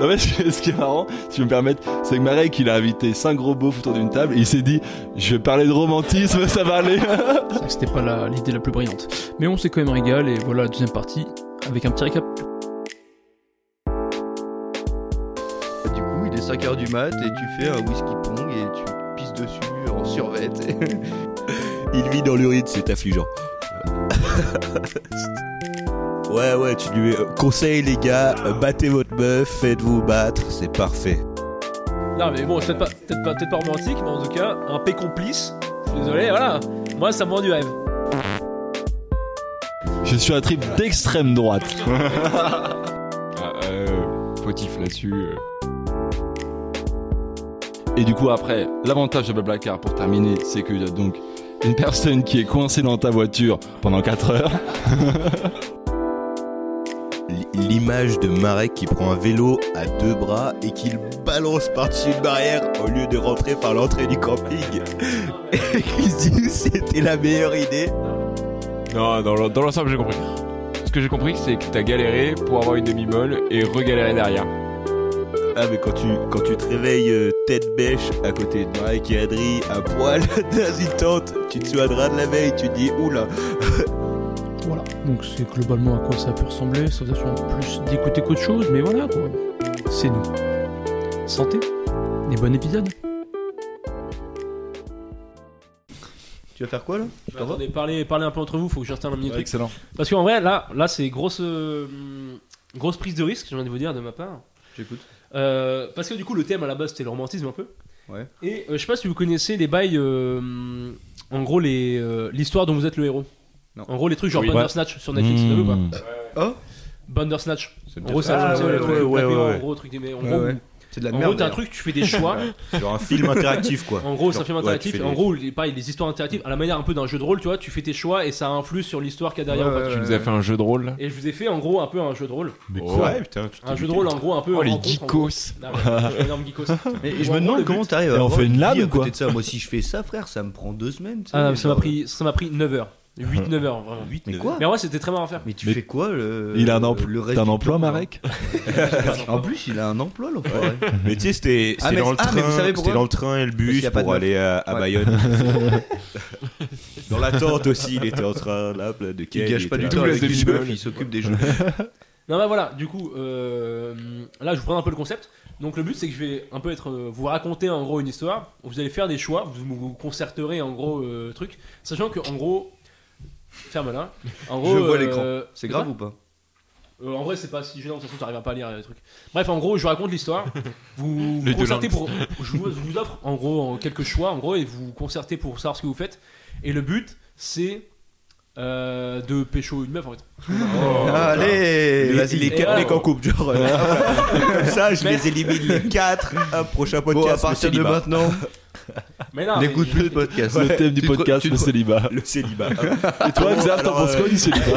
Non, mais ce ce qui est marrant, si je me permettre, c'est que Marek, il a invité cinq gros beaufs autour d'une table et il s'est dit Je vais parler de romantisme, ça va aller. C'est vrai que c'était pas la- l'idée la, plus brillante. Mais on s'est quand même régalé et voilà la deuxième partie avec un petit récap. Du coup, il est 5h du mat et tu fais un whisky pong et tu pisses dessus en survette. Il vit dans l'urine, c'est affligeant. ouais, ouais, tu lui euh, conseil les gars, euh, battez votre meuf, faites-vous battre, c'est parfait. Non, mais bon, c'est peut-être pas, peut-être pas, peut-être pas romantique, mais en tout cas, un paix complice. Je suis désolé, voilà. Moi, ça me vend du rêve. Je suis un trip d'extrême droite. Ah, euh, fautif là-dessus. euh. Et du coup, après, l'avantage de Blablacar pour terminer, c'est qu'il y a donc une personne qui est coincée dans ta voiture pendant 4 heures. L- L'image de Marek qui prend un vélo à deux bras et qu'il balance par-dessus une barrière au lieu de rentrer par l'entrée du camping. Et qui se dit c'était la meilleure idée. Non, dans l'en- dans l'ensemble, j'ai compris. Ce que j'ai compris, c'est que t'as galéré pour avoir une demi-molle et regaléré derrière. Ah mais quand tu, quand tu te réveilles euh, tête bêche à côté de Marek et Adri à poil dans une tente, tu te souviendras de la veille, tu te dis oula. Voilà. Donc c'est globalement à quoi ça peut ressembler. Ça faisait sûrement plus d'écouter qu'autre chose, mais voilà quoi. C'est nous. Santé et bon épisode. tu vas faire quoi là Bah, attendez, parlez, parlez un peu entre vous, faut que je retienne un minute. Excellent. Parce qu'en vrai, là, là c'est grosse, euh, hum, grosse prise de risque, j'ai envie de vous dire, de ma part. J'écoute. Euh, parce que du coup, le thème à la base c'était le romantisme un peu. Ouais. Et euh, je sais pas si vous connaissez les bails, euh, en gros, les, euh, l'histoire dont vous êtes le héros. Non. Hmm. En gros, les trucs genre Oui. Bandersnatch sur Netflix, vous l'avez ou pas Mmh. Bandersnatch. C'est En gros, ça, Oh. Ah, c'est ouais, le ouais, truc, ouais, tapé en ouais. gros, truc des- mais en Ouais, gros, ouais. C'est de la en merde. gros, t'as un truc, tu fais des choix. Genre un film interactif quoi. En gros, c'est un film Ouais, tu interactif. fais des- En gros, les, pareil, les histoires interactives, à la manière un peu d'un jeu de rôle, tu vois, tu fais tes choix et ça influe sur l'histoire qu'il y a derrière. Ouais, ou pas. ouais, Tu ouais. nous as fait un jeu de rôle. là. Et je vous ai fait en gros un peu un jeu de rôle. Mais Oh. ouais, putain, tu Un jeu de rôle en gros un peu. Oh, les rencontre, en gros. hein. geekos. Ah ouais, je suis un énorme geekos. Et, Ou je en gros, me le demande but- comment t'arrives à Et on avoir fait une vie lame, à côté quoi. de ça. Moi, si je fais ça, frère, ça me prend deux semaines. tu sais, Ah, mais ça m'a genre, pris, ça m'a pris 9 heures. 8-9 heures vraiment. 8 Mais quoi Mais en vrai, c'était très marrant à faire. Mais tu Mais- fais quoi le Il a un, emploi- le reste t'as un du emploi, temps, là Marek En plus, il a un emploi, l'enfoiré. Mais tu sais, c'était Ah, c'était mais- dans, le ah, mais vous train- savez pourquoi c'était dans le train et le Parce qu'il bus y a pas de pour meuf. aller à, à Ouais. Bayonne. dans la tente aussi, il était en train là, là, de Il quel, gâche pas était du là. tout double avec les demi-molle. meufs, il s'occupe des jeux. Non, bah voilà, du coup, euh, là, je vous prends un peu le concept. Donc, le but, c'est que je vais un peu être. euh, vous raconter en gros une histoire. Vous allez faire des choix, vous vous concerterez en gros euh, truc. Sachant que, en gros. Ferme là. En gros, Je vois euh, l'écran. C'est grave quoi ou pas Euh, En vrai, c'est pas si gênant, de toute façon, t'arrives pas à lire euh, les trucs. Bref, en gros, je vous raconte l'histoire. Vous vous Les deux concertez langues. pour. Je vous, je vous offre en gros en quelques choix, en gros, et vous vous concertez pour savoir ce que vous faites. Et le but, c'est. euh, de pécho une meuf en fait. Ah, Allez, Les, vas-y. les Et 4 voilà. mecs en couple, genre. euh, Comme ça, je Mais- les élimine les 4. Hop, prochain Bon, podcast. à le partir de célibat. maintenant, Mais non, mais- n'écoute plus le podcast. Le thème du Ah, Tu te- podcast, tu te- le célibat. Le célibat. Et toi, Xav, t'en Alors, penses quoi euh, du célibat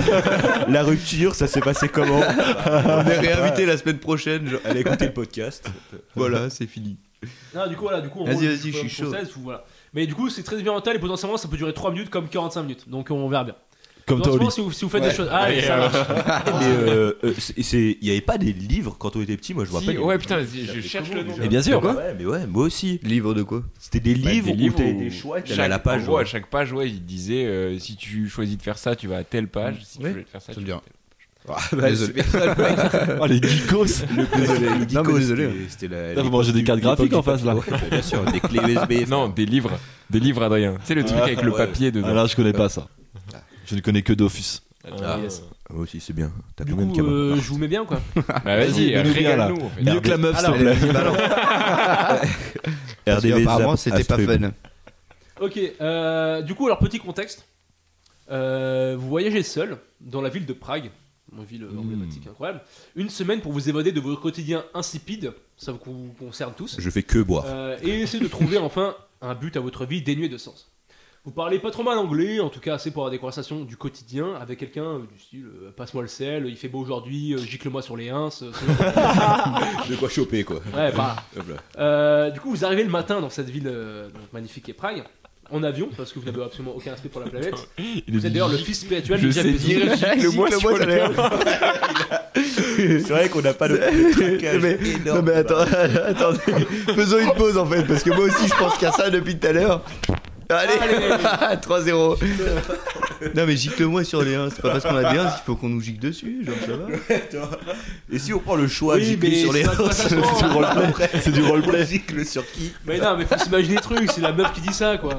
La rupture, ça s'est passé comment On est réinvité la semaine prochaine. genre. Elle a écouté le podcast. Voilà, c'est fini. Non, du coup, voilà, du coup, en Vas-y, gros, vas-y, je suis pour chaud. 16, ou voilà. Mais du coup, c'est très expérimental et potentiellement ça peut durer 3 minutes comme 45 minutes. Donc on verra bien. Comme toi, au Potentiellement, lit. si vous, si vous faites Ouais. des choses. Ah, Ouais, ça euh, marche. Mais euh, euh, c'est- c'est- il n'y avait pas des livres quand on était petit, moi je me Si, rappelle. Ah, ouais, putain, je je cherche le nom. Et Eh bien sûr. Ouais, mais ouais, moi aussi. Livre de quoi C'était des Bah, livres où t'avais où des choix et t'allais chaque- à la en page. hein. gros, ouais. à chaque page, ouais, il disait euh, si tu choisis de faire ça, tu vas à telle page. Si Ouais, tu veux faire ça, ça tu me vas dit à telle. Désolé. Oh, les geekos Désolé, le Non, mais Dico, désolé. c'était- C'était la. Vous mangez des cartes graphiques en face, là. Ouais, Bien sûr, des clés USB. Non, des livres, des livres, Adrien. Tu sais, le truc avec le ouais. papier dedans. Ah là, je connais pas ça. Je ne connais que Dofus. Ah. yes. Moi aussi, c'est bien. T'as Du combien de coup, cabas euh, je vous mets bien ou quoi. Bah, vas-y, Nous, nous, bien, là. régale-nous. en fait. Mieux que la meuf, s'il te Alors, plaît. Vas-y, balance. bah Parce que RDV, Apparemment, Zap, c'était pas Astrub. fun. Ok, euh, du coup, alors petit contexte. Euh, vous voyagez seul dans la ville de Prague, une ville euh, emblématique incroyable, une semaine pour vous évader de votre quotidien insipide, ça vous concerne tous, Je fais que boire. euh, et essayer de trouver enfin un but à votre vie dénué de sens. Vous parlez pas trop mal anglais, en tout cas assez pour avoir des conversations du quotidien avec quelqu'un euh, du style euh, passe-moi le sel, il fait beau aujourd'hui, euh, gicle-moi sur les ins. ce genre de- De quoi choper, quoi. Ouais, bah. Hop là. Euh, du coup, vous arrivez le matin dans cette ville euh, donc, magnifique et Prague. en avion, parce que vous n'avez absolument aucun respect pour la planète. Il Vous êtes d'ailleurs le fils spirituel Je de Jeff sais Bezos. dire le mois Le mois scolaire. C'est vrai qu'on n'a pas le, le traquage Mais- énorme. Non mais attends, attendez, faisons une pause en fait, parce que moi aussi je pense qu'à ça depuis tout à l'heure. Allez, 3-0. non mais gicle-moi sur les 1, c'est pas parce qu'on a des 1 qu'il faut qu'on nous gicle dessus, genre ça va. Et si on prend le choix de Oui, gicler mais sur les c'est pas rangs, ça, c'est du ça. roleplay. C'est du roleplay. gicle sur qui Mais non, mais faut s'imaginer des trucs, c'est la meuf qui dit ça, quoi.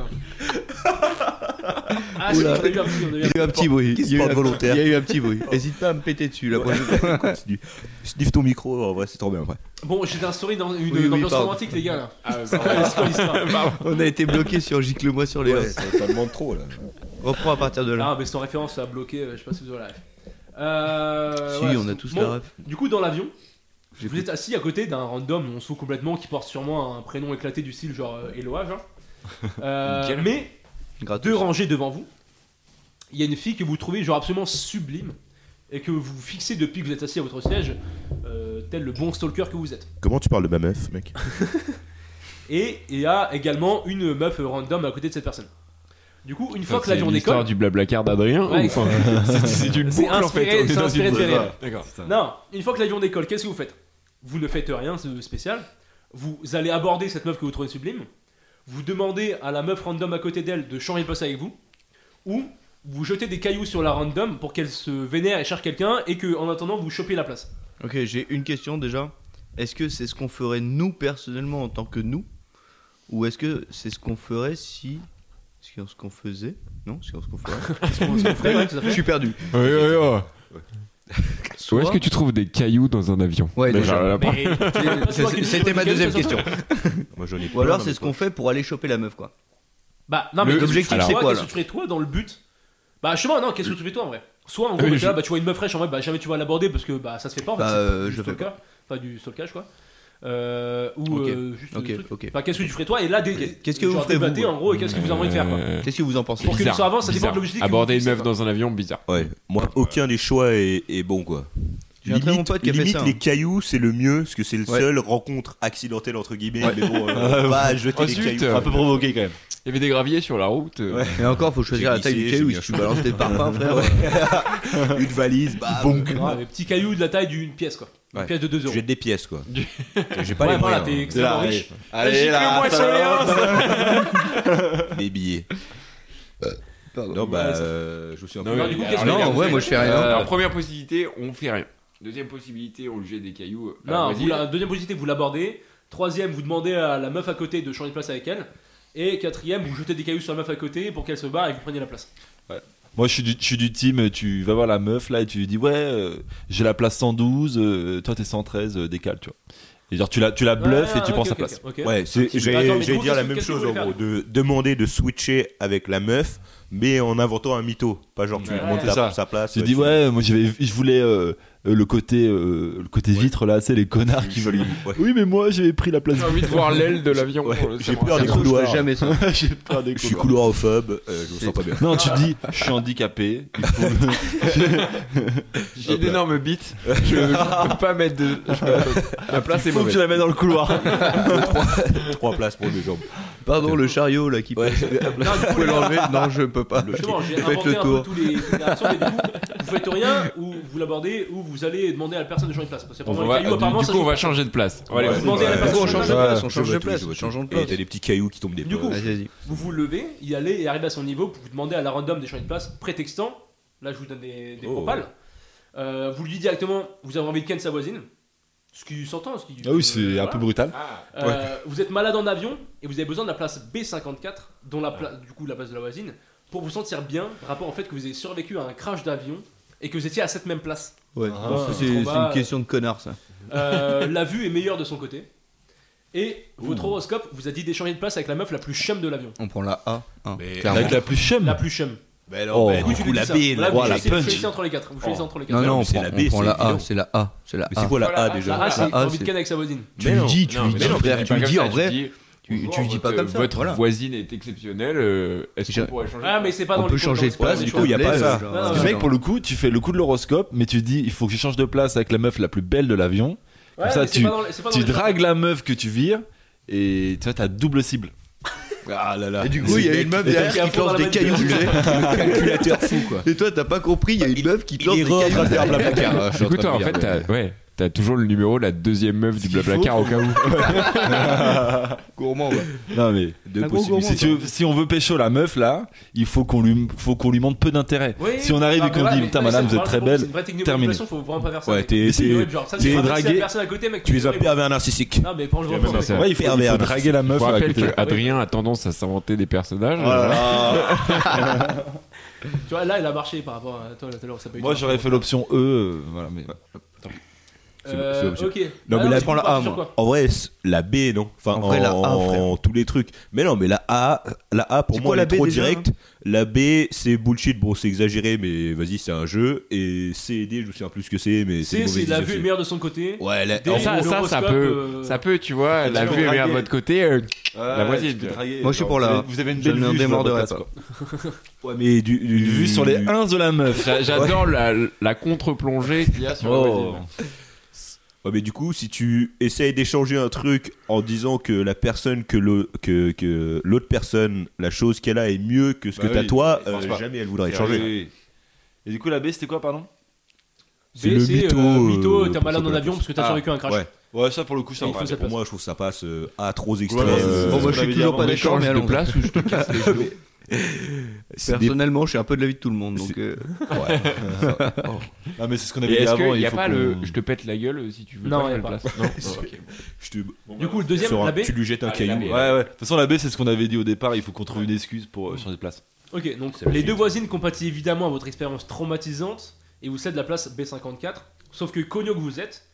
Ah, c'est Oula. on devient petit, on devient Il y a eu un petit bruit. Qui se Il y a eu porte un- volontaire. Il y a eu un petit bruit. Hésite pas à me péter dessus la prochaine fois. Continue. Sniff ton micro, en vrai, c'est trop bien. Après. Bon, j'ai instauré dans une, Oui, oui, une ambiance pardon. romantique, les gars. Là. Ouais, c'est quoi l'histoire On a été bloqué sur gicle-moi sur les 1. ça demande trop là. Reprends à partir de là. Ah, mais c'est en référence à bloquer, euh, je sais pas si vous avez la ref. Euh, si, voilà. on a tous Bon, la ref. Du coup, dans l'avion, J'ai vous êtes assis à côté d'un random, on se fout complètement, qui porte sûrement un prénom éclaté du style genre euh, Eloa, genre. Euh, Nickel. mais Gratos. deux rangées devant vous, il y a une fille que vous trouvez genre absolument sublime et que vous fixez depuis que vous êtes assis à votre siège, euh, tel le bon stalker que vous êtes. Comment tu parles de ma meuf, mec Et il y a également une meuf random à côté de cette personne. Du coup, une fois que l'avion l'histoire décolle, du hein. blablacar d'Adrien. Ouais, ou enfin, c'est- C'est une C'est boucle en inspiré- fait. On est c'est dans inspiré une de boucle. Télé. D'accord. Non, une fois que l'avion décolle, qu'est-ce que vous faites Vous ne faites rien de spécial. Vous allez aborder cette meuf que vous trouvez sublime. Vous demandez à la meuf random à côté d'elle de changer de poste avec vous. Ou vous jetez des cailloux sur la random pour qu'elle se vénère et cherche quelqu'un et que, en attendant, vous chopiez la place. Ok, j'ai une question déjà. Est-ce que c'est ce qu'on ferait nous personnellement en tant que nous Ou est-ce que c'est ce qu'on ferait si. si on- Ce qu'on faisait Non, c'est ce qu'on ferait. Je suis perdu. Ouais, ouais, ouais. Où Soit- est-ce que tu trouves des cailloux dans un avion Ouais, Bah, déjà. genre, la- Mais- C'est- c'est- C'était ma deuxième question. Moi j'en ai Ou alors c'est ce qu'on fait pour aller choper la meuf quoi. Bah, non, mais Le- l'objectif, alors- c'est quoi quoi, Qu'est-ce que là tu ferais toi dans le but Bah, justement, non, qu'est-ce que tu fais toi en vrai Soit en gros, Oui, bah, je- t'es là, bah, tu vois une meuf fraîche, en vrai, bah, jamais tu vas l'aborder parce que bah, ça se fait pas en fait. Bah, c'est euh, du je le fais stalker. Enfin, du stalkage quoi. Euh, ou Ok. euh, juste. Ok, des trucs. ok. Enfin, qu'est-ce que tu ferais toi Et là, des- Qu'est-ce que vous genre, ferez, vous, débattez, ouais. en gros, et qu'est-ce que vous avez envie de faire quoi Euh, Qu'est-ce que vous en pensez Pour que bizarre, l'histoire avance, ça dépend bizarre. de l'objectif. que Aborder vous une fixez, meuf quoi. dans un avion, bizarre. Ouais, moi aucun des choix est, est bon quoi. J'ai un très bon pote qui a fait limite, ça, hein. les cailloux c'est le mieux parce que c'est le Ouais. seul rencontre accidentelle entre guillemets. Mais bon, euh, on va pas jeter des Ensuite, cailloux. euh, Un peu provoqué quand même. Il y avait des graviers sur la route. euh, Mais encore, faut choisir la J'ai taille du glissé, caillou. j'ai Si tu bien balances des parpaings, frère. Une valise, bah Ouais, mais petit caillou de la taille d'une pièce quoi. Une Ouais. pièce de 2 euros. Jette des pièces quoi. J'ai pas Ouais, les voilà, moyens. hein. t'es extrêmement riche. Allez Gicle-moi sur les uns, hein, ça. des billets. Non bah euh, je me suis un Ah Non, peu. mais- du coup, alors, qu'est-ce que- les gars, Non, ouais, vous moi faites- je fais rien. Euh, alors, première possibilité, on fait rien. Deuxième possibilité, on lui jette des cailloux. euh, Non, vas-y. vous la, deuxième possibilité, vous l'abordez. Troisième, vous demandez à la meuf à côté de changer de place avec elle. Et quatrième, vous jetez des cailloux sur la meuf à côté pour qu'elle se barre et vous preniez la place. Moi, je suis, du, je suis du team, tu vas voir la meuf là et tu lui dis Ouais, euh, j'ai la place 112, euh, toi t'es 113, euh, décale, tu vois. Et genre, tu la, tu la bluffes et tu prends penses sa place. Ouais, c'est- Mais attends, j'allais mais du j'allais coup, dire la qu'est-ce- même qu'est-ce que chose vous en voulez gros, de demander de switcher avec la meuf, mais en inventant un mytho, pas genre tu Ouais. lui montes C'est la- ça. sa place. Tu dis Ouais, moi j'avais- je voulais euh, euh, le côté, euh, le côté vitre là, c'est les connards ah, qui veulent. Ouais. Oui, mais moi j'avais pris la place J'ai envie de voir l'aile de l'avion. Ouais, pour le j'ai savoir. peur des Perso, je ferais couloirs. jamais ça. J'ai peur des Je suis couloirs. couloirophobe, euh, je me sens pas bien. Non, tu dis, je suis handicapé. il faut- J'ai d'énormes bites. Je je peux pas mettre de. je peux- Ma place est Il faut que tu mauvaise. la mets dans le couloir. Trois places pour deux jambes. Pardon, le chariot là qui Ouais. passe. Vous pouvez l'enlever Non, je peux pas. Justement, j'ai Faites inventé le un peu tour. tous les toutes les réactions, mais du coup, vous faites rien ou vous l'abordez ou vous allez demander à la personne de changer de place. Parce que On apparemment, va- les cailloux, apparemment, du ça coup, on change va changer de place. On va aller Ouais. pas. Vous demandez à la Ouais. personne On de change changer de de place, on Ouais, change je de vois tout, place. je vois tout. Changeons de Et place. t'as des petits cailloux qui tombent des Du fois. coup, Vas-y, vas-y. vous vous levez, y allez et arrivez à son niveau pour vous demander à la random de changer de place, prétextant, là je vous donne des, des Oh. propales, Euh, vous lui dites directement, vous avez envie de ken sa voisine, ce qui s'entend, ce qui... Ah oui, c'est un voilà. peu brutal. Euh, Vous êtes malade en avion et vous avez besoin de la place B54, dont la pla- du coup la place de la voisine, pour vous sentir bien, rapport au fait que vous avez survécu à un crash d'avion et que vous étiez à cette même place. Ouais, Ah. bon, ça, c'est Trop c'est bas. une question de connard ça. Euh, la vue est meilleure de son côté. Et votre horoscope vous a dit d'échanger de place avec la meuf la plus chum de l'avion. On prend la A. hein. Mais- Clairement. Avec la plus chum. La plus chum. Bah non, Oh. bah, Oui, du tu coup, lui la dis ça. B, est Voilà, là. vous voilà, choisissez- vous punch. choisissez entre les quatre. Vous choisissez entre les quatre. Non, non, on mais c'est prend, la B, on prend c'est la évident. A, c'est la A, c'est la Mais A. c'est quoi la Voilà, A la- déjà La A, c'est La A, envie de c'est- ken avec sa voisine. Tu lui dis, tu lui dis, frère, tu lui dis en vrai. Tu, Bonjour, tu lui dis pas votre- comme ça. Votre voilà. voisine est exceptionnelle. euh, Est-ce Je- qu'on pourrait changer Ah, mais c'est pas dans On le peut compte, changer de c'est pas place, dans du les coup, il n'y a choses. pas Ouais, ça. genre, Non, Ce ouais. mec, pour le coup, tu fais le coup de l'horoscope, mais tu dis, il faut que je change de place avec la meuf la plus belle de l'avion. Ouais, ça, mais c'est pas dans les- c'est pas dans Tu les choses. dragues la meuf que tu vires, et tu vois, t'as double cible. Ah là là. Et du coup, il y a une meuf derrière qui a qui te lance fond dans des la cailloux. tu sais. calculateur fou quoi. Et toi, t'as pas compris, il y a une meuf qui te lance des en train cailloux. de faire Blablacar. là, je suis Du coup, train toi, de en me fait, dire, t'as ouais, t'as toujours le numéro de la deuxième meuf du qu'il Blablacar faut. au cas où. Gourmand, ouais. Non mais Deux Un gros si, possibilités. tu veux- si on veut pécho la meuf là, il faut qu'on lui, faut qu'on lui montre peu d'intérêt. si on bah arrive et qu'on dit putain madame vous êtes très belle, terminé. terminé. Faut vraiment pas faire ça. Ouais, mec. t'es- C'est t'es- horrible, genre, ça, t'es tu rabaisses la dragué. personne à côté, mec, Tu les as fais- pervers narcissiques. Non, mais prends le Il y a reprends, même mec. ça. Ouais, il faut, il faut Pervers, draguer la Je meuf. vous à rappelle côté. que Adrien a tendance à s'inventer des personnages. Oh Tu vois, là, elle a marché par rapport à toi là, tout à l'heure. ça peut être- Moi j'aurais fait l'option E, euh, voilà mais Euh, c'est obligé. Ok. Non, Ah, mais là, tu prends la parles A, sur moi. quoi En vrai, c- la B, non Enfin, En vrai, la A, frère. tous les trucs. Mais non, mais la A, la A pour C'est moi, quoi elle la est B trop déjà, directe. La B, c'est bullshit. Bon, c'est exagéré, mais vas-y, c'est un jeu. Et C et D, je me souviens plus ce que c'est, mais c'est C'est une c'est mauvaise la idée, vue est c'est- meilleure de son côté. Ouais, la- Des- Alors ça, ça, ça l'horoscope, peut, euh, ça peut, tu vois, la tu peux vue est meilleure draguer. de votre côté. euh, La voisine, tu peux quoi. draguer, Moi, je suis genre, pour la- vous avez- Vous avez une je belle ne vue, je vois démorderai votre pas. place, quoi. Ouais, mais du, du- Une vue sur les du- 1 de la meuf. j'a- J'adore la, la contre-plongée qu'il y a sur la Oh. voisine. Ouais, mais du coup, si tu essayes d'échanger un truc en disant que la personne que le que, que l'autre personne, la chose qu'elle a est mieux que ce Bah que t'as oui, toi, force euh, pas. jamais elle voudra Et échanger. oui, oui. Et du coup la B c'était quoi pardon C'est le c'est, euh, mytho, euh, mytho. pour T'as malade ça, en pour avion ça. parce que t'as Ah, survécu à un crash. ouais. Ouais ça pour le coup ça Il me faut va. que ça Pour passe. moi, je trouve que ça passe euh, à trop Ouais, extrême. ouais, euh, c'est- bon, moi, je c'est suis ce toujours qu'on pas avait dit d'accord, avant. mais Change de allons-y. place ou je te casse les genoux. c'est des- Personnellement, je suis un peu de la vie de tout le monde, donc. C'est- euh, Ah mais c'est ce qu'on Et avait dit est-ce avant. qu'il n'y a faut pas qu'on- le je te pète la gueule euh, si tu veux Non, y pas a faire pas. le place Non, ok. je te- Du coup, le deuxième, sur un- Ah, la B. tu lui jettes un Allez, la caillou. B. Ouais Ah, ouais. De toute façon la B c'est ce qu'on avait dit au départ. Il faut qu'on trouve une excuse pour euh, changer de place. Ok, donc la les suite. deux voisines compatissent évidemment à votre expérience traumatisante et vous cèdent la place B54. Sauf que cogno que vous êtes,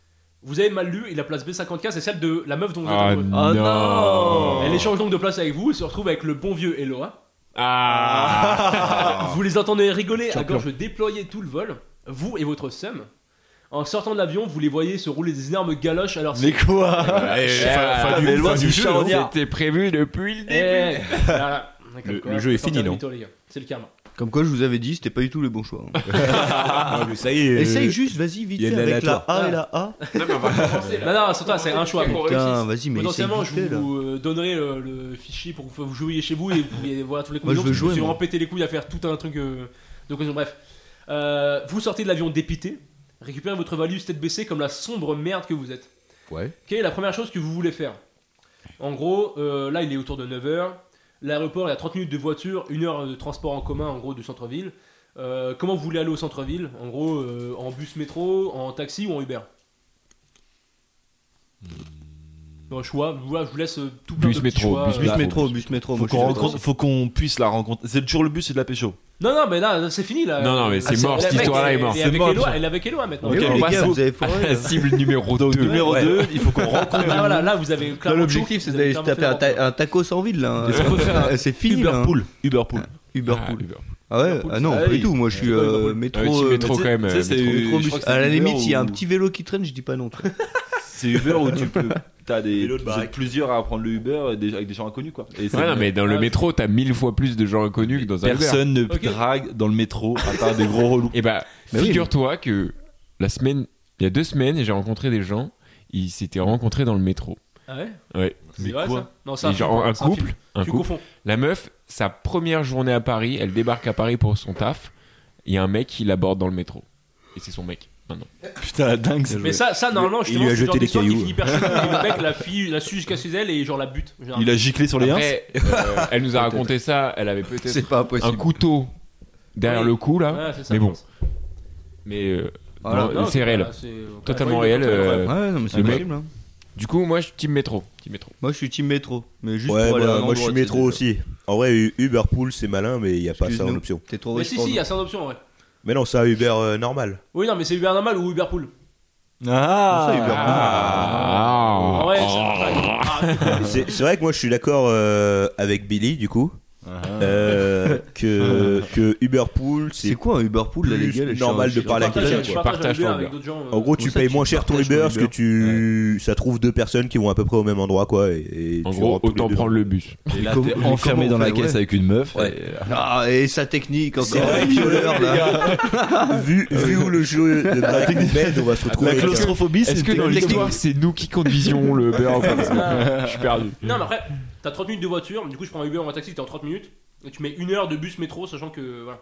vous avez mal lu et la place B54 c'est celle de la meuf dont vous êtes Ah amoureux. Ah, non Elle échange donc de place avec vous et se retrouve avec le bon vieux Eloa. Ah Vous les entendez rigoler à gorge déployée tout le vol, vous et votre seum. En sortant de l'avion, vous les voyez se rouler des énormes galoches à leur Mais quoi Ouais, fin- fin euh, du- mais fin loin du du jeu, jeu, hein. hein. C'était prévu depuis le Eh, début. voilà. Comme Le- quoi, le jeu est sortir fini, de non mytho, les gars. C'est le karma. Comme quoi, je vous avais dit, c'était pas du tout le bon choix. hein. Ah, mais ça y est. euh, Essaye juste, vas-y, vite il y a fait, de avec la l'aléatoire. A et la A. Non, non, surtout, c'est un choix. Putain, vas-y, mais essaye Potentiellement, vite je fait, là. vous euh, donnerai euh, le fichier pour que vous jouiez chez vous et vous pourriez voir tous les Moi, je veux conclusions. parce que jouer, Je vais moi. vraiment péter les couilles à faire tout un truc euh, de conclusion. Bref, Euh, vous sortez de l'avion dépité, récupérez votre valise tête baissée comme la sombre merde que vous êtes. Ouais. Quelle est la première chose que vous voulez faire En gros, euh, là, il est autour de 9h. L'aéroport est à 30 minutes de voiture, 1 heure de transport en commun, en gros, du centre-ville. Euh, comment vous voulez aller au centre-ville En gros, euh, en bus métro, en taxi ou en Uber Bon, choix, voilà, je vous laisse euh, tout plein Bus de petits métro, choix, bus euh. Bus Là, métro, bus métro. Faut Oh, moi, qu'on je suis rencontre- faut qu'on puisse la rencontrer. C'est toujours le but c'est de la pécho. Non, non, mais là, c'est fini là. Non, non, mais c'est Ah, mort, cette mec, histoire-là est elle morte. Elle C'est est avec mort, Eloi, ça. elle est avec Eloi maintenant. d'accord. Ok, Mais on oui, les passe gars, au- vous avez Ah, foiré. la cible numéro 2. Donc numéro 2 il faut qu'on rencontre. Là, Ah, voilà, là, vous avez Là, clairement l'objectif, chaud, c'est vous d'aller avez se clairement taper un, fait ta- un tacos sans vide, là. Est-ce qu'on peut faire un C'est fini, là. Uberpool. Uberpool. Uberpool. Ah ouais Uberpool, Ah non, c'est- pas du tout. Moi, je suis Ouais, euh, Uberpool. métro. Ah oui, si, euh, métro quand même. Tu sais, euh, c'est- métro. je crois métro que bus. c'est À la Uber limite, s'il y a un ou- petit vélo qui traîne, je dis pas non. tu vois. C'est Uber où tu peux. T'as des. Vélo de Vous baraque. êtes plusieurs à prendre le Uber et des- avec des gens inconnus quoi. Et c'est- Ouais, non, mais dans le Ah, métro, t'as mille fois plus de gens inconnus que dans un Uber. Personne ne Ok. drague dans le métro à part des gros relous. Et bah, Mais oui, figure-toi que la semaine, il y a deux semaines, j'ai rencontré des gens, ils s'étaient rencontrés dans le métro. Ah ouais Ouais. C'est vrai quoi ça Non, c'est un Et genre, film, un c'est un film. couple, un Tu couple. confonds. La meuf, sa première journée à Paris, elle débarque à Paris pour son taf. Il y a un mec qui l'aborde dans le métro. Et c'est son mec. maintenant. Putain la dingue. c'est- Mais ça, ça normalement, Il justement, lui a c'est jeté le genre des d'histoire qui cailloux. finit par choquer le mec, la fille la suit jusqu'à chez elle et genre la bute. généralement. Il a giclé sur les uns. Après, euh, elle nous a raconté ça. Elle avait peut-être C'est pas un possible. couteau derrière Oui. le cou là. Ouais, c'est ça, mais je bon. pense. Ah, Mais euh, Voilà. dans- Non, c'est réel. voilà, c'est- Totalement Ouais, réel. euh, Ouais, non, mais c'est Le mec- possible. hein. Du coup, moi, je suis team métro. Team métro. Moi, je suis team métro. Mais juste euh, Ouais, pour aller à voilà, un moi je suis endroit, métro tu sais, aussi. En vrai, U- Uberpool c'est malin, mais il n'y a pas ça en Excuse-nous. option. T'es trop Mais riche. si, pour si, il y nous. a ça en option, ouais. Mais non, c'est un Uber euh, normal. Oui, non, mais c'est Uber normal ou Uber Pool. Ah. Ah, Ah ouais, c'est- Ah, C'est c'est vrai que moi je suis d'accord euh, avec Billy du coup. Ah. euh, que que, que Uber Pool, C'est c'est quoi un Uber Pool là, les plus gars là, je suis normal un- de je parler à partage, quelqu'un, je tu quoi. partages Partage le ton beurre avec Uber. d'autres gens. euh, En gros, Pour tu ça, payes tu moins cher ton partages ton Uber parce que Uber. tu. Ça trouve deux personnes qui vont à peu près au même endroit, quoi. Et, et En tu gros, rentres tous les autant deux. prendre le bus. Et là, comment- t'es mais enfermé comment dans on la fait, caisse ouais. avec une meuf. Ouais. et- Ah, et sa technique C'est encore. vrai, les violeurs, là. vu, Ah, vu où le jeu de la technique mène, on va se retrouver La avec un- claustrophobie, c'est Est-ce que une dans technique. l'histoire, Ah. c'est nous qui conduisions le beurre ou pas Parce que Je suis perdu. Non, mais après, t'as 30 minutes de voiture, du coup, je prends un Uber ou un taxi, t'es en 30 minutes, et tu mets une heure de bus métro, sachant que. Voilà.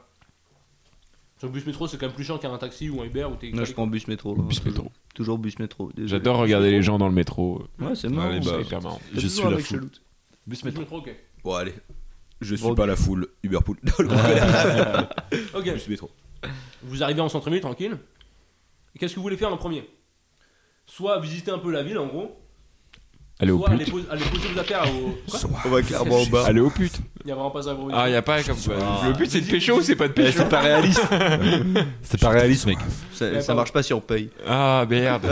Sachant que bus métro, c'est quand même plus chiant qu'un taxi ou un Uber ou t'es. Non, je prends bus métro. là. Bus métro. Toujours bus métro. désolé. J'adore regarder les gens dans le métro. Ouais, c'est marrant. Allez, ça. bah, C'est hyper marrant. Je Toujours suis la avec foule. Chaloute. Bus Bus métro. métro, ok. Bon, allez. Je suis Bon, pas la foule Uber Pool. Non, le gros Ok, bus métro. vous arrivez en centre-ville tranquille. Et qu'est-ce que vous voulez faire en premier Soit visiter un peu la ville en gros, Aller au soit aller, pute. pos- aller poser vos affaires au. Quoi On va clairement en bas. Aller au pute. Il y a vraiment pas ça à vous Ah, y a pas comme ça. Le but, c'est de pécho ou c'est pas de pécho pas réaliste. c'est pas réaliste, mec. Ça, ça marche pas si on paye. Ah, merde.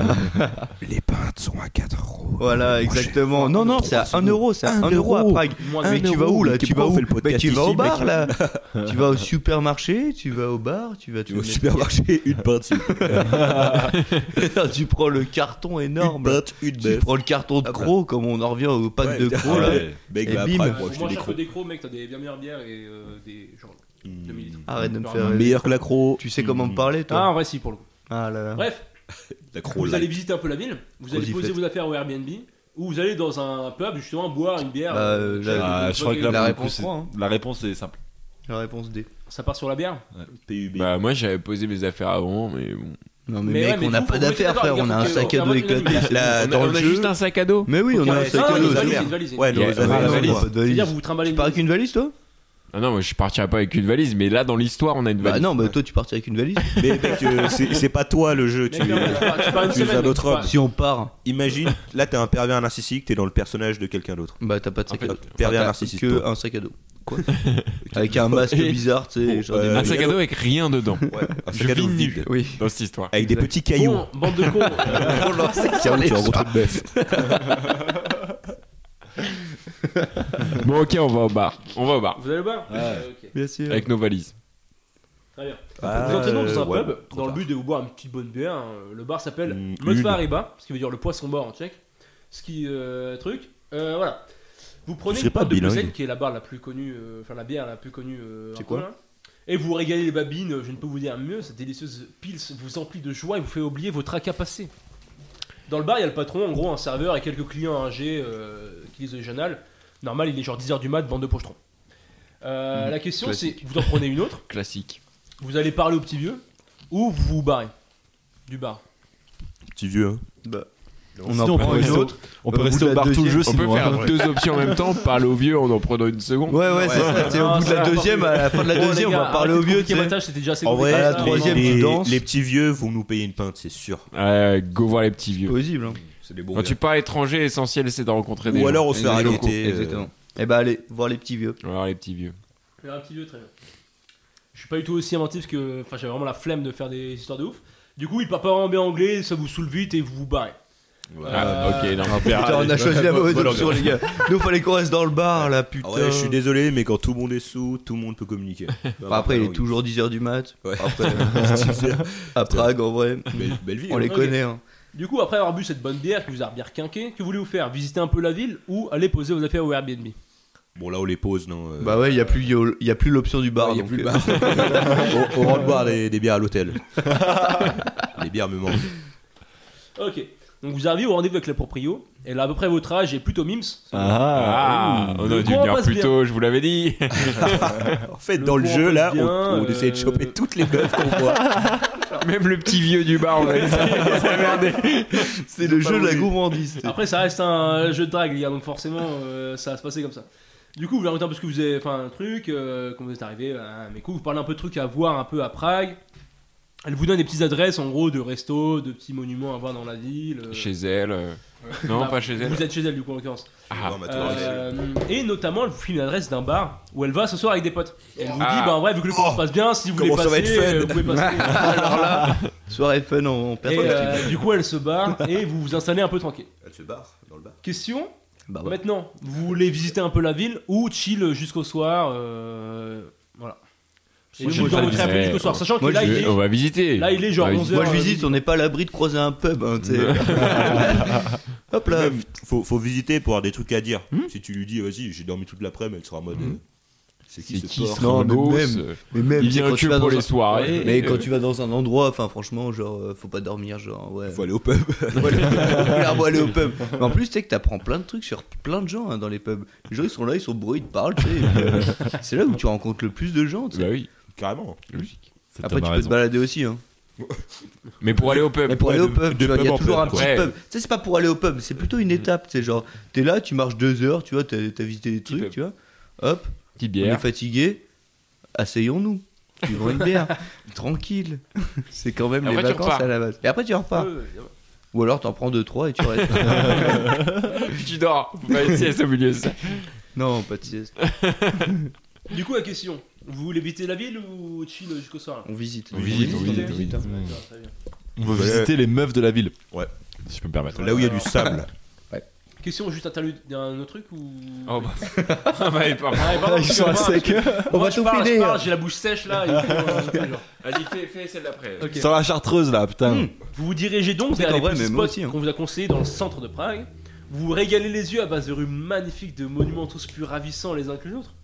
Les pintes sont à 4 euros. Voilà, exactement. Non, non, c'est à 1 euro. C'est à 1 euro à Prague. Moi, Mais Un tu vas euro, où là mais Tu pourquoi vas on où fait le podcast Mais tu vas ici, au bar mec là Tu vas au supermarché, tu vas au bar, tu vas Tu vas au mets- supermarché, une pinte, une Non, tu prends le carton énorme. là. pinte, une Tu bœuf. prends le carton de Hop là. croc comme on en revient au pack bah. Ouais, de putain, croc là. ouais. Mec, bah, Et va à bim. Prague pour pour acheter moi, des cher que crocs. des crocs, mec, t'as des bien meilleures bières et euh, des. genre 2 millilitres. Arrête de me Genre, faire rire. Meilleur que la croc. Tu sais comment me parler Ah, toi en vrai, si, pour le coup. Ah là là. Bref, La croc, vous là. allez visiter un peu la ville, vous allez Grosse poser giflette. vos affaires au Airbnb, ou vous allez dans un pub justement boire une bière. Bah, euh, là, chacun Ah, je de votre crois que là, côté. la pour le coup, réponse c'est- trois, hein. la réponse est simple. La réponse D. Ça part sur la bière PUB. Bah, moi, j'avais posé mes affaires avant, mais bon. Non Mais mais ouais, mec, mais on n'a vous, pas vous mettez d'affaires d'accord, frère, les on a gars, un faut sac qu'il y ait à dos un vote éclaté. c'est Là, bon. dans On le a jeu- juste un sac à dos. Mais oui, on a Ok, un non, sac à une dos. valise, frère. une valise, une Ouais, valise. dans les Ah, la affaires, valise. moi. Pas de valise. C'est-à-dire, vous vous trimballez Tu une pars avec une valise toi Ah non, moi, je partirais pas avec une valise, mais là, dans l'histoire, on a une Bah valise. non, bah toi tu partais avec une valise. Mais mec, euh, c'est c'est pas toi le jeu. Mais Tu, non, mais tu pars- tu pars une tu es semaine, un autre tu pars- homme. Si on part, Imagine, là t'es un pervers narcissique, t'es dans le personnage de quelqu'un d'autre. bah t'as pas de sac à Un dos. pervers T'as narcissique. Que toi. un sac à dos. Quoi Avec un masque bizarre, tu sais. Bon, genre des euh, Un masques. sac à dos avec rien dedans. Ouais, un Je sac à dos vis nu. vide. Oui. Dans cette histoire. Avec des petits cailloux. Bah, Bon, bande de cons. euh, C'est où tu rencontres une meuf. Bon, ok, on va au bar. On va au bar. Vous allez voir Bien sûr. Avec nos valises. Très bien. Ah, vous entraînez dans un ouais, pub trop dans le tard. but de vous boire une petite bonne bière. hein. Le bar s'appelle Mm, Motva une. Ryba, ce qui veut dire le poisson mort en tchèque. Ce qui euh, truc. Euh, voilà. Vous prenez Je une serais pas pâte de bilingue. Plzen, qui est la barre la plus connue, euh, enfin la bière la plus connue. euh, C'est en commun. Et vous régalez les babines, je ne peux vous dire mieux, cette délicieuse pils vous emplit de joie et vous fait oublier vos tracas passés. Dans le bar, il y a le patron, en gros, un serveur et quelques clients ingés euh, qui lisent le journal. Normal, il est genre 10h du mat, bande de pochetrons. Euh, Mm, la question, c'est classique. vous en prenez une autre Classique. vous allez parler au petit vieux ou vous vous barrez du bar Petit vieux. hein. Bah, on Sinon, en on prend peut une rester au- autre. On Au bout peut rester de au la bar tout le jeu On peut sinon. hein. faire deux options en même temps, parler au vieux en en prenant une seconde. Ouais, ouais, c'est ça. t'sais, au Ah, bout de ça la va, deuxième, à la fin de la Bon, les deuxième, on va gars, parler au arrêtez de vieux, tu compliquer ma sais. tâche, c'était déjà assez En vrai, compliqué. à la Ah, troisième, non. tu les, danses. les petits vieux vont nous payer une pinte, c'est sûr. Ouais, go voir les petits vieux. Possible. hein. C'est des bons. Quand tu pars étranger, l'essentiel c'est de rencontrer des Ou gens. alors on se fait Exactement. raqueter. euh, Exactement. Eh bah allez, voir les petits vieux. On va voir les petits vieux. Faire un petit vieux, très bien. Je suis pas du tout aussi inventif que. Enfin, j'avais vraiment la flemme de faire des histoires de ouf. Du coup, il parle pas en bien anglais, ça vous saoule vite et vous vous barrez. Ah, Euh, ok, non. Putain, on a choisi la mauvaise Bonne option, les gars. Nous, fallait qu'on reste dans le bar, là, putain. Ah ouais, je suis désolé, mais quand tout le monde est sous, tout le monde peut communiquer. Ah Bah, après, il est toujours 10h du mat. Ouais. Après, à Prague, en vrai. Belle, belle vie. On les Ok. connaît. hein. Du coup, après avoir bu cette bonne bière qui vous a bien requinqué, que voulez-vous faire Visiter un peu la ville ou aller poser vos affaires au Airbnb Bon, là, on les pose, non euh, Bah ouais, y a plus, y a plus l'option du bar. il y a donc, plus le euh, bar. on, on rentre boire des, des bières à l'hôtel. les bières me manquent. Ok. Donc vous arrivez au rendez-vous avec la proprio, elle a à peu près votre âge et plutôt mims. Ah, on aurait dû Comment on venir passe plus bien tôt, je vous l'avais dit. En fait, Le dans le coup, on jeu, peut là, on, bien, on euh, essaie de choper toutes les meufs qu'on voit. Même le petit vieux du bar, on l'a C'est le jeu de la gourmandise. Après, ça reste un jeu de drague, les gars, donc forcément, euh, ça va se passer comme ça. Du coup, vous racontez un peu ce que vous avez, enfin, un truc, euh, quand vous êtes arrivé à mes coups, vous parlez un peu de trucs à voir un peu à Prague. Elle vous donne des petites adresses, en gros, de restos, de petits monuments à voir dans la ville. euh. Chez elle. euh, Non, Bah, pas chez elle. Vous êtes chez elle, du coup, en l'occurrence. Ah, Bon, bah, toi, Euh, et notamment, elle vous file l'adresse d'un bar où elle va ce soir avec des potes. Et elle vous dit, Ah. bah en vrai, vu que le cours se passe bien, si vous voulez Oh. Comment ça va passer, être fun euh, vous pouvez passer. Alors là, Soirée fun en en et, perspective. euh, du coup, elle se barre et vous vous installez un peu tranquille. Elle se barre dans le bar. Question Bah ouais. Maintenant, vous voulez visiter un peu la ville ou chill jusqu'au soir euh, Voilà. Et Moi, je j'ai vous pas envoie très visité. rapide ce soir. Sachant que euh, Moi, là, Je- il est- on va visiter. là, il est genre On va 11 visiter. heures. Moi, je visite, on n'est pas à l'abri de croiser un pub. Hein, tu sais. Hop là. Même, faut, faut visiter pour avoir des trucs à dire. Si tu lui dis, vas-y, j'ai dormi toute l'après-midi, elle sera en mode. euh, C'est qui C'est ce qui porc ce Non, mais Randos même- Mais même Il tu sais, vient quand tu que vas pour dans les un- soirées. Mais quand tu vas dans un endroit, enfin franchement, genre, euh, faut pas dormir, genre, ouais. Faut aller au pub. Faut aller- faut aller au pub. Mais en plus, tu sais que t'apprends plein de trucs sur plein de gens hein, dans les pubs. Les gens, ils sont là, ils sont bro, ils te parlent, tu sais. et puis, euh, C'est là où tu rencontres le plus de gens, tu sais. Bah oui, Carrément. logique. C'est Après, tu Thomas peux te raison. balader aussi, hein. Mais pour aller au pub. Mais pour aller au pub, tu vois, il y pub a en toujours pub, un petit quoi. Ouais. pub. Tu sais, c'est pas pour aller au pub, c'est plutôt une étape. Tu sais, genre, t'es là, tu marches deux heures, tu vois, t'as t'as visité des trucs, pub. tu vois. Hop, Petite on est bière. fatigué, asseyons-nous. Tu vends une bière, tranquille. C'est quand même les Après, tu vacances repars. à la base. Et après, tu repars. Euh, Ou alors, t'en prends deux, trois et tu restes. Puis tu dors. Faut pas essayer à ce milieu. ça. non, pas de sieste. Du coup, la question. Vous voulez visiter la ville ou chill jusqu'au soir On visite. On visite, on visite, on visite. hein. Mmh. D'accord, très bien. On veut Ouais. visiter les meufs de la ville. Ouais. Si je peux me permettre. Là où il y a du sable. Question juste interlude d'un autre truc ou Oh bah. Ah bah, il part. Ah, et pardon, Ils sont à parce que moi, sec. On moi, va je tout parle, je finir. parle, J'ai la bouche sèche là. et puis, euh, genre. Vas-y, fais, fais celle d'après. Ok. Sur la chartreuse là, putain. Hmm. Mmh. Vous vous dirigez donc C'est vers qu'en les vrai, petits mais spots moi aussi, hein. qu'on vous a conseillés dans le centre de Prague. Vous vous régalez les yeux à base de rues magnifiques, de monuments tous plus ravissants les uns que les autres.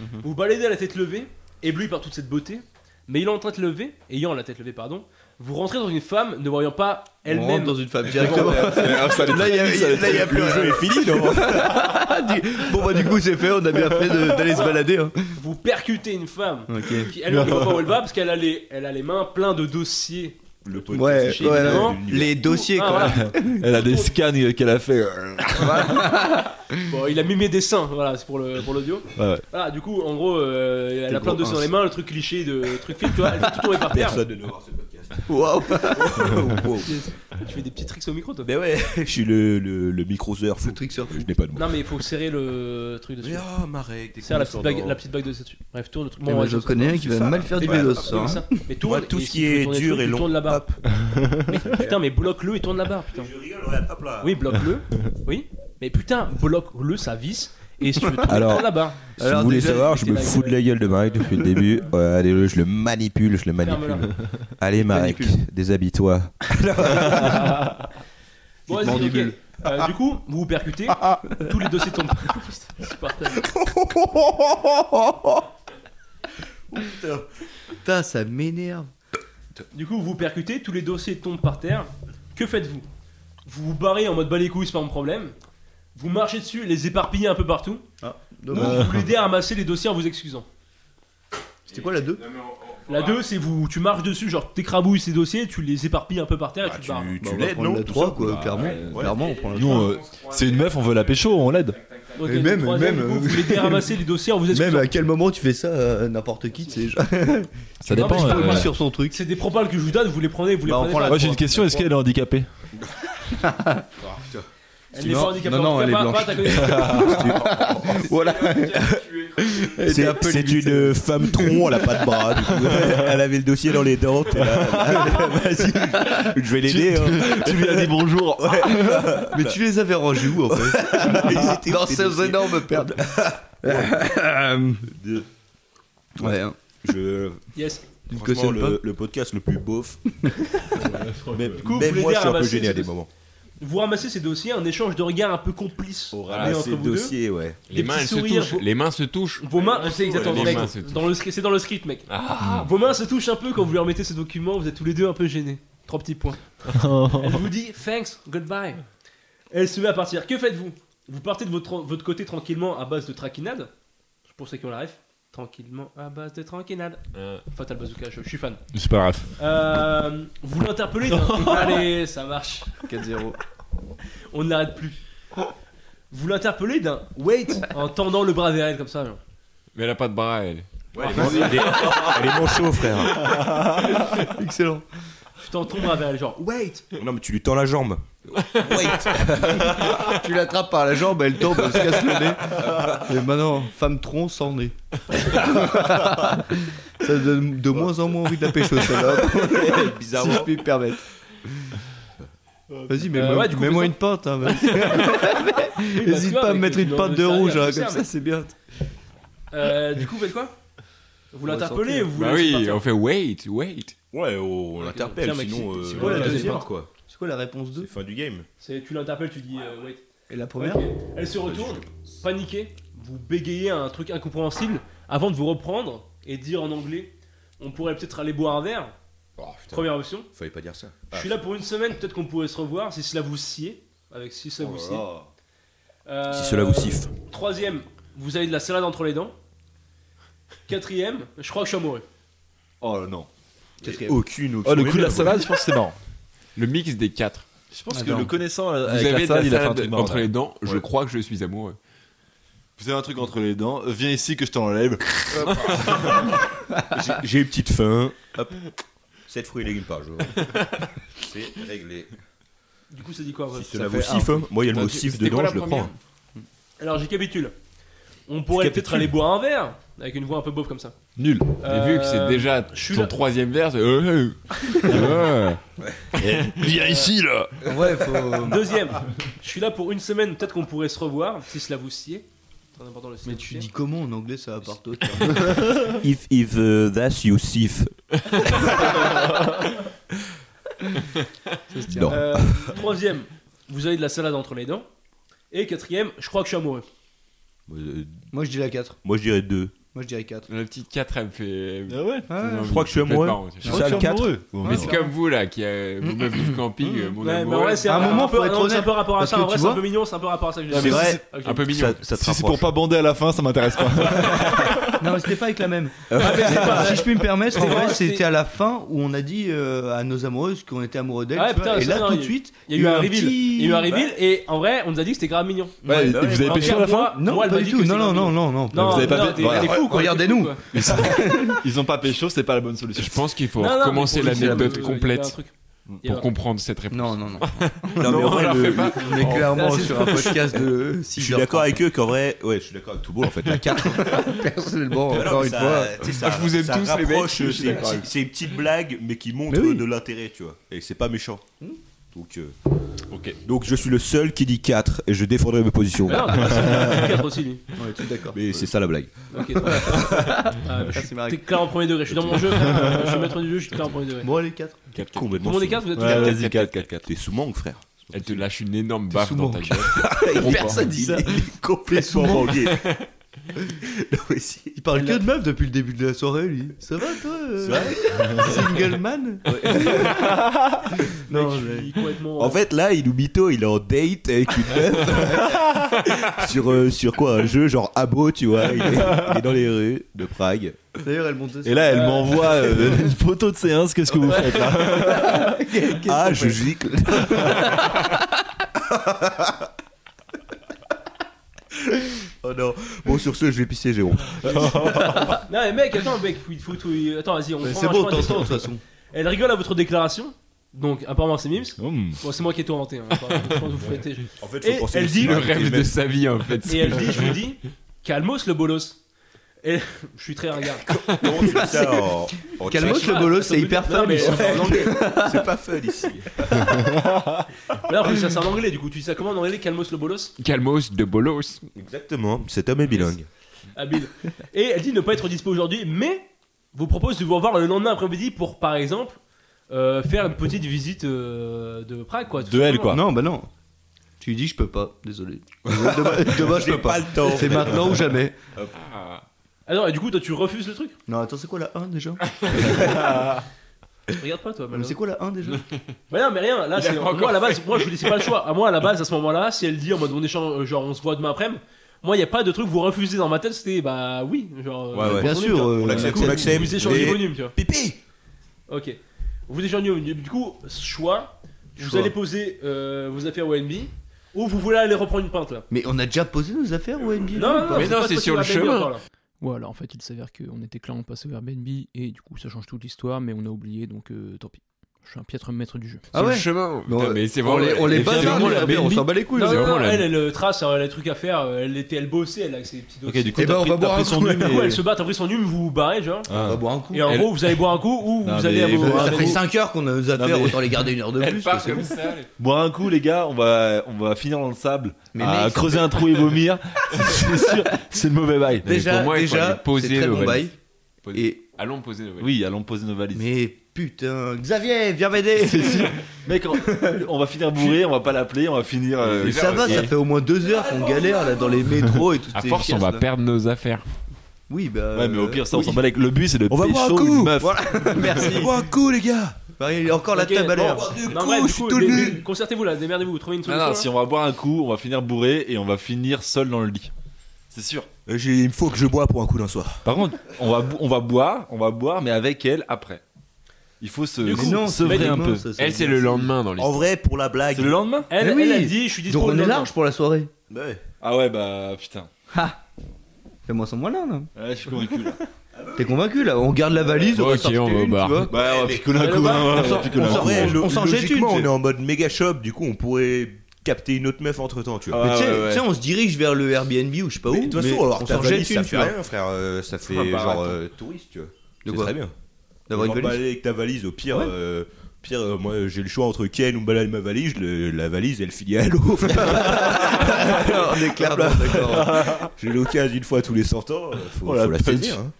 Mhm. Vous Vous baladez à la tête levée, ébloui par toute cette beauté. Mais il est en train de lever, ayant la tête levée, pardon. Vous rentrez dans une femme ne voyant pas On rentre elle-même. dans une femme directement. Là, il y a- là, il y a plus Le rien. jeu est fini, non Ah, dis- Bon, bah, du coup, c'est fait, on a bien fait de- d'aller se balader. hein. Vous percutez une femme. Ok. Qui, elle ne voit pas où elle va parce qu'elle a, les- elle a les mains pleins de dossiers. Le pot Ouais, Chez- ouais, évidemment, non. les dossiers Ah, quand voilà. même. Elle a des scans euh, qu'elle a fait. Bon, il a mis mes dessins, voilà, c'est pour le pour l'audio. Ouais, ouais. Voilà, du coup, en gros, euh, elle Des a plein de gros dossiers dans ins. les mains, le truc cliché de le truc film, tu vois, elle fait tout tourner par terre. Personne ne doit voir ce podcast. Waouh. Tu fais des petits tricks au micro, toi. Mais ouais, je suis le, le, le micro-surf. Le truc sur Je n'ai pas de mots. Non, mais il faut serrer le truc dessus. oh, Marek, t'es Serre la petite, bague, la petite bague dessus. Bref, tourne le truc. Moi ouais, je comme ça. connais un qui va ça. mal faire du Ouais, vélo bah, ce Comme soir. hein. ça. Mais tourne. Moi, tout et ce si qui tu veux est tourner le dur truc, et long. Tourne là-bas. Hop. Putain, mais bloque-le et tourne là-bas, putain. Je rigole, regarde, hop là. Oui, bloque-le. Oui. Mais putain, bloque-le, ça visse. Et si tu veux tourner, Alors, tourne là-bas. Si Alors, vous voulez déjà, savoir, je mettez me la fous de gueule. la gueule de Marek depuis le début. Ouais, allez, je le manipule, je le Ferme-la. manipule. Allez, Marek, manipule. déshabille-toi. Bon, vas-y, Mandibule. ok. Euh, Du coup, vous vous percutez. Tous les dossiers tombent. Putain, c'est parfait. Putain, ça m'énerve. Du coup, vous vous percutez, tous les dossiers tombent par terre. Que faites-vous Vous vous barrez en mode balai couilles, c'est pas mon problème. Vous marchez dessus, les éparpillez un peu partout. Dommage. Vous l'aidez à ramasser les dossiers en vous excusant. C'était quoi la 2 La 2, c'est vous, tu marches dessus, genre t'écrabouilles ces dossiers, tu les éparpilles un peu par Ah, terre et tu te barres. Tu l'aides, non La 3, quoi, clairement. Clairement, on prend la Nous, euh, c'est une meuf, on veut la pécho, on l'aide. Ok, Et même- le troisième, même, du coup, euh, vous l'aidez à ramasser les dossiers en vous 3. Même excusant. à quel moment tu fais ça à n'importe qui, tu sais. genre, Ça Non, mais dépend. je euh, peux le lui Ouais. sur son truc. C'est des propales que je vous donne, vous les prenez, vous les Bah, on prenez. prend pas. la- Moi j'ai une question, est-ce qu'elle est handicapée Elle n'est Non, pas handicapée, non, non, en tout cas, elle est pas- blanche. pas ta connaissance. Voilà. C'est c'est une femme tronc, elle a pas de bras. du coup. Elle avait le dossier dans les dents. t'es là, Vas-y, je vais l'aider. hein. Tu lui as dit bonjour. Mais tu les avais rangés où en fait Dans ces énormes pertes. Euh, Ouais, hein. Je, Yes. Tu te franchement, cautionnes pas le, le podcast le plus beauf. Mais coup, vous même moi, voulez dire je suis un peu ramasser gêné à ces des deux- moments. Vous ramassez ces dossiers, un échange de regards un peu complice Ah, entre c'est vous le deux. dossier, ouais. Des Les mains, petits elles se sourires, touchent. vous- Les mains se touchent. Vos mains, c'est exactement les mec, mains se touchent. Ah. dans le script- c'est dans le script, mec. Vos mains se touchent un peu quand vous lui remettez ce document, vous êtes tous les deux un peu gênés. Trois petits points. Elle vous dit thanks, goodbye. Elle se met à partir. Que faites-vous Vous partez de votre, votre côté tranquillement à base de traquinade. Pour ceux qui ont la ref, tranquillement à base de tranquinade. Euh, Fatal Bazooka, je, je suis fan. C'est pas grave. Euh, vous l'interpellez. d'un- Allez, ça marche. 4-0. On ne l'arrête plus. Vous l'interpellez d'un wait en tendant le bras vers elle comme ça. genre. Mais elle a pas de bras, elle. Ah, Elle est manchot, frère. Excellent. Tu tends ton bras vers elle, genre wait. Non, mais tu lui tends la jambe. Tu l'attrapes par la jambe, elle tombe, elle se casse le nez. Et maintenant, femme tronc sans nez. Ça donne de moins en moins envie de la pécho, celle-là. Bizarrement. Si je puis me permettre. Vas-y, mets-moi Euh, ouais, du coup, mets-moi fais ça. une pinte. Hein, vas-y. Oui, parce que Hésite pas à avec me mettre le une nombre pinte de de rouge, salaires, hein, je sais, comme ça, mais- c'est bien. Euh, du coup, vous faites quoi Vous l'interpellez, vous Bah laissez oui, partir. on fait wait, wait. Ouais, on l'interpelle, Tiens, Maxime, sinon. c'est euh, quoi la on deuxième part, quoi. C'est quoi la réponse C'est 2 fin du game. C'est- Tu l'interpelles, tu dis euh, wait. Et la première Ok. Elle se retourne, paniquée, vous bégayez un truc incompréhensible avant de vous reprendre et dire en anglais on pourrait peut-être aller boire un verre. Oh putain, Première option. fallait pas dire ça. Je suis là pour une semaine, peut-être qu'on pourrait se revoir si cela vous sciez. Avec si Oh cela vous sciez. Euh, Si cela vous siffle. Troisième, vous avez de la salade entre les dents. Quatrième, je crois que je suis amoureux. Oh non. Aucune, Oh, le coup de la salade, je pense que c'est marrant. Le mix des quatre. Je pense Attends. que le connaissant euh, Vous avec avez la de la salade, il a fait un salade truc marrant. entre les dents, je Ouais. crois que je suis amoureux. Vous avez un truc entre les dents, euh, viens ici que je t'enlève. J'ai une petite faim. Hop. 7 fruits et légumes par jour. C'est réglé. Du coup, ça dit quoi après Si cela vous siffle, hein. moi il y a Bah, le mot siffle C'était dedans, quoi la je le première prends. Alors, j'y capitule. On pourrait peut-être aller boire un verre avec une voix un peu beauf comme ça. Nul. Et vu que c'est Euh, déjà je suis ton là- troisième verre, c'est. euh, euh, ouais. Viens ici là. Ouais, faut. Deuxième, je suis là pour une semaine, peut-être qu'on pourrait se revoir si cela vous sied. Très important le Mais sied. tu dis comment en anglais ça va par toi If, if euh, uh, that's you siffle. non. Euh, troisième, vous avez de la salade entre les dents. Et quatrième, je crois que je suis amoureux. Euh, Moi je dis la 4. Moi je dirais 2. Moi je dirais 4. Le petit 4 elle me fait. Ah ouais. Ah Je crois que je suis amoureux. ça, le quatre Mais c'est comme vous là, qui euh, vous meufs du camping, euh, mon Mm. Ouais, mais en amoureux. vrai, c'est À un moment, peu, faut être non, c'est un honnête, peu rapport à parce ça. que En vrai, tu c'est un vois- peu mignon, c'est un peu rapport à ça que je C'est dis. vrai. Ok. Un peu mignon. Ça, ça te Si c'est rapproche. pour pas bander à la fin, ça m'intéresse pas. Non, mais c'était pas avec la même. Ah, pas- si je puis me permettre, en C'est vrai, Ah vrai, c'est- c'était à la fin où on a dit euh, à nos amoureuses qu'on était amoureux d'elles. Ah Ouais, tu vois, putain, et c'est là, vrai, tout il y de a- suite, Il y a eu un reveal. petit- Il y a eu un reveal et en vrai, on nous a dit que c'était grave mignon. Ouais, et vous avez ouais. pêché à la fin Moi, Non, moi, elle pas m'a du dit tout. que Non, c'est non, un non, mignon. non, non. Non, Vous avez pas non, fait- t'es Voilà. t'es fou quoi. Regardez-nous. t'es fou, quoi. Ils ont pas pécho, c'est pas la bonne solution. Je pense qu'il faut Non, non, mais recommencer pour- l'anecdote il y a un complète truc. Il y a pour un- comprendre cette réponse. Non, non, non. Non, mais en vrai, le- On est clairement Oh, c'est- sur un podcast de euh, 6 Je suis d'accord avec eux qu'en vrai, ouais, je suis d'accord avec tout beau en fait. La carte, Personnellement, Mais non, encore mais une ça- fois. tu sais, ça- Ah, je vous aime ça tous, les mecs, rapproche, je euh, suis C'est d'accord. petit- c'est une petite blague, mais qui montre Mais oui. de l'intérêt, tu vois. Et c'est pas méchant. Donc, euh, Donc je suis le seul qui dit 4 et je défendrai mes positions. Mais non, t'es pas- quatre aussi, lui. On est tous d'accord. Mais c'est ça la blague. Ok, très bien. Ah, je suis- T'es clair en premier degré, je suis dans mon jeu, je suis maître du jeu, je suis clair en premier degré. Tout Bon, allez, 4. le complètement. monde est sous- quatre, vous êtes tous Ouais, quatre vas-y, 4, 4, 4. T'es sous mangue, frère. Elle te lâche une énorme baffe sous dans mon ta gueule. Personne dit ça. Il est complètement mangué. Non, mais si. Il parle que de meufs depuis le début de la soirée, lui. Ça va, toi euh, C'est vrai Single man Non, Je mais... suis complètement. En fait, là, il nous mytho, il est en date avec une meuf. sur, euh, sur quoi Un jeu genre Abo, tu vois. Il est, il est dans les rues de Prague. D'ailleurs, elle montait ça. Et là, elle Euh. m'envoie euh, une photo de séance, qu'est-ce que vous faites là Ah, je gicle. Oh non. Bon, sur ce, je vais pisser, Jérôme. Non, mais mec, attends, mec, faut, faut, faut, attends, vas-y, on Mais oh, prend C'est un bon, chemin t'entends, de distance. toute façon. Elle rigole à votre déclaration, donc apparemment c'est Mims. Hmm. Bon, c'est moi qui ai tout inventé, hein. Enfin, je pense que vous faites. En fait, faut Et penser elle aussi dit- Le rêve de sa vie en fait. Et elle dit, je vous dis, calmos le bolos. Et je suis très ringard. Comment tu dis ça en, en Calmos, tchèque le bolos, c'est hyper Non, fun. mais- Ouais, C'est pas fun ici. Là, en plus, ça c'est en anglais, du coup, tu dis ça comment en anglais, calmos le bolos Calmos de Bolos. Exactement, cet homme est bilingue. habile. Et elle dit ne pas être dispo aujourd'hui, mais vous propose de vous revoir le lendemain après-midi pour, par exemple, euh, faire une petite visite euh, de Prague, quoi. tout De elle, simplement. quoi. Non, bah non. Tu lui dis, je peux pas, désolé. Dommage, dommage, je peux pas. le temps. C'est maintenant ou jamais. Alors, Ah et du coup, toi, tu refuses le truc Non, attends, c'est quoi la 1 déjà Regarde pas, toi, Mais C'est malheureusement. quoi la 1 déjà Ouais, non, mais rien, là, Il a c'est. pas Moi, encore à la base, moi, je vous laissais pas le choix. À moi, à la base, à ce moment-là, si elle dit en mode on échange, euh, genre, on se voit demain après-midi, moi, il n'y a pas de truc, vous refusez dans ma tête, c'était bah oui, genre. euh, Ouais, ouais. vous Bien entendez, sûr. quoi. euh, On l'accepte, on Vous- l'accepte. Vous échangez Et- le volume, tu vois. Pipi Ok. Vous échangez au milieu. Du coup, ce choix, vous Choix. allez poser euh, vos affaires au NB ou vous voulez aller reprendre une pinte là. Mais on a déjà posé nos affaires au NB Non, non, mais non, pas c'est toi sur qui le vas payer chemin. encore, là. Ouais, alors en fait, il s'avère qu'on était clairement passé vers Airbnb et du coup, ça change toute l'histoire, mais on a oublié, donc euh, tant pis. Je suis un piètre maître du jeu. Ah Sur ouais le chemin. Bon, Putain, mais c'est On vraiment. les, on les et base c'est vraiment les la affaires, on BNB. s'en bat les couilles. Non, c'est non, vraiment non, la- elle, elle euh, trace, elle a des trucs à faire, euh, elle était, elle bossait, elle a ses petits Ok, dossiers. du coup, Eh ben, t'as on pris, va t'as boire pris un son coup. num Du coup, et... elle se bat, après son hume, vous vous barrez, genre. On va boire Ah, un coup. Et en Elle- gros, vous allez boire un coup ou Non, vous allez à mais vos. vous- à Ça vos- fait 5 heures qu'on a nos affaires, mais- autant les garder une heure de Elle plus. quoi, part c'est comme bon. ça. Boire un coup, les gars, on va, on va finir dans le sable, Mais à mec, ça creuser un trou et vomir. c'est sûr, c'est le mauvais bail. pour Déjà, moi, il faut déjà aller poser c'est très nos bon valises. bail. Posez- Et Allons poser nos valises. Oui, allons poser nos valises. mais putain, Xavier, viens m'aider. Mec, on, on va finir bourré, on va pas l'appeler, on va finir. euh, Mais ça va, ça fait au moins deux heures qu'on galère là dans les métros et tout. À force, on va perdre nos affaires. Oui, bah. Ouais, mais au pire, ça, on oui. s'en bat avec. Le but, c'est de On va boire un pécho coup. une meuf. Voilà, merci. Oh, cool, les gars Marie, bah, il y a encore la Ok, table à l'air. bon, non, bref, du coup, les- les- Concertez-vous là, démerdez-vous, trouvez une Non, solution. hein. non, si on va boire un coup, on va finir bourré et on va finir seul dans le lit. C'est sûr. Euh, j'ai- Il me faut que je bois pour un coup d'un soir. Par contre, on va, bo- on va boire, on va boire, mais avec elle après. Il faut se, Du se- coup, sevrer un peu. Elle, c'est le lendemain dans En l'histoire. vrai, pour la blague. C'est le lendemain Elle, Mais elle oui. a dit, je suis Donc dispo. on le est lendemain. large pour la soirée. Bah ouais. Ah ouais, bah putain. Fais-moi sans moi là, là. Ouais, je suis convaincu là. hein. T'es convaincu là On garde la valise, on va Ok, s'en on jeter va au une, bar. tu vois. Ouais, Bah, on va picoler un Elle coup. hein, va- ouais, on on s'en- va picoler on un s'en coup. reste. lo- on s'en jette logiquement, une, on c'est- est en mode méga shop, du coup, on pourrait capter une autre meuf entre temps, tu vois. Ah Mais tu sais- ouais, ouais. tu sais, on se dirige vers le Airbnb ou je sais pas où. Mais de toute mais façon, alors, on ta s'en valise, jette ça une, tu fait vois. rien, frère. euh, ça fait Ah, bah, genre attends. euh, touriste, tu vois. De C'est quoi très bien. D'avoir Genre, une valise. balader avec ta valise, au pire. euh, Pire, euh, moi j'ai le choix entre Ken ou me balader ma valise, le- la valise elle finit à l'eau. frère. on est clair, bon, d'accord. J'ai l'occasion une fois tous les 100 ans, euh, faut, Oh, la faut la punch. saisir. hein.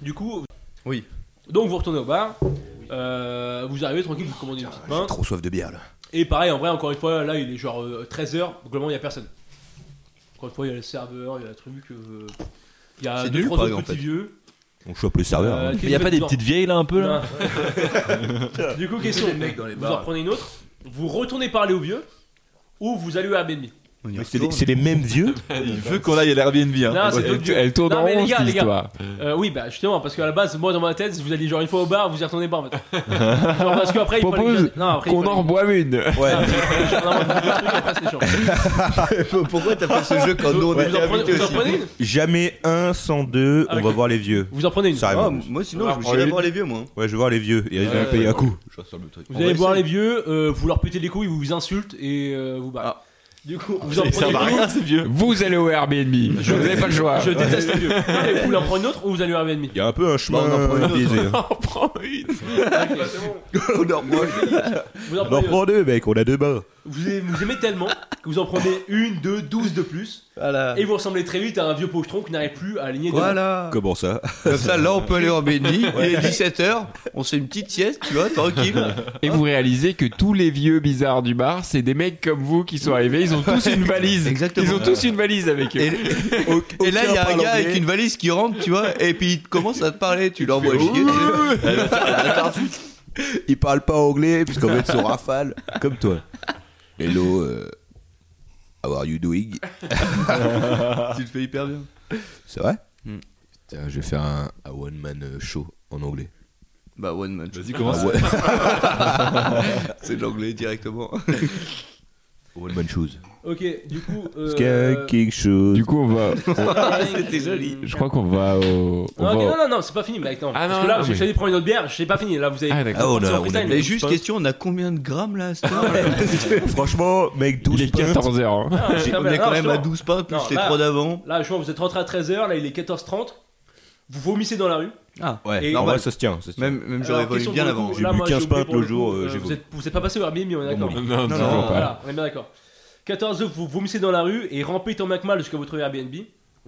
Du coup. Oui. Donc vous retournez au bar. euh, vous arrivez tranquille, vous commandez une Hein petite J'ai pinte. trop soif de bière là. Et pareil, en vrai, encore une fois, là, il est genre euh, 13h, globalement, il n'y a personne. Encore une fois, il y a le serveur, il y a le truc. euh, Il y a C'est deux, nul, trois par autres exemple, petits en fait. vieux. On chope le Ah serveur. Euh, hein. Mais y a pas des petites vieilles là un peu là Du coup, question vous en prenez une autre, vous retournez parler aux vieux, ou vous allez au Airbnb On Mais y c'est retourne. les- c'est les mêmes vieux Il veut qu'on aille à l'Airbnb. hein. Non, c'est Elle, d'autres vieux. elle tourne Non, en mais les rond gars, cette les gars. histoire. Euh, oui, bah justement, parce qu'à la base, moi dans ma tête, vous allez genre une fois au bar, vous y retournez pas en fait. Genre parce qu'après, il faut Propose aller- Non, après, il faut Qu'on en aller- reboive une. Ah, c'est- genre, vraiment, deux trucs, après, c'est chiant. Pourquoi t'as fait ce jeu quand nous on Vous était en prenez- invités vous en aussi prenez une Jamais un sans deux, Ah, on ok. va voir les vieux. Vous en prenez une. Ça Ah, arrive. Moi sinon, Ah, j'irai on- voir les vieux, moi. hein. Ouais, je vais voir les vieux et ils Ouais, vont payer un coup. Je reste sur le truc. Vous On allez va voir les essayer. vieux, euh, vous leur pétez les couilles, vous vous insultez et euh, vous Ah. barrez. Du coup, vous en Ça prenez va une rien, autre. c'est vieux. Vous allez au Airbnb. Je n'ai pas le choix. Je déteste les vieux. Non, mais Vous en prenez une autre ou vous allez au Airbnb Il y a un peu un chemin Bah, on en prend une autre. biaisé. hein. On prend une. Vous en On en prenez- prend deux, mec, on a deux bains. vous aimez, vous aimez tellement que vous en prenez une, deux, douze de plus. Voilà. Et vous ressemblez très vite à un vieux pochetron qui n'arrive plus à aligner des Ah. Voilà. Comment ça Comme ça, là, on peut aller en Bendy. Il est 17h, on se fait une petite sieste, tu vois, tranquille. Et vous réalisez que tous les vieux bizarres du bar, c'est des mecs comme vous qui sont arrivés. Ils ont tous une valise. Exactement. Ils ont tous une valise avec eux. Et, et là, il y a un parle gars anglais. avec une valise qui rentre, tu vois, et puis il commence à te parler, tu l'envoies chier. Il parle pas anglais puisqu'on met son rafale. Comme toi. Hello, euh, how are you doing tu le fais hyper bien. C'est vrai Hmm. Tiens, je vais faire un, un one man euh, show en anglais. Bah, one man. Vas-y, commence. Ah ouais. C'est de l'anglais directement. One man shoes. Ok, du coup. Euh, Skanking shoes. Du coup, on va. C'était joli. Je crois qu'on va au. on Non, ok, va au- non, non, non, c'est pas fini, mec. Non. Ah, Parce non, que là, non, j'ai mais- choisi de prendre une autre bière, j'ai pas fini. Là, vous avez. Ah, d'accord. Ah, on a- parti en on a freestyle, mis- mais- Mais juste question, on a combien de grammes là à cette heure Franchement, mec, 12 Il est hein. 14h. Ah, je On t'appelle. est Non, quand même à justement. 12 pains plus Non, les là- 3 d'avant. Là, je vois, vous êtes rentré à 13h, là, il est 14h30. Vous vomissez dans la rue. Ah, Ouais, Et- normal, ça se tient. ça se tient. Même, même j'aurais Alors, voulu question bien pour le avant. coup, J'ai là, bu moi, 15 oublié pintes pour le jour, coup, euh, euh, j'ai vous, vomi. êtes, vous êtes pas passé au Airbnb, on est d'accord. Non, Non, toujours non, pas. Voilà, on est bien d'accord. 14 heures, vous vomissez dans la rue et rampez tant bien que mal jusqu'à votre Airbnb.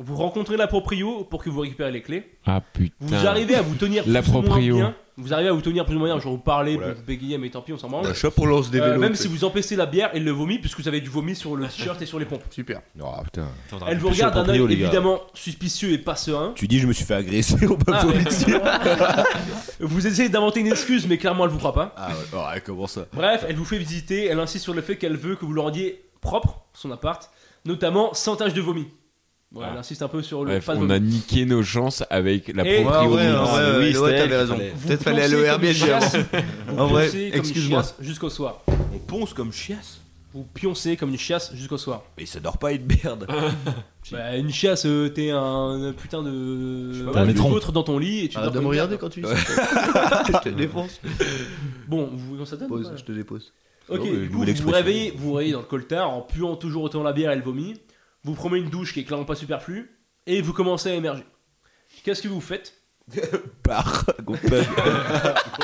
Vous rencontrez la proprio pour que vous récupérez les clés. Ah putain. Vous arrivez à vous tenir plus La ou moins proprio. bien. Vous arrivez à vous tenir plus ou moins bien. Genre vous parlez, Oula. vous bégayez, mais tant pis, on s'en branle. La chope, on lance Bah, des Euh, vélos. même si vous empêchez la bière et le vomi, puisque vous avez du vomi sur le t-shirt et sur les pompes. Super. Oh, putain. Ah, Elle vous regarde d'un œil évidemment suspicieux et pas serein. Tu dis, je me suis fait agresser au Ah, Buffalo mais- Bill. vous essayez d'inventer une excuse, mais clairement elle vous croit pas. Ah ouais, ouais, comment ça Bref, elle vous fait visiter, elle insiste sur le fait qu'elle veut que vous le rendiez propre, son appart, notamment sans tache de vomi. Voilà, Ah. Elle insiste un peu sur le Bref, pas de on vomi. a niqué nos chances avec la Et- Eh, ah Ouais, ouais, proprio. ouais, Non, mais oui, ouais, ouais, c'était- t'avais raison. fallait- Vous Peut-être fallait aller au poncez Airbnb comme une avant. chiasse. En Vous vrai, poncez comme une excuse-moi. chiasse Jusqu'au soir. On ponce comme chiasse Vous pioncez comme une chiasse jusqu'au soir. Mais ça dort pas une merde Bah, une chiasse, euh, t'es un putain de. T'es un étron. autre dans ton lit et tu dors Arrête de me comme une regarder merde. quand tu dis ça. Je te défonce. Bon, vous vous en savez Pose, je te dépose. Ok, Non, mais je du coup, voulais vous vous l'expression. réveillez, vous vous réveillez dans le coltard en puant toujours autant la bière et le vomi. Vous prenez une douche qui est clairement pas superflue et vous commencez à émerger. Qu'est-ce que vous faites Par Alors,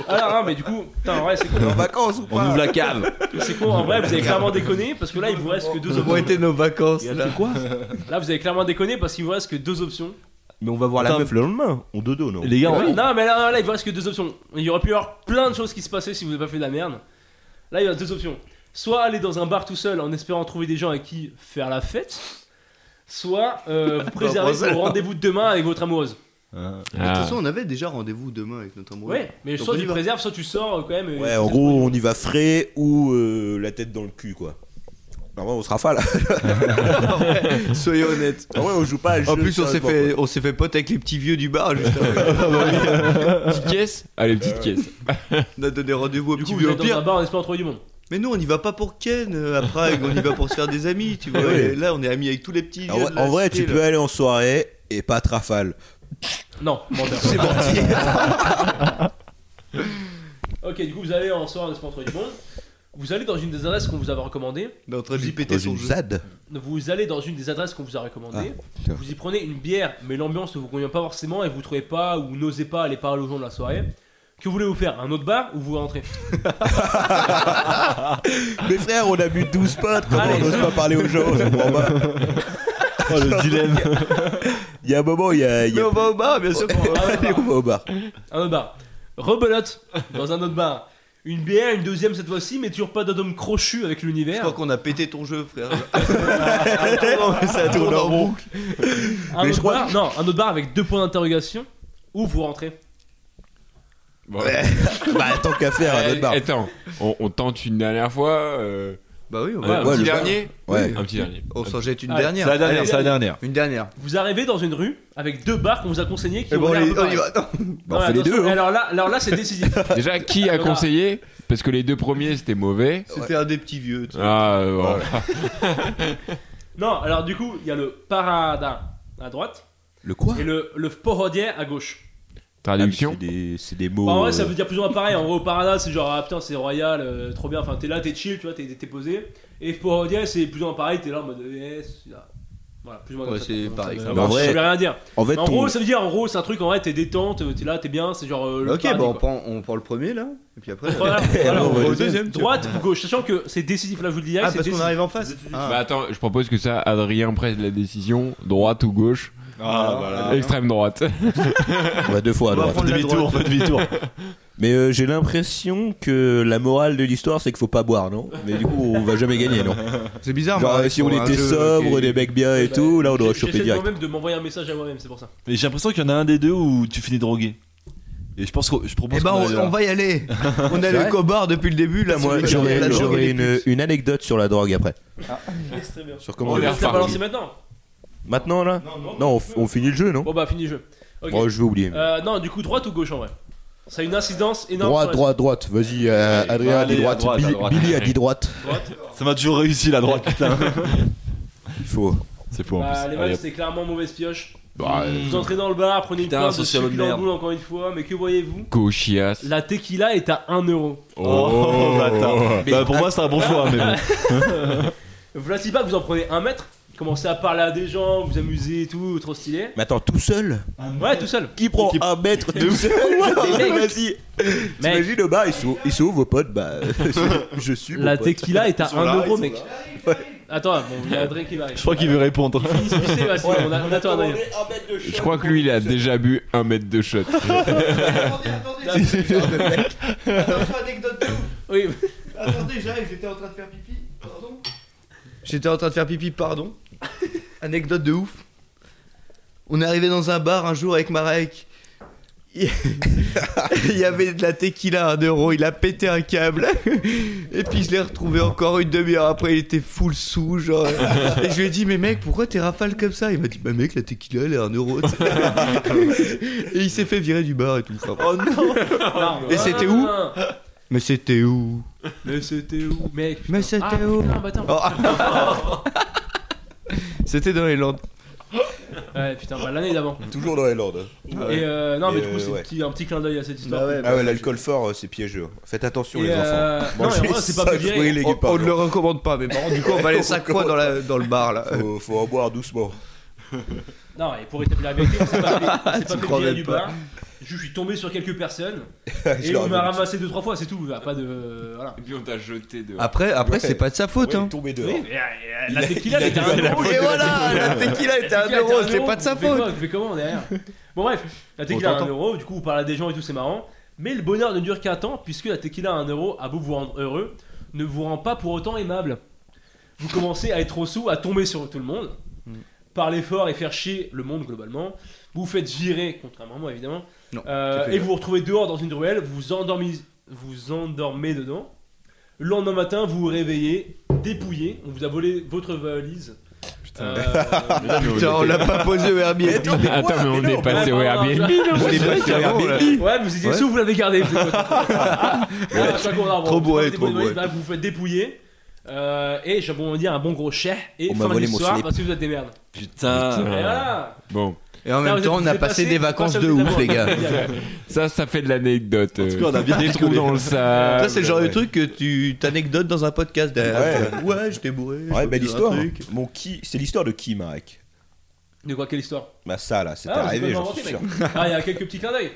Ah non, mais du coup, putain, en vrai, c'est con. hein. En vacances ou On pas ouvre la cave. C'est con, en vrai, vous avez clairement déconné parce que là, il vous reste que deux Comment options. étaient nos vacances Là, vous avez clairement déconné parce qu'il vous reste que deux options. Mais on va voir la Attends, meuf. le lendemain, on dodo, non Les gars, on- Non, mais là, là, il vous reste que deux options. Il y aurait pu y avoir plein de choses qui se passaient si vous n'avez pas fait de la merde. Là, il y a deux options. Soit aller dans un bar tout seul en espérant trouver des gens avec qui faire la fête, soit euh, vous préserver prendre ça, pour rendez-vous de demain avec votre amoureuse. hein. Ah. De toute façon, on avait déjà rendez-vous demain avec notre amoureux. Ouais, mais Donc soit on y tu va. préserves, soit tu sors euh, quand même. et- Ouais, en gros, on y va frais ou euh, la tête dans le cul, quoi. Normalement, on se rafale. Soyons honnêtes. Ah ouais, on joue pas à le En jeu, plus, on s'est sérieusement, fait, on s'est fait pote avec les petits vieux du bar juste avant. Petite caisse Allez, euh, petite caisse. On a donné rendez-vous aux Du petits coup, vieux vous au êtes dans un pire. bar en espérant trouver du monde. Mais nous, on y va pas pour Ken euh, à Prague, on y va pour se faire des amis, tu vois. Ouais. Et Là, on est amis avec tous les petits. quoi. vieux En, de vrai- la en vrai, cité, tu là. peux aller en soirée et pas te rafale. Non, menteur. C'est parti. ok, du coup, vous allez en soirée en espérant trouver du monde. Vous allez dans une des adresses qu'on vous avait recommandées. On est en train de lui péter Dans son une jeu. ZAD Vous allez dans une des adresses qu'on vous a recommandées. putain. vous y prenez une bière, mais l'ambiance ne vous convient pas forcément et vous trouvez pas ou n'osez pas aller parler aux gens de la soirée. Que voulez-vous faire Un autre bar ou vous rentrez Mais frère, on a bu 12 potes, comment Allez. on n'ose pas parler aux gens ça prend pas. Oh, le dilemme. Il y a un moment, il y a. il y Mais a- on va au bar, bien sûr. qu'on va. Allez, on va au bar. Un autre bar. Rebelote dans un autre bar. Une bière, une deuxième cette fois-ci, mais toujours pas d'un homme crochu avec Je l'univers. crois qu'on a pété ton jeu, frère. Non, mais ça tourne en boucle. Un autre bar, non, un autre bar avec deux points d'interrogation. Où vous rentrez Bon. Bah, tant qu'à faire, à Euh, notre bar. Attends, on, on tente une dernière fois. euh, Bah oui, on un va. ouais, petit le bar. dernier Ouais. Un petit dernier. On s'en jette une Allez, C'est dernière. la dernière, Allez, c'est la dernière. Une dernière. Vous arrivez dans une rue avec deux bars qu'on vous a conseillés qui Et ont Eh bon, on l'air y- un peu on y pareils. va. Non. Bah, on Ouais, fait les attention, deux, hein. Alors là, alors là c'est décisif. Déjà, qui a Voilà. conseillé Parce que les deux premiers c'était mauvais. C'était un des petits vieux. tu sais. Ah, euh, voilà. non, alors du coup, il y a le Parada à droite. Le quoi Ah, et le, le pohodien à gauche. Traduction. C'est des- C'est des mots. euh, Bah, en vrai, ça veut dire plus ou moins pareil. En gros, au Parada, c'est genre, ah putain, c'est royal, euh, trop bien. Enfin, t'es là, t'es chill, tu vois, t'es t'es posé. Et pohodien, c'est plus ou moins pareil, t'es là en mode, eh, c'est là. Voilà, plus ou moins comme Ouais, ça. c'est Donc, pareil, ça ça me- marche. Je vais rien dire. En fait, Mais en ton- gros, ça veut dire, en gros, c'est un truc, en vrai, t'es détente, euh, t'es là, t'es bien, c'est genre. euh, le Ok, paradis, bon, on quoi. prend, on prend le premier là, et puis après. euh, ah, Voilà, voilà. on va au Droite deuxième, tu vois. Droite ou gauche, sachant que c'est décisif, là je vous le dis, Ah, c'est parce qu'on décisif. arrive en face. Ah. Bah attends, je propose que ça, Adrien prenne la décision, droite ou gauche Ah, voilà. Extrême droite. on va deux fois à On va droite. prendre la Demi-tour, droite. pas demi-tour. Mais euh, j'ai l'impression que la morale de l'histoire, c'est qu'il faut pas boire, non Mais du coup, on va jamais gagner, non C'est bizarre. Genre, mais si on pour un était jeu, sobre, ok. des mecs bien et Bah, tout, là, on aurait j'ai- chopé J'essaie direct. quand même de m'envoyer un message à moi-même, c'est pour ça. Mais j'ai l'impression qu'il y en a un des deux où tu finis drogué. Et je pense que je propose. Eh ben, qu'on on, aille on là. va y aller. On C'est est allé vrai au cobar depuis le début. Là, Putain, moi, celui qui a la j'aurais drogue j'aurais et une, tout. une anecdote sur la drogue après. Extrêmement. Sur On comment On va est se la reparti. balancer maintenant. Maintenant, là Non, on, f- on finit le jeu, non Bon bah, fini le jeu. Ok. Bon, je vais oublier. Euh, non, du coup, droite ou gauche en vrai Ça a une incidence énorme. Droite, sur droite, droite. Vas-y, euh, Adrien a allez, dit à droite. droite, à Billy- droite. Billy a dit droite. la droite. Ça m'a toujours réussi la droite, putain. Il faut. C'est faux en plus. Bah, les Allez, matchs, hop. c'est clairement mauvaise pioche. Bah, euh, Vous entrez dans le bar, prenez une Putain, pinte de social sucre dans le merde. boule encore une fois, mais que voyez-vous gauchias. La tequila est à 1 euro. Oh, bâtard. Bah, pour moi, c'est un bon choix, mais bon. Vlatipa, vous en prenez un mètre, commencez à parler à des gens, vous amuser et tout, trop stylé. Mais attends, tout seul Ouais, tout seul. Qui prend un mètre tout seul mecs. Vas-y. Mec, T'imagines au bar, ils sont, ils sont où vos potes Bah, je suis. mon la pote. tequila est à sont là, 1 euro, ils mec. Attends, bon, il y a Adrien qui va arriver. Je crois qu'il veut répondre. Ils finissent, tu sais, vas-y, on, a- on attend Adrien. Oh. Je crois que lui, il a déjà bu un mètre de shot. Attendez, attendez. Attention, anecdote de ouf. Oui, Attendez, j'arrive, j'étais en train de faire pipi. Pardon J'étais en train de faire pipi, pardon. Anecdote de ouf. On est arrivé dans un bar un jour avec Marek. Il il y avait de la tequila à 1 euro, il a pété un câble. Et puis je l'ai retrouvé encore une demi-heure après, il était full sous. Genre. Et je lui ai dit, mais mec, pourquoi t'es rafale comme ça Il m'a dit, bah mec, la tequila elle est à 1 euro. tu sais. Et il s'est fait virer du bar et tout. Enfin, oh non non. Et c'était où Mais c'était où Mais c'était où Mec, putain. Mais c'était Ah, où putain, bah, attends. Oh. C'était dans les Landes. Ouais, putain, bah, l'année d'avant. Toujours dans les Landes. Et euh, non, mais Et du coup, euh, c'est ouais. un petit- un petit clin d'œil à cette histoire. Ah ouais, l'alcool fort, euh, c'est piégeux. Faites attention, Bah, Et les enfants. euh, non, Mangez mais en vrai, c'est pas cinq Oh, plus viril. fruits et légumes On, par on ne le jour. recommande pas, mais bon, du coup, on va aller 5 fois dans, la- dans le bar là. Faut, faut en boire doucement. Non, et pour établir la vérité, on s'est pas fait, on s'est pas fait crois virer même du pas. bar. Je suis tombé sur quelques personnes Je et leur on ai m'a voulu ramassé deux trois fois, c'est tout. Pas de. Voilà. Et puis on t'a jeté de. Ah. Après, après Ouais. c'est pas de sa faute. Ouais, hein. tombé dehors. Oui, mais, euh, la tequila, c'était un euro. Et voilà, la tequila était à 1 euro, c'était pas de sa Vous faites faute. quoi Vous faites comment derrière Bon, bref, la tequila à 1 t'entend. euro, du coup, vous parlez à des gens et tout, c'est marrant. Mais le bonheur ne dure qu'un temps, puisque la tequila à 1 euro, à bout de vous rendre heureux, ne vous rend pas pour autant aimable. Vous commencez à être au sous, à tomber sur tout le monde, parler fort et faire chier le monde globalement. Vous vous faites virer, contrairement à moi évidemment, Non, Euh, tout à fait. et vous vous retrouvez dehors dans une ruelle, vous vous endormez, vous endormez dedans. Le lendemain matin, vous vous réveillez, dépouillé, on vous a volé votre valise. Euh, Putain, on l'a pas posé au Airbnb. Attends, mais on est passé Ouais, au pardon, Airbnb. On est je- passé au Airbnb. Ouais, mais vous étiez Ouais. sous, vous l'avez gardé. vous êtes- Ouais, je suis d'accord, non, Trop bon, bourré, vous faites trop des bonnes valises, bourré. bah, Vous vous faites dépouiller. euh, et j'ai bon dire un bon gros chèque et On m'a fin de volé mon l'histoire slip. parce que vous êtes des merdes. Et Putain. voilà. Bon, Et en Là, même vous temps, êtes- on a vous êtes passé des passés- vacances passés de au bout ouf, d'abord. les gars. ça, ça fait de l'anecdote. euh, En tout cas, on a bien Des trous rigolé. dans le Ça, sable. c'est le genre de truc que tu t'anecdotes dans un podcast derrière. Ouais, j'étais bourré. Ouais, j'ai belle bu un histoire. truc. Mon qui, c'est l'histoire de qui, Marek De quoi, quelle histoire Bah ça là, c'était Ah, vous arrivé, pouvez j'en m'inventer, suis sûr. mec. Ah, il y a quelques petits clins d'œil.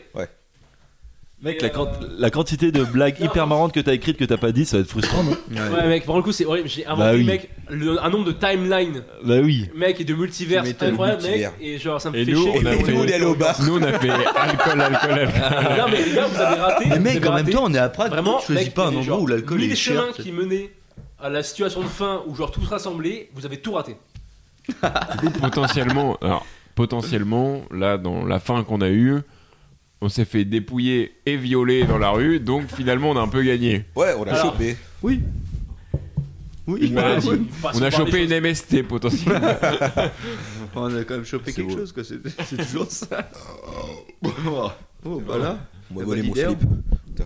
Mec, Et la, euh, quant- la quantité de blagues hyper marrantes que t'as écrites que t'as pas dit, ça va être frustrant, non Ouais. mec, pour le coup, c'est horrible. J'ai inventé, Bah oui. mec, le- un nombre de timelines, Bah oui. mec, et de multivers Tu m'étonnes, incroyable, mec. multivers. Et genre, ça me Et fait nous, chier. on a Et fait- nous, allé au bar. Nous, on a fait alcool, alcool, alcool. Non, mais les gars, vous avez raté. Mais vous mec, avez en même raté. temps, on est après. Vraiment, Vraiment, Ah, tu choisis mec, pas un il y a endroit genre où l'alcool mille est cher. chemins qui menaient à la situation de fin où genre tous rassemblés, vous avez tout raté. Ou potentiellement, alors, potentiellement, là, dans la fin qu'on a eue, on s'est fait dépouiller et violer dans la rue, donc finalement, on a un peu gagné. Ouais, on a Alors, chopé. Oui, Bah, Voilà, oui. Ah, On a chopé une MST potentiellement. on a quand même chopé quelque chose, quoi. C'est c'est toujours ça. Oh, oh, bah là. On m'a Ah, volé bah, mon leader. hein. slip.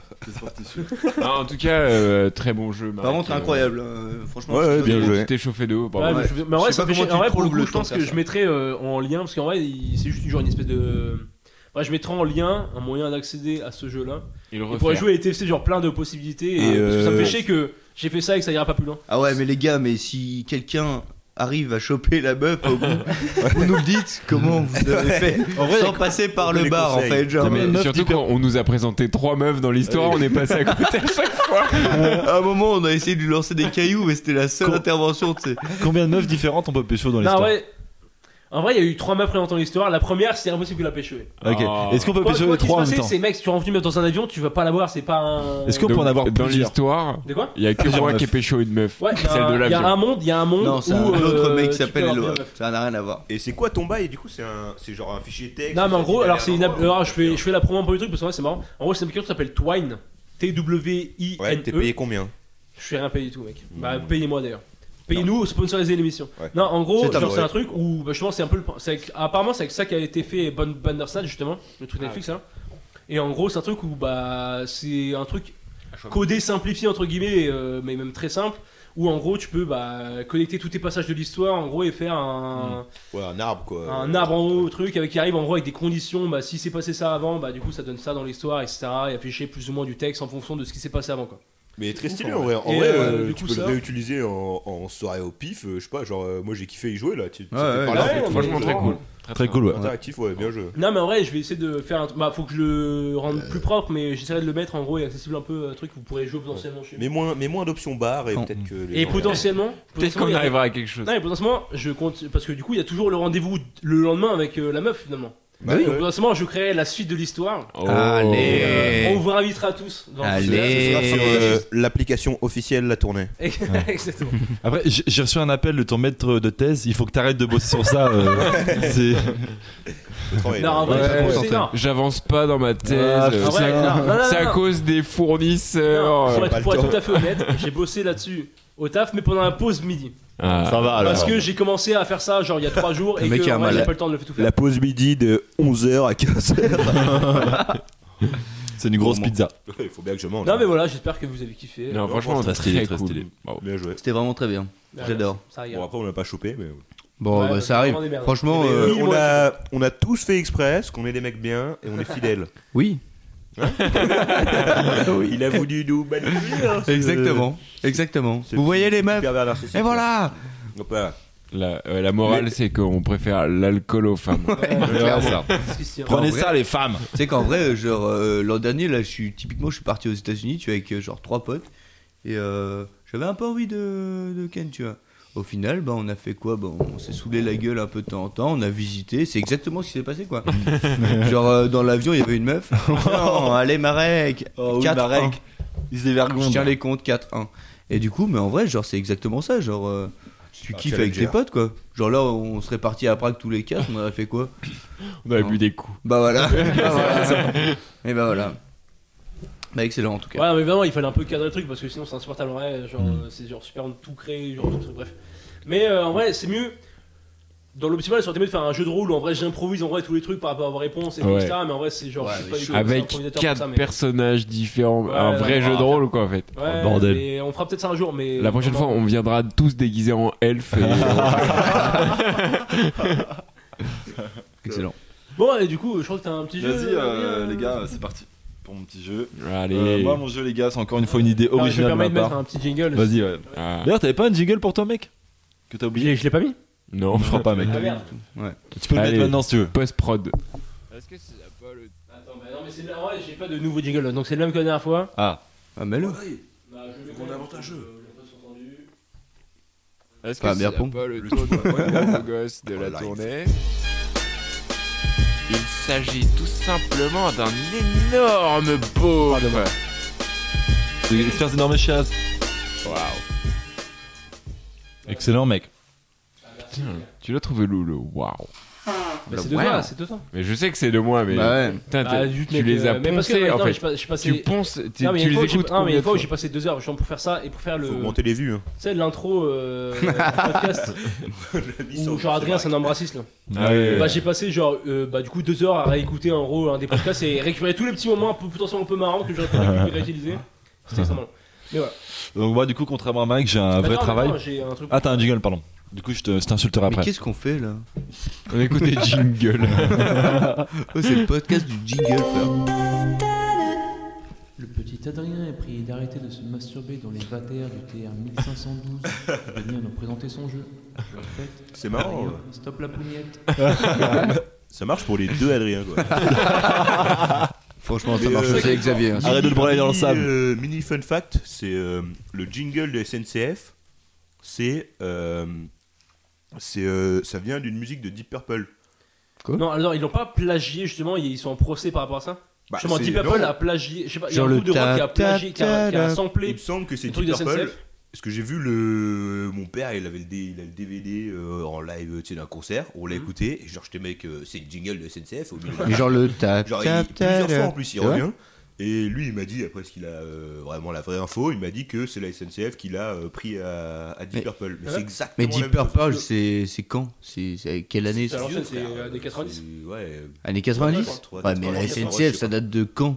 Ah, en tout cas, euh, très bon jeu. Marc. Par contre, incroyable. hein, Franchement, Ouais, ouais, c'est Euh, bien pas- joué. Tu t'es chauffé de haut, Ouais, pardon. mais je- mais en Je vrai, sais ça pas me fait comment chier. tu En vrai, pour le trouves coup, le je temps pense de que faire je ça. mettrais euh, en lien parce qu'en vrai, il- c'est juste toujours une espèce de. Ouais, je mettrais en lien un moyen d'accéder à ce jeu-là. Il On refait. pourrait jouer à TFC genre plein de possibilités. Et, Ah, parce que ça me fait euh, chier que j'ai fait ça et que ça ira pas plus loin. Ah ouais, mais les gars, mais si quelqu'un arrive à choper la meuf au bout, vous nous le dites comment vous avez fait En vrai, sans passer par le les bar en conseils. fait. Genre, Mais euh, surtout qu'on on nous a présenté trois meufs dans l'histoire, on est passé à côté à chaque fois. à un moment, on a essayé de lui lancer des cailloux, mais c'était la seule Con- intervention, tu sais. Combien de meufs différentes on peut pécho dans Non, l'histoire ouais. En vrai, il y a eu trois maps présentant l'histoire. La première, c'est impossible que la pêche. Ok. Ah. Est-ce qu'on peut Quoi, pécho quoi les qu'il se trois en même passait, temps c'est mec, si tu rentres une meuf dans un avion, tu vas pas l'avoir, c'est pas un. Est-ce qu'on peut en Donc, avoir Dans plusieurs l'histoire, De quoi il y a que Plusieurs moi meufs. qui ai pécho une meuf. Ouais, il y, Celle a de un- il y a l'avion. un monde, il y a un monde. Non, c'est où, un autre euh, mec tu qui peux s'appelle avoir Eloa. des meufs. Ça n'a rien à voir. Et c'est quoi ton bail Du coup, c'est un, c'est genre un fichier texte. Non, mais en ça gros, dit alors d'aller c'est à une. un app- endroit. Alors je fais, je fais la promo un peu du truc parce que en vrai, c'est marrant. En gros, c'est une quelqu'un qui s'appelle Twine. T-W-I-N-E. Ouais, E t'es payé combien Je suis rien payé du tout, mec. Bah, payez-moi d'ailleurs. Payez-nous, sponsorisez l'émission. Ouais. Non, en gros, C'est un genre, vrai. c'est un truc où bah, justement, c'est un peu le. c'est avec- apparemment, c'est avec ça qui a été fait Ban- Bandersnatch, justement, le truc Netflix, hein. Et en gros, c'est un truc où bah, c'est un truc codé, simplifié, entre guillemets, euh, mais même très simple, où en gros, tu peux bah, connecter tous tes passages de l'histoire, en gros, et faire un Ouais, un arbre Hmm. quoi. Euh, un arbre en haut, truc avec qui arrive en gros avec des conditions. Bah, si s'est passé ça avant, bah du coup ça donne ça dans l'histoire, etc. Et afficher plus ou moins du texte en fonction de ce qui s'est passé avant, quoi. Mais très stylé en vrai. En Et, vrai, euh, euh, du tu coup, peux le ça- réutiliser en, en soirée au pif. euh, je sais pas, genre euh, moi j'ai kiffé y jouer là. Tu, tu Ouais, t'es ouais, parlé un ouais, peu tout le Franchement, long. très cool. Très cool, ouais. Interactif, ouais, bien joué. Non, mais en vrai, je vais essayer de faire un. Bah, faut que je le rende Euh. plus propre, mais j'essaierai de le mettre en gros et accessible un peu, un truc que vous pourrez jouer potentiellement chez vous. Mais moins, mais moins d'options barres et Quand- peut-être que. les Et gens- potentiellement. Peut-être potentiellement, il qu'on y a- arrivera à quelque chose. Non, mais potentiellement, je compte. Parce que du coup, il y a toujours le rendez-vous le lendemain avec euh, la meuf finalement. Bah oui, Donc, ouais. potentiellement, je créerai la suite de l'histoire. Oh. Et, Allez. euh, Eh. on vous invitera tous dans Allez. Ce sera sur, Et- euh, l'application officielle la tournée. Exactement. Après, j'ai j'ai reçu un appel de ton maître de thèse. Il faut que t'arrêtes de bosser sur ça. euh, c'est- Le travail, Non, là. en vrai, Ouais, c'est- ouais. c'est- non. Oh. J'avance pas dans ma thèse. Ah, euh, putain. c'est à, Non, non, non, c'est à non. cause des fournisseurs. Non, pour euh. être, le pour être temps. tout à fait honnête, j'ai bossé là-dessus au taf, mais pendant la pause midi. Ah. ça va alors. Parce que j'ai commencé à faire ça genre il y a 3 jours Le et mec que a un ouais, mal. j'ai pas le temps de le faire tout faire. La pause midi de 11h à 15h. C'est une grosse Gourmand. pizza. Il faut bien que je mange. hein. Non mais voilà, j'espère que vous avez kiffé. Non, franchement, Très très, stylé, très très cool. stylé. Bravo. Bien joué. C'était vraiment très bien. Ah, J'adore. Ça Bon, regarde. après, on l'a pas chopé, mais. Bon, Ouais, bah c'est ça arrive. vraiment des merdes. Franchement, Mais, euh, euh, oui, on, moi, a, on a tous fait exprès, parce qu'on est des mecs bien et on est fidèles. oui. Ah Il a voulu nous manipuler. hein, ce- Exactement. Exactement. ce Vous petit voyez les meufs pervers narcissique, Et là. voilà Hop là. La, ouais, la morale, c'est qu'on préfère l'alcool aux femmes. Qu'est-ce qui se hein. tient Prenez vrai- ça, les femmes. Tu sais qu'en vrai, euh, genre euh, l'an dernier, là, je suis typiquement, je suis parti aux États-Unis, tu vois, avec euh, genre trois potes, et euh, j'avais un peu envie de, de Ken, tu vois. Au final, bah, on a fait quoi bah, On s'est saoulé la gueule un peu de temps en temps, on a visité, c'est exactement ce qui s'est passé, quoi. genre euh, dans l'avion, il y avait une meuf. non, allez Marek, Oh, oui, 4-1. Marek. Ils se dévergondent. Je tiens les comptes 4-1. Et du coup, mais en vrai, genre c'est exactement ça, genre euh, tu Ah, kiffes avec challenger. tes potes, quoi. Genre là, on serait parti à Prague tous les quatre, on aurait fait quoi On avait bu des coups. bah voilà. Bah voilà. Et bah voilà. Bah excellent en tout cas. Ouais, non, mais vraiment, il fallait un peu cadrer le truc parce que sinon c'est insupportable en vrai. Genre, euh, c'est genre super tout créé, genre tout truc, bref. Mais euh, en vrai, c'est mieux. Dans l'optimal, ça aurait été mieux de faire un jeu de rôle où en vrai j'improvise en vrai tous les trucs par rapport à vos réponses et tout, Ouais. etc. Mais en vrai, c'est genre, Ouais, je suis pas du mais tout Avec improvisateur pour quatre ça, mais- personnages différents. Ouais, un ouais, vrai ouais, jeu ouais. de rôle, quoi, en fait. Ouais, bordel. mais on fera peut-être ça un jour, mais. La prochaine fois, vraiment, on viendra tous déguisés en elfe. et- euh, Excellent. Bon, et du coup, je crois que t'as un petit jeu. Vas-y, euh, euh, les gars, c'est parti pour mon petit jeu. Allez. Euh, moi, mon jeu, les gars, c'est encore une fois une idée Ah, je me originale de permets ma de mettre part. un petit jingle. Vas-y, ouais. Ah, D'ailleurs, t'avais pas un jingle pour toi, mec Que t'as Je l'ai- oublié je l'ai pas mis non. Je crois pas, mec. Ah merde. Tu peux le Allez. mettre maintenant si tu veux. Post-prod. Attends, bah non, mais c'est. En vrai, j'ai pas de nouveau jingle donc c'est le même que la dernière fois. Ah. Ah mais le. Bah, je Euh, vais qu'on invente un jeu. Les potes sont tendus. Est-ce que Pas c'est bien bon. pas le tour de gosse de la tournée Il s'agit tout simplement d'un énorme beau. C'est une espèce d'énorme chasse. Excellent, mec. Tu l'as trouvé lourd, le waouh. Bah, c'est de toi, c'est de toi. Mais je sais que c'est de moi, mais. Bah ouais. Putain, Bah, t'as- juste, Ah, tu mec, les euh, as mais parce que, poncés, non, en mais fait. je passe- je passais- Tu ponces, tu- Non, mais tu une fois les où j'ai- écoutes. Non, mais combien une de fois où fois j'ai passé deux heures justement pour faire ça et pour faire le. Faut augmenter les vues. hein. Tu sais, l'intro euh, podcast où genre Adrien c'est un homme raciste là. Ah, ouais, Bah ouais. j'ai passé genre euh, bah du coup deux heures à réécouter en gros un des podcasts et récupérer tous les petits moments un peu potentiellement un peu marrants que j'aurais pu réutiliser. C'était extrêmement long. Donc, moi, du coup, contrairement à Mike, j'ai un vrai Attends, travail. attends, J'ai un truc. Ah, t'as un jingle, pardon. Du coup, je te- je t'insulterai Mais après. qu'est-ce qu'on fait là On écoute des jingles. Oh, C'est le podcast du jingle. frère. Le petit Adrien est prié d'arrêter de se masturber dans les vatères du TR 1512 et de venir nous présenter son jeu. Je répète, C'est marrant. ouais. stop la pougnette. Ça marche pour les deux Adrien quoi. Franchement, ça Mais, marche euh, aussi avec Xavier. hein. Arrête de le brailler dans le Mini, sable. euh, mini fun fact, c'est euh, le jingle de SNCF. C'est euh, c'est euh, ça vient d'une musique de Deep Purple. Non, alors ils l'ont pas plagié justement, ils ils sont en procès par rapport à ça. Bah, justement, c'est- Deep Apple non, a plagié, je sais pas, il y a Genre un le groupe de rock qui a ta- ta- plagié, qui a, qui a ta- Il me samplé semble que c'est le truc Deep de Purple. SNCF. Parce que j'ai vu le mon père, il avait le, D- il a le DVD euh, en live tu sais, d'un concert, on Mhm. l'a écouté et genre j'étais mec, euh, c'est le jingle de SNCF au milieu. Mais genre le tap Genre, tap il, plusieurs tap. fois en plus, il C'est vrai revient. Et lui, il m'a dit, après ce qu'il a euh, vraiment la vraie info, il m'a dit que c'est la SNCF qui l'a euh, pris à, à Deep Mais- Purple. Mais Ah ouais c'est exactement Mais la Deep même chose. Purple, c'est c'est quand C'est c'est quelle année ça Alors, ça, c'est frère, euh, des euh, 90. c'est- Ouais. Année 90 3, Ouais, mais 3, la SNCF, ça date de quand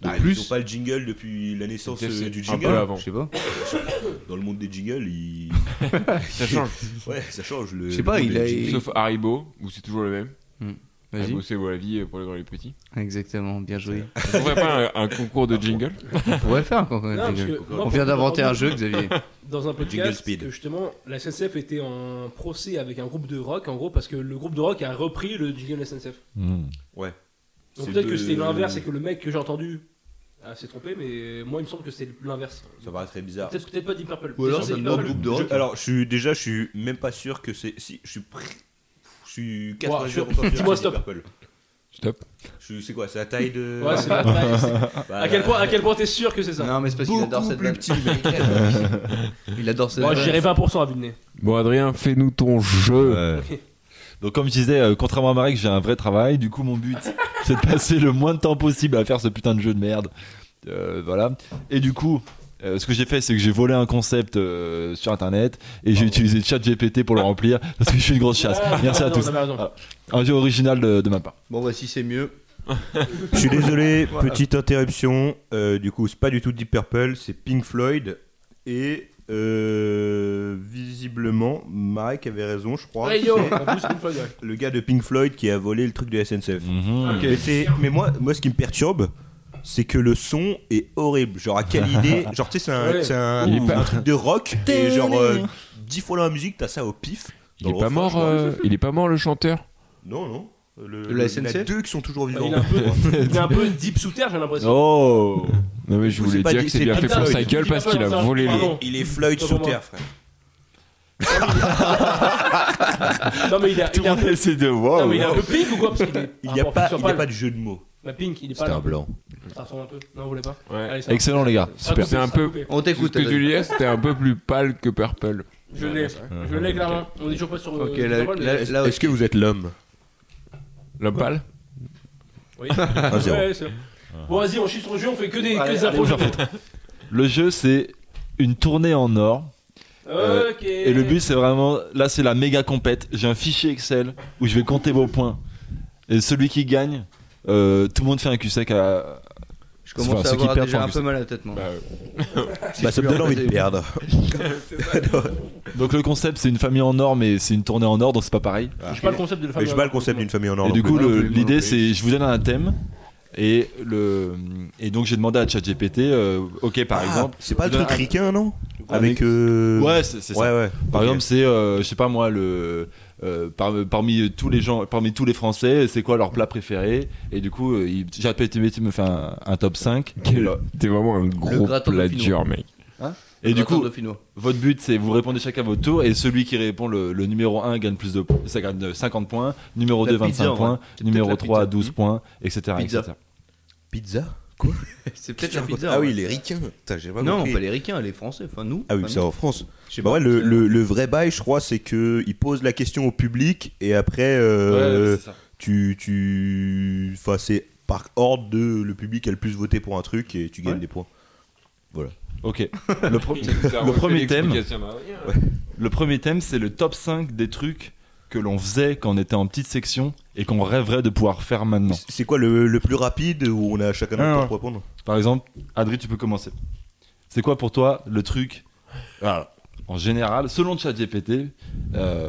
De Bah, Ils ont plus pas le jingle depuis la naissance C'est- c'est euh, du un peu jingle. avant. Je sais pas. Dans le monde des jingles, il... Ça change. ouais, ça change. Le, Je sais le pas, monde il des a- jingles. Sauf Haribo, où c'est toujours le même. Vas-y. Haribo, c'est la vie euh, pour les grands et les petits. Exactement, bien joué. On ferait pas un, un concours de jingle On pourrait le faire quand Non, même. parce jingle. que moi, On vient pour- d'inventer pour- un jeu, Xavier. dans un Jingle podcast Speed. que justement la SNCF était en procès avec un groupe de rock en gros parce que le groupe de rock a repris le jingle SNCF. Hmm. Donc C'est peut-être de- que c'était l'inverse et que le mec que j'ai entendu ah, s'est trompé mais moi il me semble que c'était l'inverse. Ça paraît très bizarre. Peut-être peut-être pas Deep Purple. Ou alors, Déjà, ça c'est demande Deep Purple. groupe de rock. Je- alors, je suis déjà, je suis même pas sûr que c'est. Si, je suis. pr- Je suis 80 je- jours pas sûr que dis-moi c'est stop. Deep Purple. Stop. Je suis- C'est quoi C'est la taille de. Ouais, c'est pas- ouais, c'est- Bah, à quel point à quel point t'es sûr que c'est ça Non, mais c'est parce qu'il adore cette blague. Il adore cette Moi blague. je dirais 20% à vue de nez. Bon, Adrien, fais-nous ton jeu. Ouais. Donc, comme je disais, euh, contrairement à Marek, j'ai un vrai travail. Du coup, mon but, c'est de passer le moins de temps possible à faire ce putain de jeu de merde. Euh, voilà. Et du coup, euh, ce que j'ai fait, c'est que j'ai volé un concept euh, sur internet et j'ai utilisé ChatGPT pour le remplir parce que je suis une grosse chasse. Ah, Merci à non, tous. t'as bien raison. Ah. Un jeu original de, de ma part. Bon, voici, c'est mieux. Je suis désolé, petite interruption. Euh, du coup, c'est pas du tout Deep Purple, c'est Pink Floyd. Et euh, visiblement, Mike avait raison, je crois. Ouais, yo, C'est en plus, une fois, ouais. le gars de Pink Floyd qui a volé le truc de SNCF. Mhm. Mais, c'est- mais moi, moi, ce qui me perturbe, c'est que le son est horrible. Genre, à quelle idée Genre, tu sais, c'est un, Ouais. c'est un- Il est un pas- truc de rock. Et genre, euh, dix fois dans la musique, t'as ça au pif. Il Dans est le pas refrain, je mort, vois. euh, il est pas mort le chanteur. Non, non. Le, De la il y en a SNCF? deux qui sont toujours vivants. Il est un peu, il est un peu deep sous terre, j'ai l'impression. Oh Non mais je coup, c'est voulais pas dire dit- que c'est c'est bien pas fait ça, pour oui. sa gueule Je dis parce pas qu'il a ça, volé pardon. les. Il est Floyd sous terre, frère. Non, mais il a, Tout il le a, monde a essayé de. non, Waouh mais il Ah, est un peu pink ou quoi Parce qu'il est. Oh, Il par n'y a, rapport à pas- Fisher il y a Pal. pas de jeu de mots. Bah, pink, il est C'était pas. un blanc. Ça ressemble un peu. Non, vous voulez pas Ouais. Allez, ça va. Excellent les gars, Ça super. coupe, C'est un ça peu- coupe. On Ce t'écoute. que tu Adrien. disais, c'était un peu plus pâle que Purple. Je l'ai, je l'ai clairement. On est toujours pas sur. euh, Ah, Ok, sur là, Paul, mais- là, là, ouais. Est-ce que vous êtes l'homme L'homme pâle Oui. Un zéro. Ouais, c'est- Bon, vas-y, on chie sur le jeu, on fait que des, que des approches. Le jeu c'est une tournée en or. Euh, Ok. Et le but, c'est vraiment. Là, c'est la méga compète. J'ai un fichier Excel où je vais compter vos points. Et celui qui gagne, euh, tout le monde fait un cul-sec à. je Enfin, commence ceux à qui avoir perdent, déjà font un que peu mal à la tête, moi. Bah, ça me donne envie de C'est- perdre. Donc, le concept, c'est une famille en or, mais c'est une tournée en or, donc c'est pas pareil. Je sais pas le concept de la hein. Mais famille. je bats le concept d'une famille en or. et non du plus. coup, non le- plus, non l'idée, plus. c'est. Je vous donne un thème. Et, le, et donc, j'ai demandé à ChatGPT, euh, ok, par Ah, exemple. C'est pas le je donne truc ricain, non Avec. euh, Ouais, c'est c'est ça. Ouais, ouais. Par Ok. exemple, c'est, euh, je sais pas moi, le, euh, par- parmi tous les gens, parmi tous les Français, c'est quoi leur plat préféré Et du coup, euh, il- ChatGPT me fait un, un top 5. T'es vraiment un gros gratin de plagieur, mec. Et du Attends, coup, Dauphinois. votre but, c'est vous répondez chacun votre tour, et celui qui répond le, le numéro 1 gagne plus de points, ça gagne euh, 50 points, numéro La 2 25 pizza, en points, vrai. C'est numéro peut-être la 3 pizza. Hmm 12 points, etc. Pizza. etc. Pizza c'est peut-être la pizza. Ah ouais. oui, les ricains. Putain, j'ai pas Non, compris. pas les ricains, les français, enfin nous. Ah oui, enfin, c'est en France. Je sais Bah pas, ouais, le, c'est- le- le vrai bail, je crois, c'est que il pose la question au public et après, euh, Ouais, c'est ça. tu, tu, enfin, c'est par ordre de le public a le plus voté pour un truc et tu gagnes Ouais. des poins. Ok. Le, pro- Le premier thème. le premier thème, c'est le top 5 des trucs que l'on faisait quand on était en petite section et qu'on rêverait de pouvoir faire maintenant. C'est quoi le, le plus rapide où on a chacun Ah, notre non. temps pour répondre Par exemple, Adri, tu peux commencer. C'est quoi pour toi le truc, voilà, en général, selon ChatGPT, euh,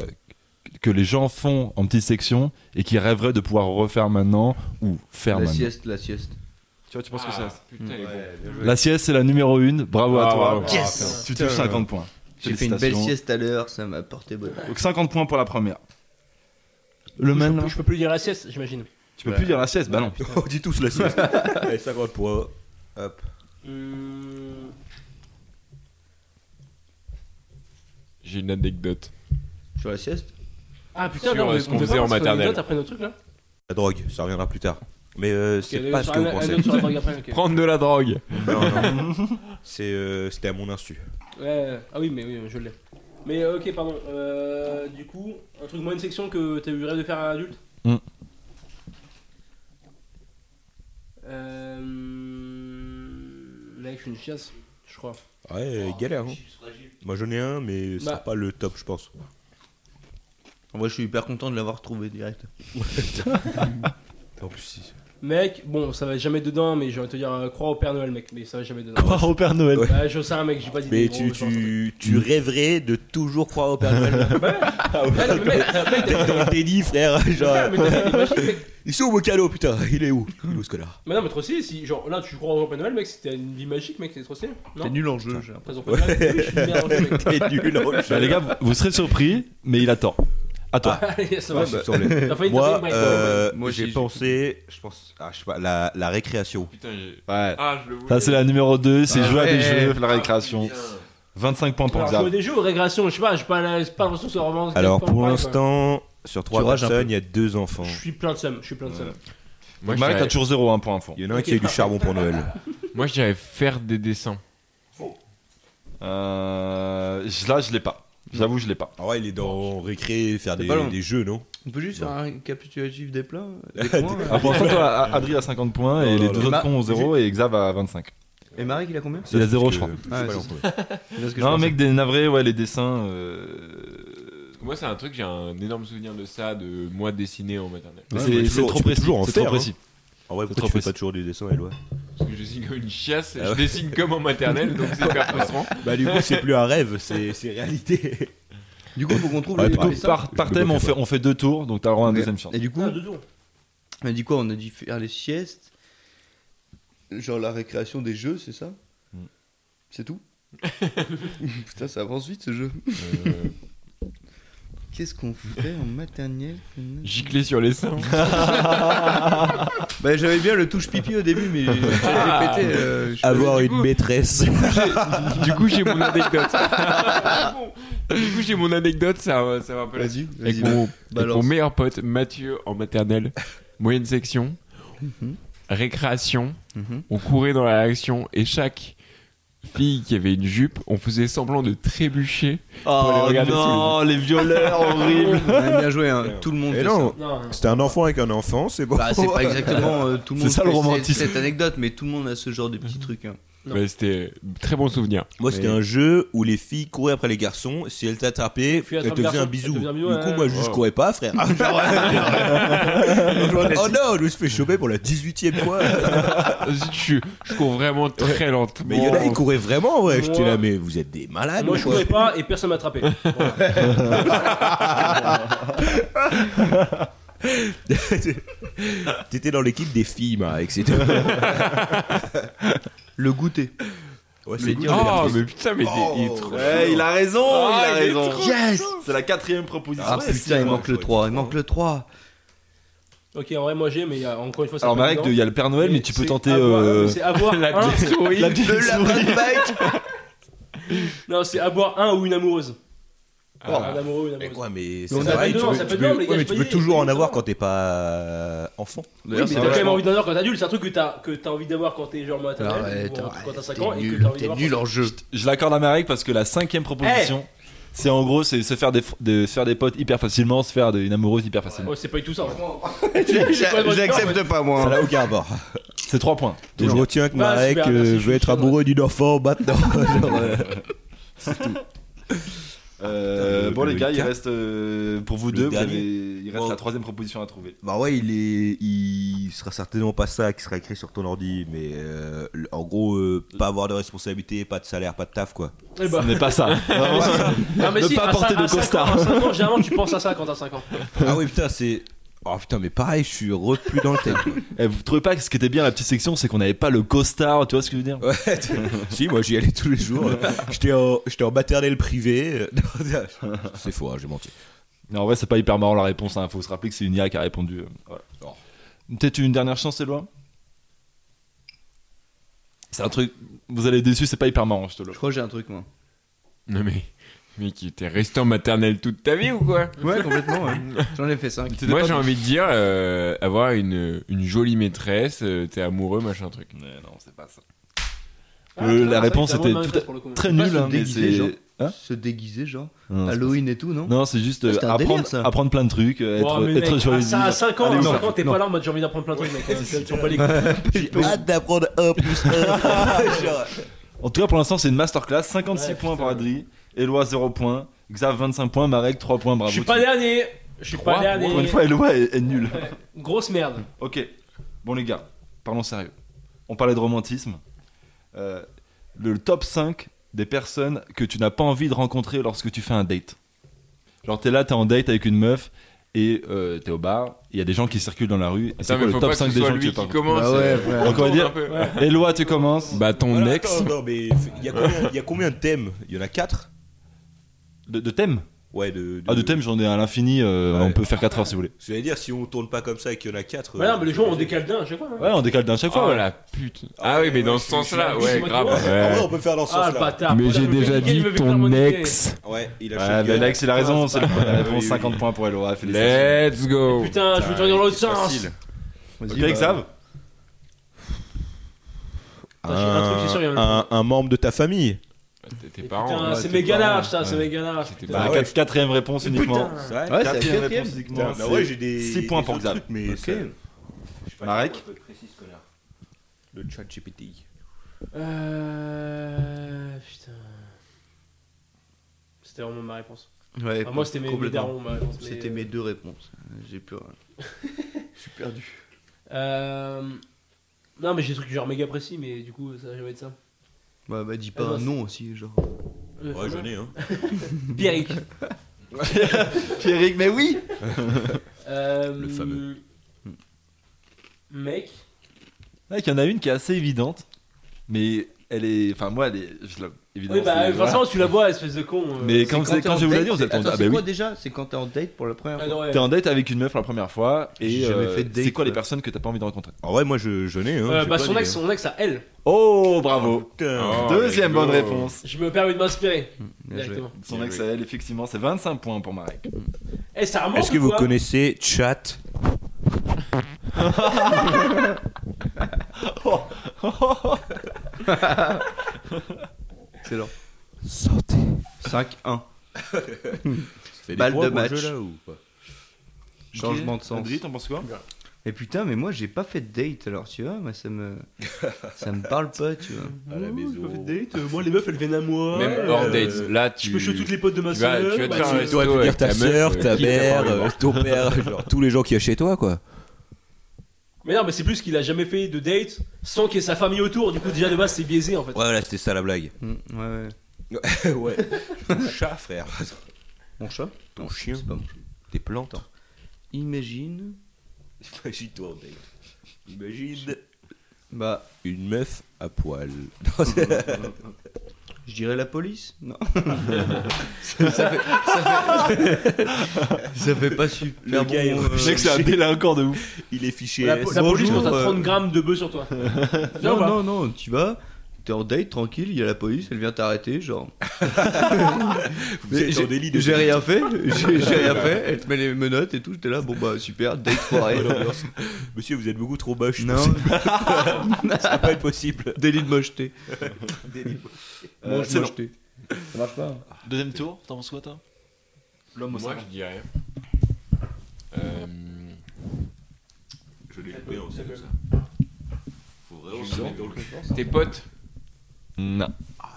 que les gens font en petite section et qui rêveraient de pouvoir refaire maintenant ou faire La maintenant sieste, la sieste. Tu vois, tu penses que c'est ça Putain, il est bon. La sieste, c'est la numéro 1. Bravo à Ah, toi. bravo. Yes tu touches 50 points. J'ai fait une belle Félicitations. sieste à l'heure, ça m'a porté bonheur. Donc 50 points pour la première. Le Je même, peux- Je peux plus dire la sieste, j'imagine. tu peux plus dire la sieste, bah non. On dit tous la sieste. Allez, 50 points. Hop. Hum, J'ai une anecdote. Sur la sieste Ah putain, Sur, non, euh, mais ce on qu'on peut faisait pas en parce qu'on a une maternelle. note après notre truc là La drogue, ça reviendra plus tard. Mais euh, c'est Ok, pas elle- ce que vous elle- elle pensez. note sur la drogue après, ok. Prendre de la drogue. Non, non. C'est, euh, c'était à mon insu. Ouais, ah oui, mais oui, je l'ai. Mais euh, ok, pardon. Euh, du coup, un truc, moi, une section que t'as eu rêve de faire à adulte Hmm. Euh. Là, je suis une chiasse, je crois. Ouais, galère. hein. Moi j'en ai un, mais c'est Bah. pas le top, je pense. En vrai, je suis hyper content de l'avoir trouvé direct. En plus, si. Mec, bon, ça va jamais dedans, mais j'ai envie de te dire, euh, crois au Père Noël, mec, mais ça va jamais dedans. Croire au Père Noël. Bah, je sais, un mec, j'ai pas dit Mais des tu, gros, je pense, un truc. tu, tu rêverais de toujours croire au Père Noël Ah, non, mais mec, mec, T'es dans le déni, frère. t'as- Genre, mais t'as- imagine, mec. ils sont où mon cadeau, putain Il est où Il est où ce connard Mais non, mais trop stylé, si, genre, là, tu crois au Père Noël, mec, si t'as une vie magique, mec, c'est trop stylé. T'es Non nul en jeu, j'ai Après, ils ont pas de blague. Oui, je suis bien arrangé, mec. T'es nul en Bah, les gars, vous, vous serez surpris, mais il a tort. À toi. Allez, ça va. Ouais, bah, T'as failli t'as failli, Moi, Mike, euh, Moi aussi, j'ai j'ai- pensé, je pense, ah, je sais pas, la, la récréation. Putain, j'ai. Ouais. Ah, je le voulais. Ça, c'est la numéro 2, c'est Ah jouer à des ouais. jeux, la récréation. 25 points pour Alors, Xav. jouer des jeux ou régression, je sais pas, j'ai pas la- j'ai pas l'impression que ça remonte. Alors Pas- pour pas- l'instant, sur trois rages un personnes, il y a deux enfants. Je suis plein de seum, je suis plein de seum. Moi, Marie, je t'as dirais- toujours 0 hein, pour info. Il y en a un qui a eu du charbon pour Noël. moi, je dirais faire des dessins. Euh, je- là, je l'ai pas. J'avoue, je l'ai pas. Ah ouais, il est dans récré, faire des, pas long. des jeux, non On peut juste faire un récapitulatif des plats des points, Ah, euh. pour l'instant, toi, A- Adri a 50 points et Non, les non, deux non. autres cons ont 0 et Xav a 25. Et Marek, il a combien Il a 0, je Parce crois. que- Ah, je sais pas ouais, long, c'est quoi. C'est parce que je Non, pensais. mec, des navrés, ouais, les dessins. euh, Moi, c'est un truc, j'ai un énorme souvenir de ça, de moi dessiné en maternelle. Ouais, c'est- mais tu c'est peux- trop tu peux précis. toujours en C'est trop faire, hein. précis. En vrai, C'est pourquoi trop tu fais pas facile. toujours des dessins, Eloi Parce que je dessine comme une chiasse, Ah je ouais. dessine comme en maternelle, donc c'est hyper frustrant. Bah du coup, c'est plus un rêve, c'est c'est réalité. Du coup, faut qu'on trouve Ah, Ouais, les- Du coup, les cinq. par, par Je thème, me on moquais fait, on fait deux tours, donc t'as le droit à une Ok. deuxième chance. Et du coup, Ah, deux tours. on a dit quoi On a dit faire les siestes, genre la récréation des jeux, c'est ça Mm. Euh, C'est tout Putain, ça avance vite ce jeu. Qu'est-ce qu'on fait en maternelle Gicler sur les seins. Bah j'avais bien le touche pipi au début, mais j'ai j'ai pété. euh, je- Avoir une maîtresse. du coup, j'ai mon anecdote. du coup, j'ai mon anecdote, ça, va- ça va un peu là-dessus. Vas-y, vas-y. Avec mon, avec balance. mon meilleur pote Mathieu en maternelle, moyenne section, Mhm. récréation, Mhm. on courait dans la réaction et chaque fille qui avait une jupe, on faisait semblant de trébucher. les Oh regarder non, les violeurs horribles. hein. Ouais, bien joué, hein. tout le monde. Et fait non, ça. Non, non. c'était un enfant avec un enfant, c'est bon. Bah, c'est pas exactement euh, tout le C'est monde. ça, le fait cette- romantisme. Mm-hmm. Cette anecdote, mais tout le monde a ce genre de petits trucs. hein. Non. Ouais, Bah, C'était très bon souvenir. Moi, c'était Mais- un jeu où les filles couraient après les garçons. Si elles t'attrapaient, Puis elles attrape te faisaient garçon, un elles te bisou. Du faisaient un coup, bisou, ouais. moi, je Wow. ne courais pas, frère. Genre, genre, Ah, oh non, je me suis fait choper pour la 18 e fois. je, je cours vraiment très lentement. Mais il y en a, ils couraient vraiment, ouais. J'étais Moi- là, mais vous êtes des malades. Moi je quoi. courais pas et personne m'a attrapé. Voilà. T'étais dans l'équipe des filles, Marek. C'était. Le goûter. Ouais, Le c'est goûter. Ah, Oh, mais putain, mais t'es- il est trop chaud. Ouais, il a raison, il a Ah, il est raison. Yes C'est la quatrième proposition. Ah Ouais, putain, c'est- il manque le 3. Il manque le 3. Ok, en vrai, moi j'ai, mais il y a- encore une fois, c'est Alors, pas Marek, évident. il y a le Père Noël, mais tu peux C'est tenter. avoir- euh, C'est avoir La un. petite souris. La petite Le lapin souris. de Pâques Non, c'est avoir un ou une amoureuse. Ah. Un amoureux ou une Mais amoureuse. quoi, mais on c'est a vrai, pas tu dedans, peux- ça peut tu dedans, peux- les gars, ouais, mais je tu peux peux y- toujours en je peux avoir y- quand t'es pas euh, enfant. Oui, mais c'est t'as quand même vachement- envie d'en avoir quand t'es adulte, c'est un truc que t'as que t'as envie d'avoir quand t'es genre maternel, Arrête, ou quand t'as arrête, 5 t'es ans, et que nul, t'as envie t'es d'avoir. nul en jeu. Je l'accorde à Marek parce que la cinquième proposition, c'est en gros, c'est se faire des, f- de- se faire des potes hyper facilement, se faire des- une amoureuse hyper facilement. Oh, c'est pas du tout ça. J'a- J'accepte pas, Ça moi. n'a aucun rapport. C'est trois points. Donc je retiens que Bah, Marek super, euh, merci, je suis veut être chaud, ouais. amoureux d'une enfant maintenant. Genre, euh, Euh, Le- bon, le les gars, il quatre. reste euh, pour vous Le deux, vous dernier. avez- il reste Bon. la troisième proposition à trouver. Bah ouais, il est, il sera certainement pas ça qui sera écrit sur ton ordi, mais euh, le- en gros, euh, pas avoir de responsabilité, pas de salaire, pas de taf quoi. Eh ben, Ce n'est pas ça. non, Ah, mais ne si, pas à porter cin- de à cinq costard. ans- à cinq ans, Généralement, tu penses à ça quand t'as 5 ans. Ah oui putain, c'est. Oh putain, mais pareil, je suis repu dans le thème. Eh, vous trouvez pas que ce qui était bien la petite section, c'est qu'on n'avait pas le costard, tu vois ce que je veux dire Ouais, tu- si, moi j'y allais tous les jours. J'étais en, j'étais en maternelle privée. Non, c'est faux, hein, j'ai menti. Non, en vrai, c'est pas hyper marrant la réponse. Il faut se rappeler que c'est une IA qui a répondu. euh, voilà. Peut-être une dernière chance, Eloi C'est un truc. Vous allez être déçus, c'est pas hyper marrant, je te le Je crois que j'ai un truc, moi. Non, mais, mais qui était resté en maternelle toute ta vie ou quoi Ouais, complètement, ouais. J'en ai fait 5. Moi j'ai envie de dire euh, avoir une, une jolie maîtresse, euh, t'es amoureux, machin truc. Mais non, c'est pas ça. Ah, Euh, tu la vois, réponse c'est vrai que était t'as moins de tout stress pour le coup. Très pas nul, se hein, mais déguiser, genre. c'est. Hein Se déguiser, genre. Non, c'est pas Halloween et tout, non ça. Non, c'est juste euh, C'est Ah, un apprendre, délire, ça. apprendre plein de trucs, euh, Oh, être, mais être mec, joyeux. à- à 5 ans, Allez, à non, 5 ans, t'es non. pas là en mode j'ai envie d'apprendre plein de trucs, mec. Tu tu vas pas les couilles. J'ai hâte d'apprendre un plus un. Genre, En tout cas, pour l'instant, c'est une masterclass. 56 Ouais, points putain. pour Adri, Eloi 0 points, Xav 25 points, Marek 3 points, bravo. Je suis pas Tu- dernier. Je suis pas Trois, dernier. Pour une fois, Eloi est, est nulle. Grosse merde. Ok, bon les gars, parlons sérieux. On parlait de romantisme. Euh, le top 5 des personnes que tu n'as pas envie de rencontrer lorsque tu fais un date. Genre t'es là, t'es en date avec une meuf et euh, t'es au bar, il y a des gens qui circulent dans la rue. Et C'est quoi Putain, mais le faut top pas que 5 ce des soit gens que lui tu qui parles commence. Bah ouais, euh, frère. Donc on va tourne un dire, peu. Eloi tu commences. Bah ton Voilà, ex. attends, non, mais il y, a combien- y a combien de thèmes Il y en a 4 De, de thème Ouais, de. Ah de thème j'en ai à l'infini, euh, Ouais. on peut faire 4 heures si vous voulez. Je vais dire, si on tourne pas comme ça et qu'il y en a 4. Voilà, Bah mais les gens on décale d'un à chaque fois. hein. Ouais on décale d'un chaque fois. Oh ouais. la pute. Ah oui, mais dans ce sens-là, je suis ouais, motivé. grave. Ah ouais, ouais. on peut faire dans ce Ah, le sens-là. bâtard. voilà, je me fais niquer, je me fais faire mon niquer. Ouais, il a Ouais, choqué. bah, Alex, il a raison, c'est la Ah, bonne oui, réponse, oui. 50 points pour Eloi, félicitations. Let's go. Putain, je vais tourner dans l'autre sens. Ok bah, Xav Attends, j'ai un truc, c'est sûr, il y Ah. en a un, un membre de ta famille. T'es- Tes parents. Putain, ouais, c'est tes méga parents. large ça, c'est méga large. C'était Bah, putain. ouais. quatre- Quatrième réponse uniquement. Putain. vrai Ouais, c'est la quatrième. uniquement. Bah ouais, j'ai des. six points pour Xav. Xav. Mais Ok. ça- Marek Le chat GPT. Euh. Putain. C'était vraiment ma réponse. Ouais, Enfin, Ah, moi, c'était mes, mes complètement. darons, ma réponse. mais, C'était euh, mes deux réponses. J'ai plus rien. Je suis perdu. Euh. Non, mais j'ai des trucs genre méga précis, mais du coup, ça va jamais être ça. Bah, bah dis pas Ah, non, un c'est- nom aussi, genre. Euh, Ouais, j'en ai, hein. Pierrick. Pierrick, mais oui Euh, Le fameux. Mec. Ouais, Il y en a une qui est assez évidente, mais elle est. Enfin, moi, elle est. je la- évidemment, Oui, bah, c'est- voilà. forcément, tu la vois, espèce de con. euh. Mais quand, C'est c'est- t'es quand en je vous l'ai date, dit, vous c'est- êtes en attends, Ah, C'est bah quoi oui. déjà C'est quand t'es en date pour la première Ah, fois. non, ouais. T'es en date avec une meuf la première fois et J'ai jamais euh, fait de date, c'est quoi les ouais. personnes que t'as pas envie de rencontrer En vrai, moi, je, je n'ai. Hein, Euh, j'ai bah, pas hein. son dit, ex, son ex à elle. Oh bravo Putain. Oh, Deuxième let's go. bonne réponse. Je me permets de m'inspirer Bien joué. directement. Son Bien ex à joué. elle, effectivement, c'est 25 points pour Marek. Eh, ça remonte. Est-ce que ou vous quoi connaissez Chat Excellent. Santé. 5-1. C'est Balle de match. ou pas Changement de sens. Adri, t'en penses quoi Mais putain, mais moi j'ai pas fait de date alors, tu vois, moi ça me ça me parle pas, tu vois. À la maison. euh, Moi, les meufs, elles viennent à moi. Même hors date, là tu. Je peux shoot toutes les potes de ma tu vas- soeur. tu vas te bah, faire un c'est- Tu dois Ouais, venir ta ta meuf, soeur, euh, ta qui t'a pas mère, envie de euh, ton père, genre tous les gens qu'il y a chez toi, quoi. Mais non, mais c'est plus qu'il a jamais fait de date sans qu'il y ait sa famille autour. Du coup, déjà de base, c'est biaisé en fait. Ouais, voilà, c'était ça la blague. Mm, Ouais, ouais. ouais. chat, frère. Mon chat Ton chien. C'est pas mon chat. Tes plantes. Imagine. Imagine-toi en date. Imagine Bah, une meuf à poil. je dirais la police Non. ça, fait, ça, fait, ça fait pas super. Le euh, gars est- bon, euh, Je sais que c'est un délinquant de ouf. Il est fiché. La, po- la police Bonjour, quand t'as euh. 30 grammes de bœuf sur toi. bah, Viens Non, voir. non, non, tu vas, t'es en date tranquille, il y a la police, elle vient t'arrêter, genre. Vous êtes en J'ai- délit de J'ai rien fait, j'ai j'ai rien fait, elle te met les menottes et tout, t'es là, bon bah super, date foirée. Monsieur, vous êtes beaucoup trop moche. non, ça va pas être possible. délit de mocheté. Euh, Mange c'est long. mocheté. Ça marche pas. Deuxième tour, t'en penses quoi toi L'homme au Moi cinquante. je dirais. Euh, Je l'ai coupé en comme ça. Faut vraiment se mettre dans le Ah, Tes potes Non.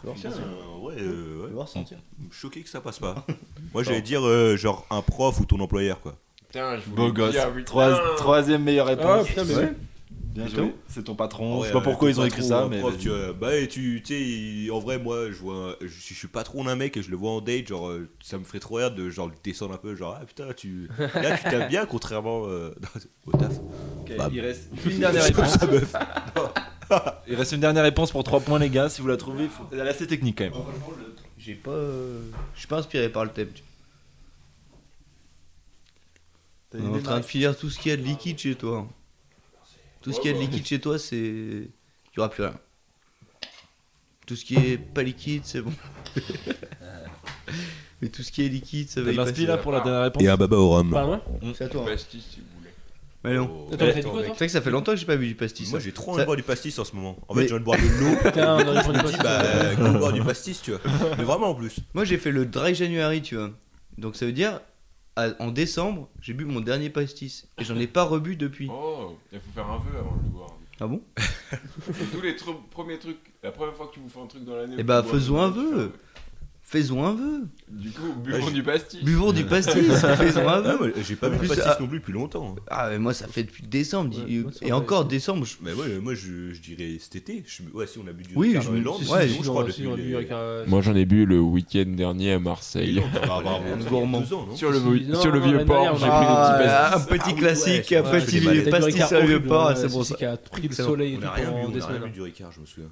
Ouais, euh, ouais. sentir. Choqué que ça passe pas. Moi, j'allais dire euh, genre un prof ou ton employeur, quoi. Putain, je voulais Beau gosse. dire, putain. Trois- troisième meilleure Ah, réponse. putain, mais ouais. Bien Et joué. tout C'est ton patron. Ouais, je sais pas euh, pourquoi t'es ils ont écrit trop ça, un mais. prof, vas-y. tu vois, bah, et tu tu sais, il- en vrai, moi, je vois, un- je, suis- je suis pas trop un mec et je le vois en date, genre, euh, ça me ferait trop rire de genre le descendre un peu, genre, ah putain, tu, là, tu t'aimes bien, contrairement euh, au taf. Ok, Bah, il reste une dernière réponse. il reste une dernière réponse pour 3 points, les gars. Si vous la trouvez, faut... elle est assez technique quand même. J'ai pas. euh, Je suis pas inspiré par le thème. tu- On est en train de finir tout ce qu'il y a de liquide chez toi. hein. Tout ce qu'il y a de liquide chez toi, c'est. Il y aura plus rien. Tout ce qui est pas liquide, c'est bon. Mais tout ce qui est liquide, ça va T'as y de passer. l'inspi Bah, là pour la dernière réponse Et un baba au rhum. Pas loin. C'est à toi. hein. Pastis, si vous voulez. Mais non. Attends, mais t'as dit quoi, toi C'est vrai que ça fait longtemps que j'ai pas bu du pastis. Moi hein. j'ai trop envie Ça- de boire du pastis en ce moment. En Mais- fait, j'ai envie de boire de l'eau. Putain, on aurait dû prendre une Je poste. dis, bah, go boire du pastis, tu vois. Mais vraiment en plus. Moi j'ai fait le dry January, tu vois. Donc ça veut dire, à- en décembre, j'ai bu mon dernier pastis. Et j'en ai pas rebu depuis. Oh, il faut faire un vœu avant de le boire. Ah bon Tous les tru- premiers trucs, la première fois que tu vous fais un truc dans l'année. Eh vous bah, boivez, faisons un tu fais vœu. Fais-en un vœu. Du coup, buvons du pastis. Buvons du pastis. Fais-en un Ah, vœu. moi, j'ai pas En bu de plus, pastis ah- non plus depuis longtemps. hein. Ah, mais moi, ça fait depuis décembre. Ouais, dis- moi, ça et va, encore ouais. décembre, je- Mais ouais, moi je, je dirais cet été. Je- ouais, si on a bu du Oui, Ricard je dans me- les Landes, si, sinon, ouais, Si, je j'en crois, si, depuis j'en ai bu les- avec un- Moi j'en ai bu le week-end dernier à les Marseille. Landes, par rapport à- il y a Gourmand. deux ans, non Sur le, Si, non, sur le non, vieux l'année port, dernière, j'ai on a- pris Ah, des petits Ah, pastis. un petit Ah oui, classique, ouais, un c'est vrai, petit c'est des vieux pastis à vieux port, c'est bon bon ça. qui a pris le Excellent. soleil et On tout a rien pendant bu, des on a rien semaines. hein. bu du Ricard, je me souviens.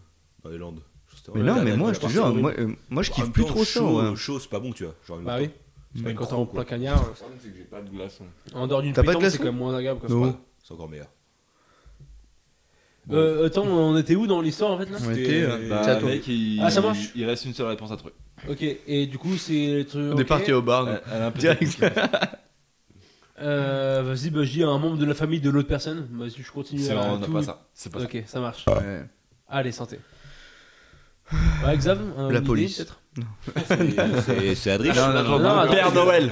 Dans Bah, les Landes. C'était Mais vraiment non, la- mais la- moi, la- je te la- jure, horrible. moi, euh, moi, je en kiffe même plus temps, trop hein. ça. chaud, ouais. Chaud, c'est pas bon, tu vois. Genre, en même Bah temps. oui. C'est Mais pas quand t'es con, en quoi. plein cagnard, Le problème, c'est que j'ai pas de glaçon. en dehors d'une T'as pas de pétanque, c'est glaçon quand même moins agréable. Quoi. Non. C'est encore meilleur. Euh, attends, on était où dans l'histoire en fait là On était, euh, Bah, c'est à toi. mec, il... Ah, ça marche il reste une seule réponse à trouver. Ok, et du coup c'est le truc. On est parti au bar, donc. Elle- elle a un peu- Direct. Euh, vas-y, bah, je dis à un membre de la famille de l'autre personne. Vas-y, je continue. C'est à vraiment tout- pas ça. C'est pas ça. Ok, ça marche. Ouais. Allez, santé. Ouais, Xav, un- La une police. idée, peut-être C'est- c'est- C'est Adrien. Non, non, non, attends, Père Noël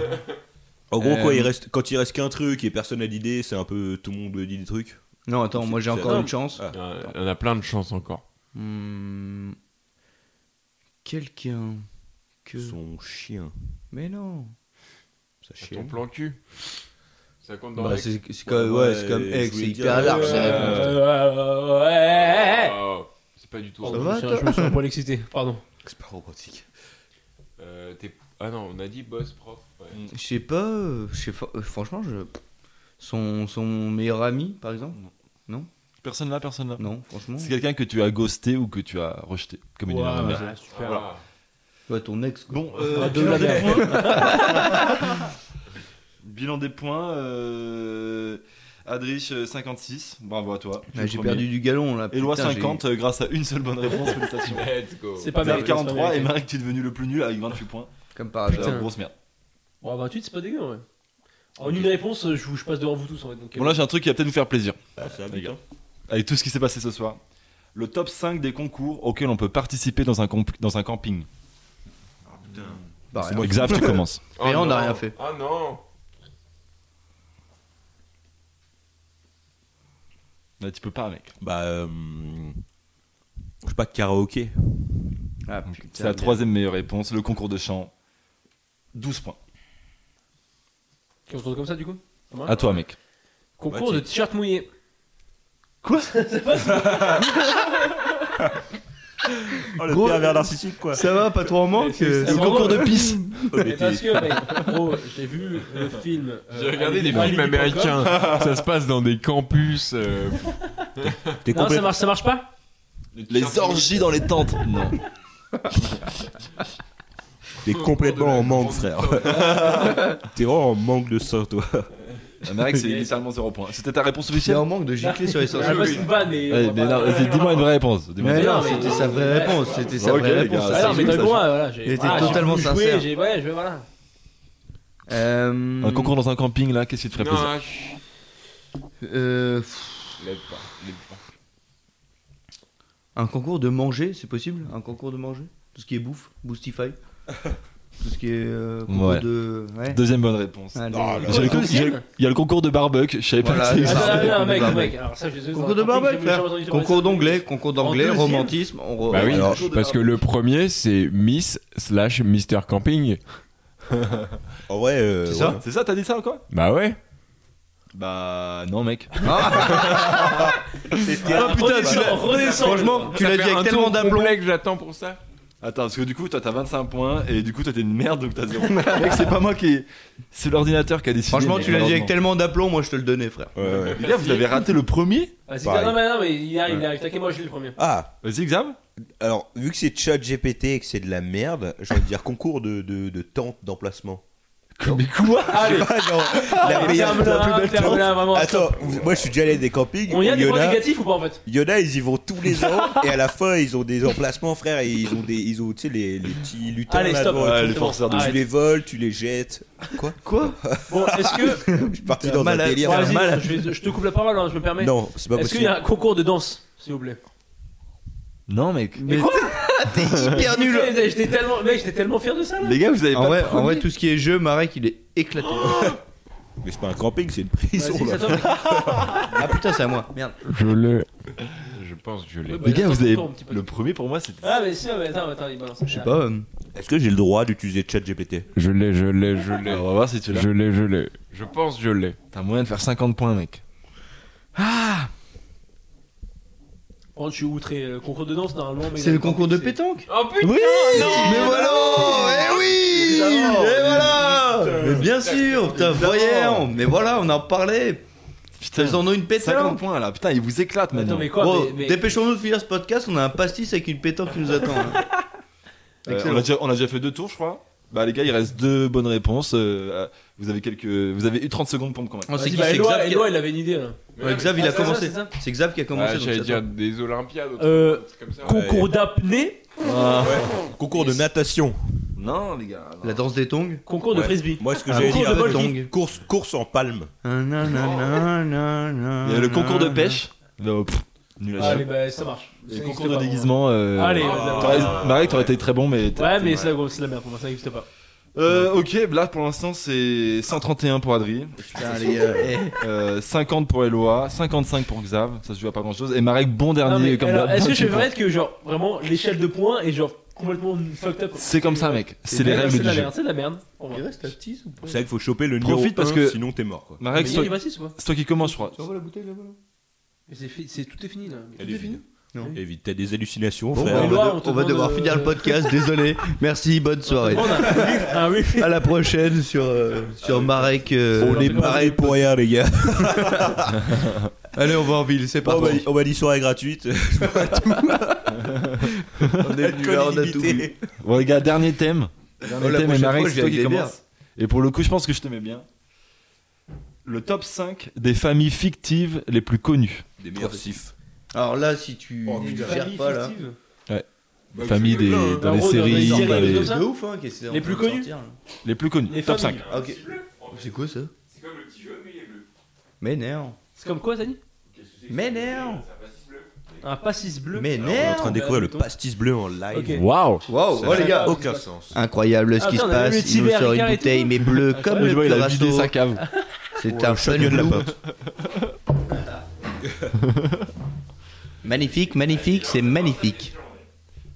En gros, quoi, Euh, il reste, quand il reste qu'un truc et personne n'a d'idée, c'est un peu tout le monde dit des trucs. Non, attends, moi, j'ai C'est- encore c'est- une chance. Ah. Euh, On a plein de chance encore. Hmm. Quelqu'un que. Son chien, Mais non. sa Ton chienne. plan cul. Ça compte dans Bah, les- c'est c'est comme, Ouais, ouais, c'est comme je ex, voulais c'est dire, hyper Ah, large. euh, ça. Euh, ouais. Oh, C'est pas du tout. Ça Pardon, va, je- toi Je me suis un poil excité, pardon. C'est pas romantique. Euh, t'es- Ah non, on a dit boss prof. ouais. Je sais pas, euh, je sais fa- euh, franchement, je. Son, son meilleur ami, par exemple Personne là, personne là. Non, franchement. C'est quelqu'un que tu as ghosté ou que tu as rejeté. Comme une Ouah, énorme- bah, super. Toi, ton ex. quoi. Bon, euh, de bilan, la des points. bilan des points. euh, Adrich, euh, 56. Bravo à toi. Ah, J'ai Premier. perdu du galon là. Éloi, putain, j'ai- 50 euh, grâce à une seule bonne réponse. Félicitations. Ah, Let's go. C'est pas Zaf mal. 43 et Marek, tu es devenu le plus nul avec 28 points. Comme Ah, par hasard. Putain. Grosse merde. Bon, 28, c'est pas dégueu, ouais. En une réponse, je, vous- je passe devant vous tous en fait. Donc, euh, Bon, là, j'ai un truc qui va peut-être vous faire plaisir. habite, les gars. hein. Avec tout ce qui s'est passé ce soir. Le top 5 des concours auxquels on peut participer dans un, comp- dans un camping. Bah, rien. Xav, tu commences. Oh Mais on n'a non. rien fait. Ah non. Là, tu peux pas, mec. Bah, euh, hmm, je sais pas, karaoké. Ah, Donc, putain, C'est la merde. troisième meilleure réponse. Le concours de chant. 12 points. On se retrouve comme ça du coup Bah, Ouais. À toi, mec. Concours de t-shirt mouillé. Oh, le Gros- pervers narcissique, quoi. Ça va, pas trop en manque. C'est- euh, c'est Le vraiment- concours de pisse. Mais parce que, mec, gros, j'ai vu le film. euh, J'ai regardé des Alibi- Alibi.com. films américains. Ça se passe dans des campus. euh, T'es Non, ça complètement. marche, ça marche pas Les orgies dans les tentes. Non. T'es complètement en manque, frère. T'es vraiment en manque de sang, toi. Marek, c'est littéralement 0 points. C'était ta réponse Il y a officielle un manque de gicler sur les Je sais sorciers. pas si une vanne et. Allez, Eh, mais non, vas-y, Dis-moi une vraie réponse. Dis-moi une Mais vraie- non, Mais non, c'était mais- sa vraie réponse. C'était sa Ok, les vraie gars, réponse. ça Ah non, c'est mais dans juste ça. le droit, voilà. j'ai- Il était voilà, j'ai totalement voulu sincère. Jouer, j'ai- ouais, je, voilà. Euh, Un concours dans un camping, là, qu'est-ce qui te ferait plaisir ah, Non, chut. euh, pff, Lève pas, lève pas. Un concours de manger, c'est possible Un concours de manger Tout ce qui est bouffe, boostify. Tout ce qui est euh, concours Ouais. de. Ah, Ouais. Deuxième bonne réponse. Allez. J'ai le con- j'ai- Il y a le concours de barbecue. Je savais pas Voilà, que ça c'est Ah, ça. existait. non, non, non, mec, Concours de mec. Alors, ça, je les ai- Concours de j'ai jamais barbecue, frère. entendu parler de Concours ça. d'anglais, concours d'anglais, deuxième romantisme. On re- Bah oui, Alors, parce que le premier c'est Miss slash Mister Camping. En vrai, euh, C'est ouais. ça C'est ça, t'as dit ça quoi Bah ouais. Bah non mec. Ah, putain, tu l'as- Redescends. franchement, tu l'as dit avec tellement d'aplomb. que j'attends pour ça. Attends, parce que du coup toi t'as 25 points et du coup toi t'es une merde donc t'as 0. mec c'est pas moi qui... C'est l'ordinateur qui a décidé. Franchement, mec, tu l'as dit avec malheureusement. tellement d'aplomb, moi je te le donnais, frère. Ouais, ouais. Les gars vous avez raté le premier Vas-y, Pareil. non, mais non, mais il arrive, il arrive. T'inquiète, moi, je l'ai le premier. Ah, Vas-y exam alors, vu que c'est chat GPT et que c'est de la merde, j'ai envie de dire concours de, de, de tente d'emplacement. Mais quoi Allez, Ah non, la meilleure, termine-la, la plus belle tente. termine-la, vraiment. Attends, vous- moi je suis déjà allé à des campings. On y a il y des en points a- négatifs ou pas en fait Il y en a, ils y vont tous les ans et à la fin, ils ont des emplacements, frère, et ils ont des, ils ont, tu sais, les, les petits lutins Allez, là stop. devant et Ouais, tout. les c'est bon, forceurs de Tu arrête. les voles, tu les jettes. Quoi Quoi Bon, est-ce que. Je suis parti T'es dans un malade. délire. Bon, là. vas-y, je vais- je te coupe la parole, hein, je me permets. Non, c'est pas Est-ce qu'il y possible. a un concours de danse, s'il vous plaît Non mec. Mais hyper nul Putain, J'étais tellement, mec, j'étais tellement fier de ça. Là. Les gars vous avez en pas... vrai, en vrai, tout ce qui est jeu, Marek il est éclaté. Oh Mais c'est pas un camping, c'est une prison. Vas-y, là. ça tombe. ah putain, c'est à moi. Merde. Je le. Je pense que je l'ai. Ouais, bah, Les gars attends, vous avez... attends, un petit peu. Le premier pour moi c'était... Ah mais si, ah, mais attends, attends, il balance. Je sais pas. euh, Est-ce que j'ai le droit d'utiliser ChatGPT Je l'ai, je l'ai, je l'ai. On va voir si tu l'as. Je l'ai, je l'ai. Je pense que je l'ai. T'as moyen de faire 50 points mec. Par contre, Oh, je suis outré. Le concours de danse, normalement. mais C'est le concours de c'est- pétanque Oh putain Oui Mais voilà Eh oui Évidemment. Et voilà Mais bien sûr Putain, voyez on- Mais voilà, on en parlait Putain. Ils en ont une pétanque 50 points là, putain ils vous éclatent maintenant. Attends, mais quoi Gros, mais, mais- Dépêchons-nous de finir ce podcast, on a un pastis avec une pétanque qui nous attend. hein. Euh, Excellent. on, a déjà, on a déjà fait deux tours, je crois. Bah les gars, il reste deux bonnes réponses. euh, euh, vous avez quelques, vous avez eu 30 secondes pour me convaincre. On sait Vas-y, qui bah, c'est Eloi, Xav. qui a- Eloi, il avait une idée là. Ouais, Xav, il Ah, a c'est ça, commencé. c'est ça C'est Xav qui a commencé. Ah, donc J'allais ça dire tombe. des Olympiades. autre Euh, chose comme ça. Concours d'apnée, Concours de natation. Non les gars. non. La danse des tongs. concours de Ouais. frisbee. Moi, ce que Un j'allais concours dire, de euh, bowling. course, course en palme. Il y a le concours de pêche. Non, pff, nul à chier. Allez, bah ça marche. Et Ça le n'existe concours de pas, déguisement. euh, Allez, t'aurais- Marek, t'aurais été très bon, mais. moi. Ouais, mais c'est la, gros, c'est la merde pour moi, ça n'existe pas. Euh, ok, là pour l'instant c'est 131 pour Adri, Putain, les gars. eh. euh, 50 pour Eloi, 55 pour Xav, ça se joue à pas grand chose. Et Marek, bon Non, dernier mais comme alors, d'hab. Est-ce que je 28 vais points. être que, genre, vraiment, l'échelle de points est genre complètement fucked up quoi. C'est comme ça, mec, c'est les Ouais, règles C'est de du la jeu. merde, c'est de la merde. pour moi. Il reste la petite ou pas C'est vrai qu'il faut choper le Profite numéro parce un, que- sinon t'es mort. Quoi. Mais Marek, il c'est y a du toi- Massis ou pas c'est toi qui commence, je crois. Tu envoies la bouteille là-bas là Mais c'est fi- c'est- Tout est fini là. Elle est finie. Non. Évite, Eh, t'as des hallucinations, Bon, frère. bah, on va, Éloi, on te on va demande, devoir euh, finir le podcast, désolé. Merci, bonne soirée. On a un ref- un ref- À la prochaine sur, euh, sur Marek. euh, on est pareil pour rien, les gars. Allez, on va en ville, c'est On parti. m'a dit- on m'a dit soirée gratuite. on est venu là, on a tout vu. Illimité. Bon, les gars, dernier thème. Oh, Dernier la thème, et prochaine Marek, fois, je c'est vais toi avec qui des commence. bières. Et pour le coup, je pense que je t'aimais bien. Le top 5 des familles fictives les plus connues. Des meilleurs Alors là, si tu Oh, tu putain. gères pas là. fictive. Les familles Bah, des, dans, En les gros, dans les séries, séries, dans les les, trucs comme ça. de ouf, hein, qu'est-ce que c'est en Les train plus de connus. sortir, là les plus connues. Les top familles. 5. Ah, ok. C'est quoi ça C'est comme le petit jeu, mais il est bleu. Mais merde. C'est comme quoi, Zani Mais merde. Un passis bleu. Ah, Mais On est en train merde. de découvrir le pastis bleu en live. Ok. Waouh Waouh, oh les gars. Aucun sens. Incroyable ce Ah, qui se putain, on a eu passe. le Il nous Tiber sort une Ricard et bouteille, tout. mais bleue comme Ah, Je le vois, il a vidé Curaçao. sa cave. C'est un fun Chacun de la blue. pinte. Magnifique, magnifique, c'est magnifique.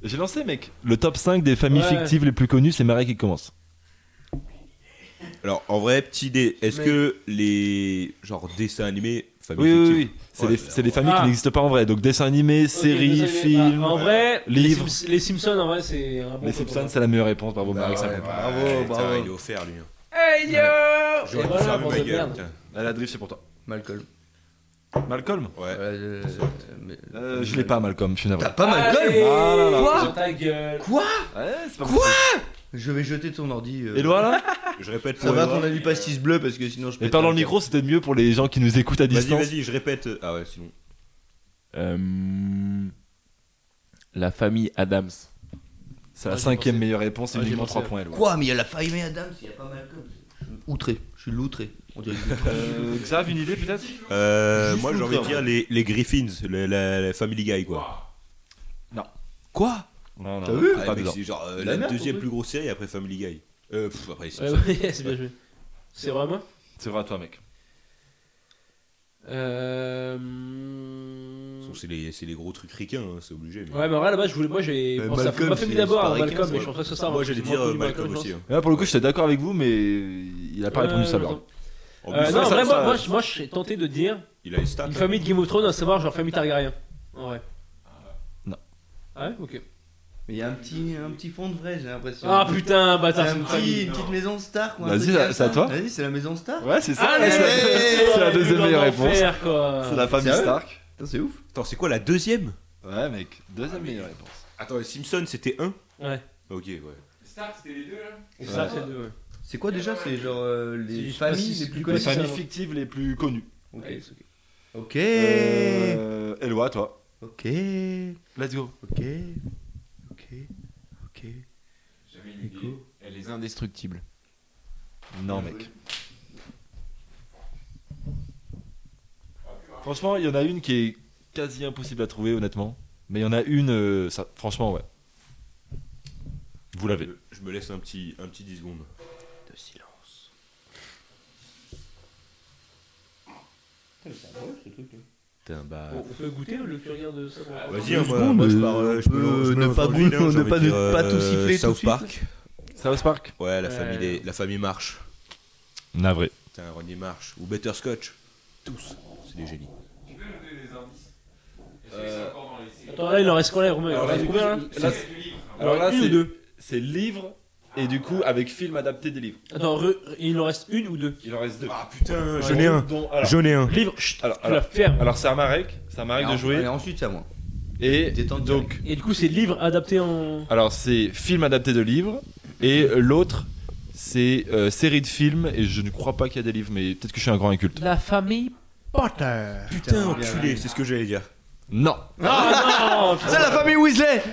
J'ai lancé, mec. Le top 5 des familles Ouais. fictives les plus connues, c'est Marek qui commence. Alors, en vrai, petite idée, est-ce Mais- que les genre dessins animés, famille Oui, oui, oui. fictive, oui. C'est Ouais, les, mais c'est les familles Ah. qui n'existent pas en vrai. Donc dessin animé, Ok, séries, désolé. films. Bah, En vrai, livres. Les, Simps- les Simpsons, en vrai, c'est un bon. Les truc, Simpsons, hein. c'est la meilleure réponse. Bravo, bah, Marek. ça compte. Bah, Bravo, putain, bravo. Il est offert lui. hein. Hey yo J'aurais Et pu voilà, fermer bande ma de gueule. merde. putain. Ah, La drift, c'est pour toi. Malcolm. Malcolm Ouais. Euh, mais- Euh, Je l'ai pas, Malcolm. Je suis navré. T'as pas Malcolm Allez, Ah là là. Quoi Dans ta gueule. Quoi Je vais jeter ton ordi. euh. Éloi, là Je répète Ça pour va, Eloi. qu'on a du pastis bleu parce que sinon je. Et pète parle dans un le câble. micro, c'était mieux pour les gens qui nous écoutent à Vas-y, distance. vas-y, je répète. Ah ouais, sinon. Euh, La famille Adams. C'est Ah, la j'ai cinquième pensé. meilleure réponse, et Ah, j'ai uniquement pensé. 3 points, Éloi. Quoi Oh, Mais il y a la faille, mais Adams, il y a pas Malcolm. Je suis outré. Je suis loutré. On dirait que- Euh, Xav, une idée peut-être Euh, Juste moi, j'ai envie de l'auteur. dire les, les Griffins, la, la- la Family Guy, quoi. Non. Quoi Non, non, T'as vu c'est Ouais, pas Ah, mais dedans. C'est genre euh, La la, merde, en deuxième fait. plus grosse série après Family Guy. Euh, pff, après, c'est Ouais, ça. ouais, C'est bien joué. C'est vraiment. C'est vrai à toi, mec. Euh... C'est les, c'est les gros trucs ricains, hein, c'est obligé. mais- Ouais, mais en vrai, là-bas, je voulais. Moi, j'ai. Euh, pensé à- Malcolm, Ma famille c'est- d'abord, c'est à pas Malcolm, Rick, mais je pense pas que ce soit. Moi, j'allais dire euh, Malcolm aussi. hein. Là, pour le coup, j'étais d'accord avec vous, mais il a pas répondu ça, Bjorn. En hein. Euh, plus, non, ça, en ça, vrai, moi, ça, moi, je- moi, je suis tenté de dire il a une stat. une famille de Game of Thrones, à savoir genre famille Targaryen. En vrai. Non. Ah ouais Ok. Mais il y a un petit, un petit fond de vrai, j'ai l'impression. Ah putain, Ah, C'est bâtard, c'est un une petit, famille. une petite maison star quoi. un Vas-y, truc la- comme c'est à ça. toi. Vas-y, c'est la maison star. Ouais, c'est ça. Allez, c'est la- c'est la deuxième meilleure réponse. Enfer, quoi. C'est la famille Sérieux Stark. Putain, C'est ouf. Attends, c'est quoi la deuxième Ouais, mec, deuxième meilleure réponse. Attends, les Simpsons, c'était un Ouais. Ok, ouais. Stark, c'était les deux là Ça, c'est deux, ouais. C'est quoi déjà C'est genre euh, C'est les juste familles pastis les plus bleu. Les connues. c'est familles ça. fictives les plus connues. Ok. Ouais, c'est ok. Ok. Euh, Eloi, toi. Ok. Let's go. Ok. Ok. Ok. J'avais une idée. Elle est indestructible. Non, mec. Franchement, il y en a une qui est quasi impossible à trouver, honnêtement. Mais il y en a une, euh, ça, franchement, ouais. Vous l'avez. Euh, Je me laisse un petit, un petit 10 secondes. De silence. On on peut goûter le curien de ça pour- Vas-y, Deux hein, moi, secondes, moi, je euh, pars. euh, je on me lance- peut je me ne lance pas dans le vide, goûter, hein, ne j'ai pas- envie de ne pas tout euh, siffler tout de South suite. Park. South Park Ouais, la Ouais. famille, des- la famille Marsh. Navré. Putain, Ronnie Marsh. Ou Better Scotch. Tous. C'est des génies. Tu peux nous donner des indices Est-ce que c'est encore dans les séries Attends, là, il en reste combien, Romain Il en Alors, reste là, combien, là là, du livre. Alors là, Une ou c'est- deux c'est livre et du coup avec film adapté des livres. Attends, re- il en reste une ou deux Il en reste deux. Ah putain, Dont- dont- alors, J'en ai un. Livre, chut, alors, tu la alors, fermes. alors, c'est à Marek, c'est à Marek de jouer. Et ensuite, c'est à moi. Et Détente donc, Et du coup, c'est livre adapté en. alors c'est film adapté de livres et euh, l'autre c'est euh, série de films et je ne crois pas qu'il y a des livres, mais peut-être que je suis un grand inculte. La famille Potter. Putain, enculé, c'est ce que j'allais dire. Non. Ah non putain. C'est la famille Weasley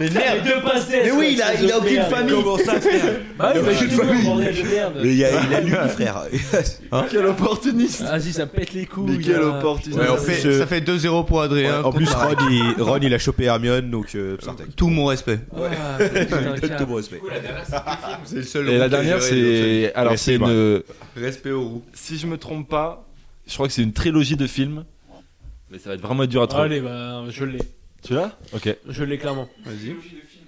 Mais merde Les deux pastèques, Mais oui, ouais, il a, ces il a deux aucune merdes. famille Comment ça, frère Bah oui, Il a bah, aucune dis-moi, famille. bordel de Mais merde il a, il a lu, frère. Quel opportuniste. Ah, Vas-y, ça pète les couilles quel là. opportuniste. Ouais, en ça, plus, fait, euh, ça fait 2-0 pour Adrien. en plus, contre Marek. Ron il, Ron, il a chopé Hermione, donc euh, Sartek. tout mon respect. Ah, putain, Donne tout calme. mon respect. C'est le seul. Et rond la que dernière j'aurais dit c'est alors Merci, c'est Marek. une aujourd'hui. Respect aux roues. si je me trompe pas, je crois que c'est une trilogie de films. Mais ça va être vraiment dur à trouver. Allez, bah, je l'ai. Tu l'as OK. Je l'ai clairement. Vas-y.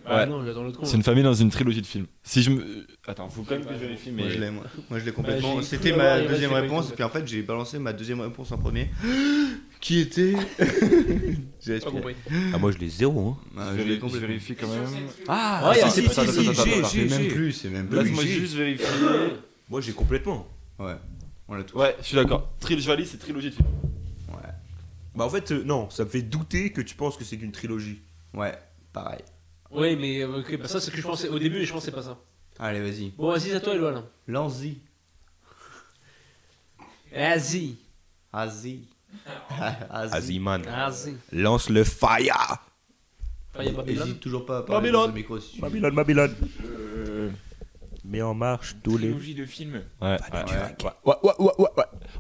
Ah Ouais. non, j'attends l'autre con. C'est une famille dans une trilogie de films. Si je me attends, faut quand même que je vérifie mais Moi je l'ai, moi. Moi je l'ai complètement. Bah, j'ai cru C'était avoir ma les deuxième réponses, réponse. mais- Puis en fait, j'ai balancé ma deuxième réponse en premier. Qui était J'ai Pas respiré. compris. Ah, moi je l'ai zéro. Hein. Ah, Je je l'ai vérifie- je complètement. vérifie quand même. Ah, ouais, si, alors, si, c'est pas- si, attends, si, attends, j'ai, attends, j'ai, même j'ai. plus, c'est même plus. Laisse-moi juste vérifier. Moi j'ai complètement. Ouais, on l'a tout. Ouais, je suis d'accord. Tril Valley, c'est trilogie de films. Bah en fait, euh, non, ça me fait douter que tu penses que c'est une trilogie. Ouais, pareil. Oui, mais euh, ok, bah ça, c'est ce que je pensais au début, et je pensais pas ça. Allez, vas-y. Bon, vas-y, à toi, Eloi, là. Lance-y. Vas-y. Asie. Aziman, Vas-y. lance le fire. Enfin, y a pas de blague. Hésite toujours pas à parler Babylone. dans le micro si tu veux. Babylone, Babylone. Mais en marche tous les. Trilogie de films. Ouais. Ouais.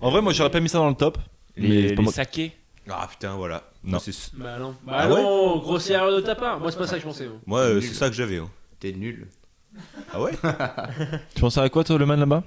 En vrai, moi j'aurais pas mis ça dans le top. Les, Mais c'est pas les moi- sakés. Ah putain, voilà. Non. C'est- Bah non. Bah Ah ouais non, grosse erreur de ta part. Moi, c'est pas ça que je pensais. moi. Moi, euh, c'est ça que j'avais. hein. T'es nul. Ah ouais Tu pensais à quoi, toi, le man là-bas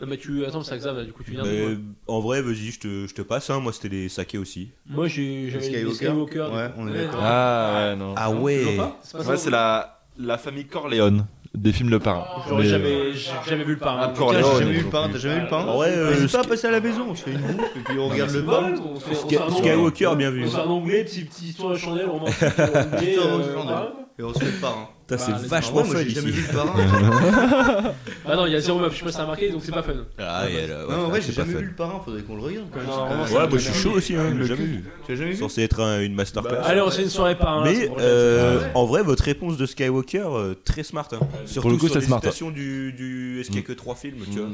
Non, mais tu. Attends, ça, Xav, là, du coup, tu viens de. Mais, En vrai, vas-y, je te, je te passe. Hein. Moi, c'était les sakés aussi. Moi, j'ai. j'avais Skywalker. mis Skywalker. Ouais, on est d'accord. Ah, ouais, non. Ah Toujours ouais pas C'est pas ça, Ouais, c'est la, la famille Corleone des films Le Parrain. J'aurais Mais- euh, jamais, j'ai jamais vu le parrain. Ah, Oh, Putain, Corleone. Putain, j'ai Corleone. jamais eu le pain, t'as jamais eu le pain Ah ouais, euh, N'hésite pas à passer à la maison, je fais une bouffe et puis on regarde le Bah ouais, pain. on fait- on fait un Sky- nom- Skywalker, bien vu. On fait un anglais, petit, petit histoire de chandelle, on mange petit histoire anglais, Histoire de euh, chandelle. voilà. Et on se fait le pain. Putain, Bah, c'est les- vachement Ah, moi fun j'ai jamais ici. vu le parrain. Bah non, il y a zéro meuf, je sais pas si t'as remarqué, donc c'est pas fun. Ah, et alors, ouais, non, en c'est vrai, pas j'ai jamais fun. vu le parrain, faudrait qu'on le regarde quand même. Non, c'est quand même- ouais, Ouais, bah, je suis chaud aussi, hein, j'ai jamais vu. Tu l'as jamais vu Censé être un- une masterclass. Bah, Allez, on fait une soirée par un. Ah, mais euh, en vrai, votre réponse de Skywalker, euh, très smart. Hein. Surtout le coup, sur c'est smart. l'hésitation du, du est-ce qu'il y a que 3 films, tu vois.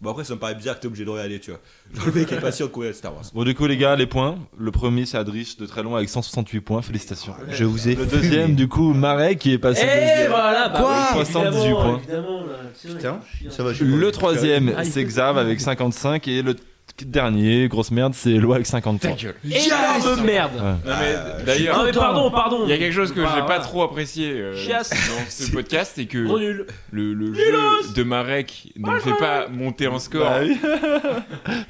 Bon, après, ça me paraît bizarre que t'es obligé de regarder, tu vois. Genre, le mec est patient de courir Star Wars. Bon, du coup, les gars, les points. Le premier, c'est Adrich de très loin avec 168 points. Félicitations. Je vous ai Le deuxième, du coup, Marais qui est passé. Eh voilà, bah Quoi oui, 78 évidemment, points. évidemment, là, tiens, Putain, chien. ça va, je suis Le content. troisième, Ah, il c'est fait- Xav avec 55. Et le t- dernier, grosse merde, c'est Eloi avec 53. gueule. Énorme merde. Non, mais Non d'ailleurs, Ah, mais pardon, pardon. il y a quelque chose que Bah, j'ai pas voilà. trop apprécié euh, Chiasse. dans ce podcast, c'est que Gros nul. le, le jeu de Marek ne me fait pas monter en score Bah oui.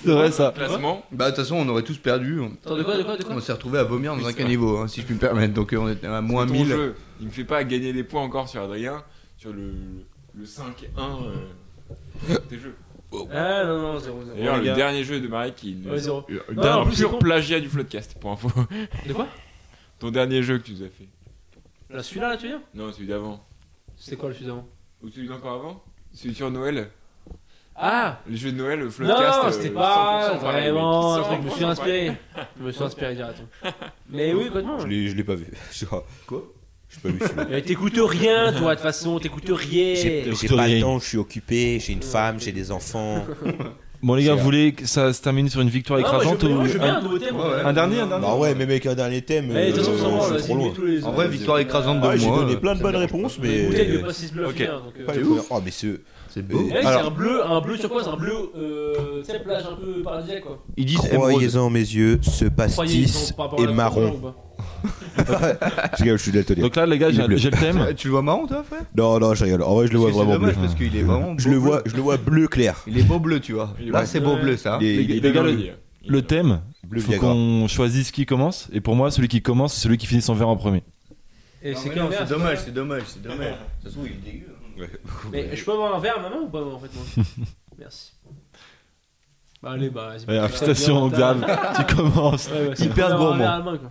c'est vrai ça. classement. Bah, de toute façon, on aurait tous perdu. Attends, de quoi, de quoi, de quoi On s'est retrouvé à vomir dans Oui, un c'est vrai. caniveau, hein, si je puis me permettre. Donc, euh, on était à moins Ton 1000. jeu, il me fait pas gagner des points encore sur Adrien, sur le, le 5-1 euh, des jeux. Ah non, non, zéro, zéro. D'ailleurs, les le gars. dernier jeu de Marek qui ne- Ouais, zéro. Un Non, en plus, c'est pur con. plagiat du Floodcast, pour info. De quoi Ton dernier jeu que tu nous as fait. Là, celui-là, là, tu veux dire Non, celui d'avant. C'est quoi le celui d'avant Ou celui d'encore avant Celui sur Noël Ah Les jeux de Noël, le Floodcast. Non, euh, c'était 100% pas pareil, vraiment mais un qui truc, je me suis 100% inspiré. Je me suis inspiré, dira-t-on. Mais oui, complètement. Je l'ai, je l'ai pas vu. Genre, Quoi Je l'ai pas vu celui-là. Mais t'écoutes rien, toi, de toute façon, t'écoutes rien. J'ai pas le temps, je suis occupé, j'ai une femme, j'ai des enfants. Bon, les gars, C'est vous voulez que ça se termine sur une victoire Ah, moi, écrasante je, moi, je ou veux bien un nouveau thème. Ouais, ouais. un dernier, un dernier Bah ouais, mais mec, un dernier thème. Mais de toute façon, euh, ça va, je là, suis trop c'est loin. Ah tous les En vrai, victoire écrasante de Ouais, moi. j'ai donné euh, plein ça de me bonnes dérange réponses, Mais. mais. Bouteille de pastis bleu, Ok. finir, donc, euh, Pas eh, les premières. Oh, mais ce. pas. C'est beau. c'est Alors- un bleu, un bleu sur quoi C'est un bleu, euh, tu sais, plage un peu paradisiaque quoi. Ils disent émeraude. Croyez-en mes yeux, ce pastis Croyez-en par rapport à est la marron. couleur Je rigole, je suis daltonien. Donc là, les gars, Il est bleu. j'ai j'ai le thème. Tu le vois marrant, toi, frère Non, non, je rigole. En vrai, je le vois Parce que C'est vraiment bleu. dommage parce qu'il est vraiment. Je beau le bleu. vois, je le vois bleu clair. Il est beau bleu, tu vois. Il est Là, bleu. c'est beau bleu, ça. Il est- Les- il est les gars, le- Noël. Le thème, bleu faut Viagra. qu'on choisisse qui commence. Et pour moi, celui qui commence, c'est celui qui finit son verre en premier. ou pas Et Ah, c'est mais quel non, verre C'est dommage, c'est dommage, c'est dommage. De toute façon, il est dégueu. hein. Mais je peux avoir un verre maintenant ou pas en fait moi Merci. Bah allez, bah vas-y. Ouais, Félicitations, Xav, tu commences. Ouais, ouais, c'est Hyper le premier à avoir un gourmand. verre allemand, quoi.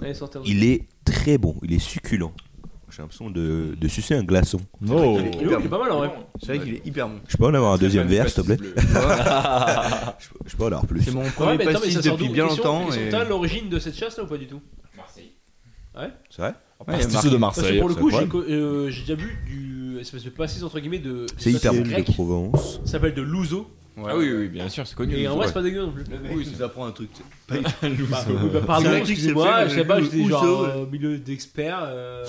Allez, sortez. Il est très bon, il est succulent. J'ai l'impression de, de sucer un glaçon. Oh. Il est ouf, il est pas mal en vrai. C'est vrai qu'il est hyper bon. Je peux en avoir un deuxième Fan du verre, s'il te plaît pastis bleu. je, peux- je peux en avoir plus. C'est mon Ouais, premier mais attends, mais pastis ça sort d'où depuis bien Question- longtemps. question et- totale, l'origine de cette chasse là ou pas du tout Marseille. C'est vrai Ouais, il y a Pastis de Parce que Marseille. pour le ça coup, va. j'ai co- euh, j'ai déjà bu du espèce de pastis entre guillemets de. C'est hyper bon. grec. de Provence. Ça s'appelle de l'ouzo. Ah oui, oui, bien sûr, c'est connu. Et en vrai, c'est pas dégueu non plus. Le mec Oui, il c'est- nous apprend un truc. tu sais. Bah, bah, pardon, C'est vrai que c'est excusez-moi, le je fait, sais pas, le j'étais genre ouzo, euh, au milieu d'experts. Euh,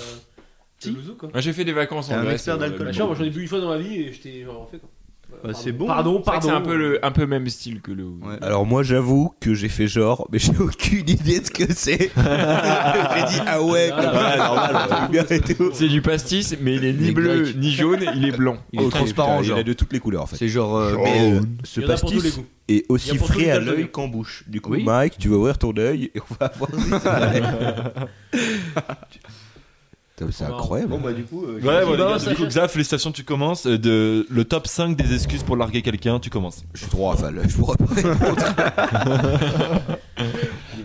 de l'ouzo, quoi. Ah, J'ai fait des vacances T'es en un Grèce. expert euh, d'alcool. Bah, là-bas. genre, moi j'en ai bu une fois dans ma vie et j'étais genre en fait quoi. Voilà, Bah, pardon. c'est bon. Pardon, C'est vrai que pardon. C'est un peu le un peu même style que le. Ouais. Alors moi j'avoue que j'ai fait genre, mais j'ai aucune idée de ce que c'est. j'ai dit ah ouais, quoi. Voilà, voilà, voilà, Ah, bien et tout. C'est du pastis, mais il est ni Les bleu Grecs. ni jaune, il est blanc. Il est Ok, transparent, putain, il genre. a de toutes les couleurs en fait. C'est genre. euh, Oh, mais, Mais, euh, euh, ce Il y en a pour tous les pastis goûts. est Il y aussi en a pour tous frais les à tables de l'œil goût. qu'en bouche. Du coup, Oui. Mike, tu vas ouvrir ton œil et on va avoir. Putain, C'est On va- incroyable. Bon, bah, du coup. euh, Ouais, ouais, Bah, les gars, ça du coup, fait- Xav, félicitations, tu commences. Euh, De, le top 5 des excuses pour larguer quelqu'un, tu commences. Je suis trop rafale, je vous reprends.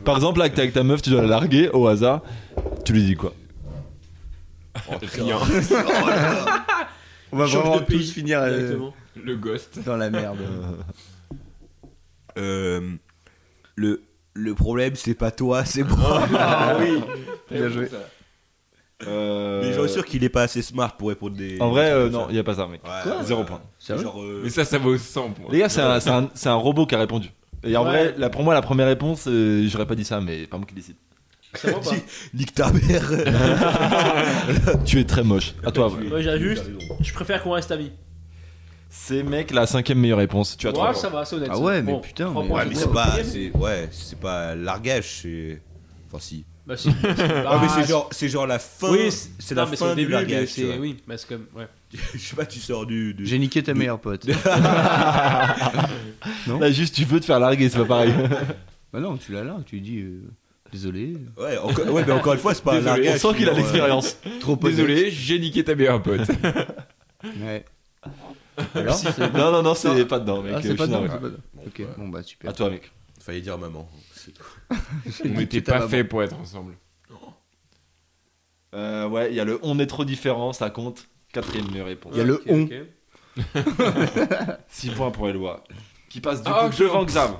Par exemple, là, que t'es avec ta meuf, tu dois la larguer au hasard. Tu lui dis quoi Oh, Rien. On va Change vraiment de tous pays. finir euh, Directement. Le ghost. dans la merde. Euh, le, le problème, c'est pas toi, c'est moi. ah oui Bien joué. Mais j'en suis sûr qu'il est pas assez smart pour répondre des. Ah, Euh, En vrai, des euh, trucs non, comme il y a pas ça, mec. ça. Ah. Ouais, ouais, Zéro ouais. point. C'est Genre, euh, Mais ça, ça vaut 100 points. Les gars, c'est un, c'est un- c'est un robot qui a répondu. Et en Ouais. vrai, la, pour moi, la première réponse, euh, j'aurais pas dit ça, mais pas moi qui décide. Ça va ou pas nique ta mère. Tu es très moche. À toi. Tu es- Ouais, j'ai juste. tu es- Je préfère qu'on reste amis. C'est mec la cinquième meilleure réponse. Tu as trois Ouais, points. ça va, c'est honnête. Ah ça. ouais, mais Bon, putain, trois mais- points, Ouais, c'est mais c'est bon. pas. c'est- Ouais, c'est pas largage, c'est. Enfin, si. Bah si. Ah, mais Bah, c'est genre, c'est genre la fin. Oui, c'est non, la mais fin au du début, mais largage. tu c'est vois. oui, mais c'est comme ouais. Je sais pas, tu sors du. du- J'ai niqué ta meilleure pote. Là, juste, tu veux te faire larguer, c'est pas pareil. bah non, tu l'as là, tu lui dis euh, désolé. Ouais, encore- ouais, mais encore une fois, c'est pas un Désolé, largage. On sent qu'il a genre, euh, l'expérience. Trop posé. Désolé, j'ai niqué ta meilleure pote. Ouais. Alors c'est Non, non, non, c'est pas dedans, mec. ah, Euh, c'est pas je suis dedans, navré. c'est pas dedans. Ok, bon bah super. À toi, mec. Fallait euh, dire maman. c'est tout. On n'était pas fait pour être ensemble. Euh, ouais, il y a le on est trop différent, ça compte. Quatrième meilleure réponse. Il y a le Ok, on. ok. 6 points pour Eloi. Qui passe du Ah, coup je- devant Xav.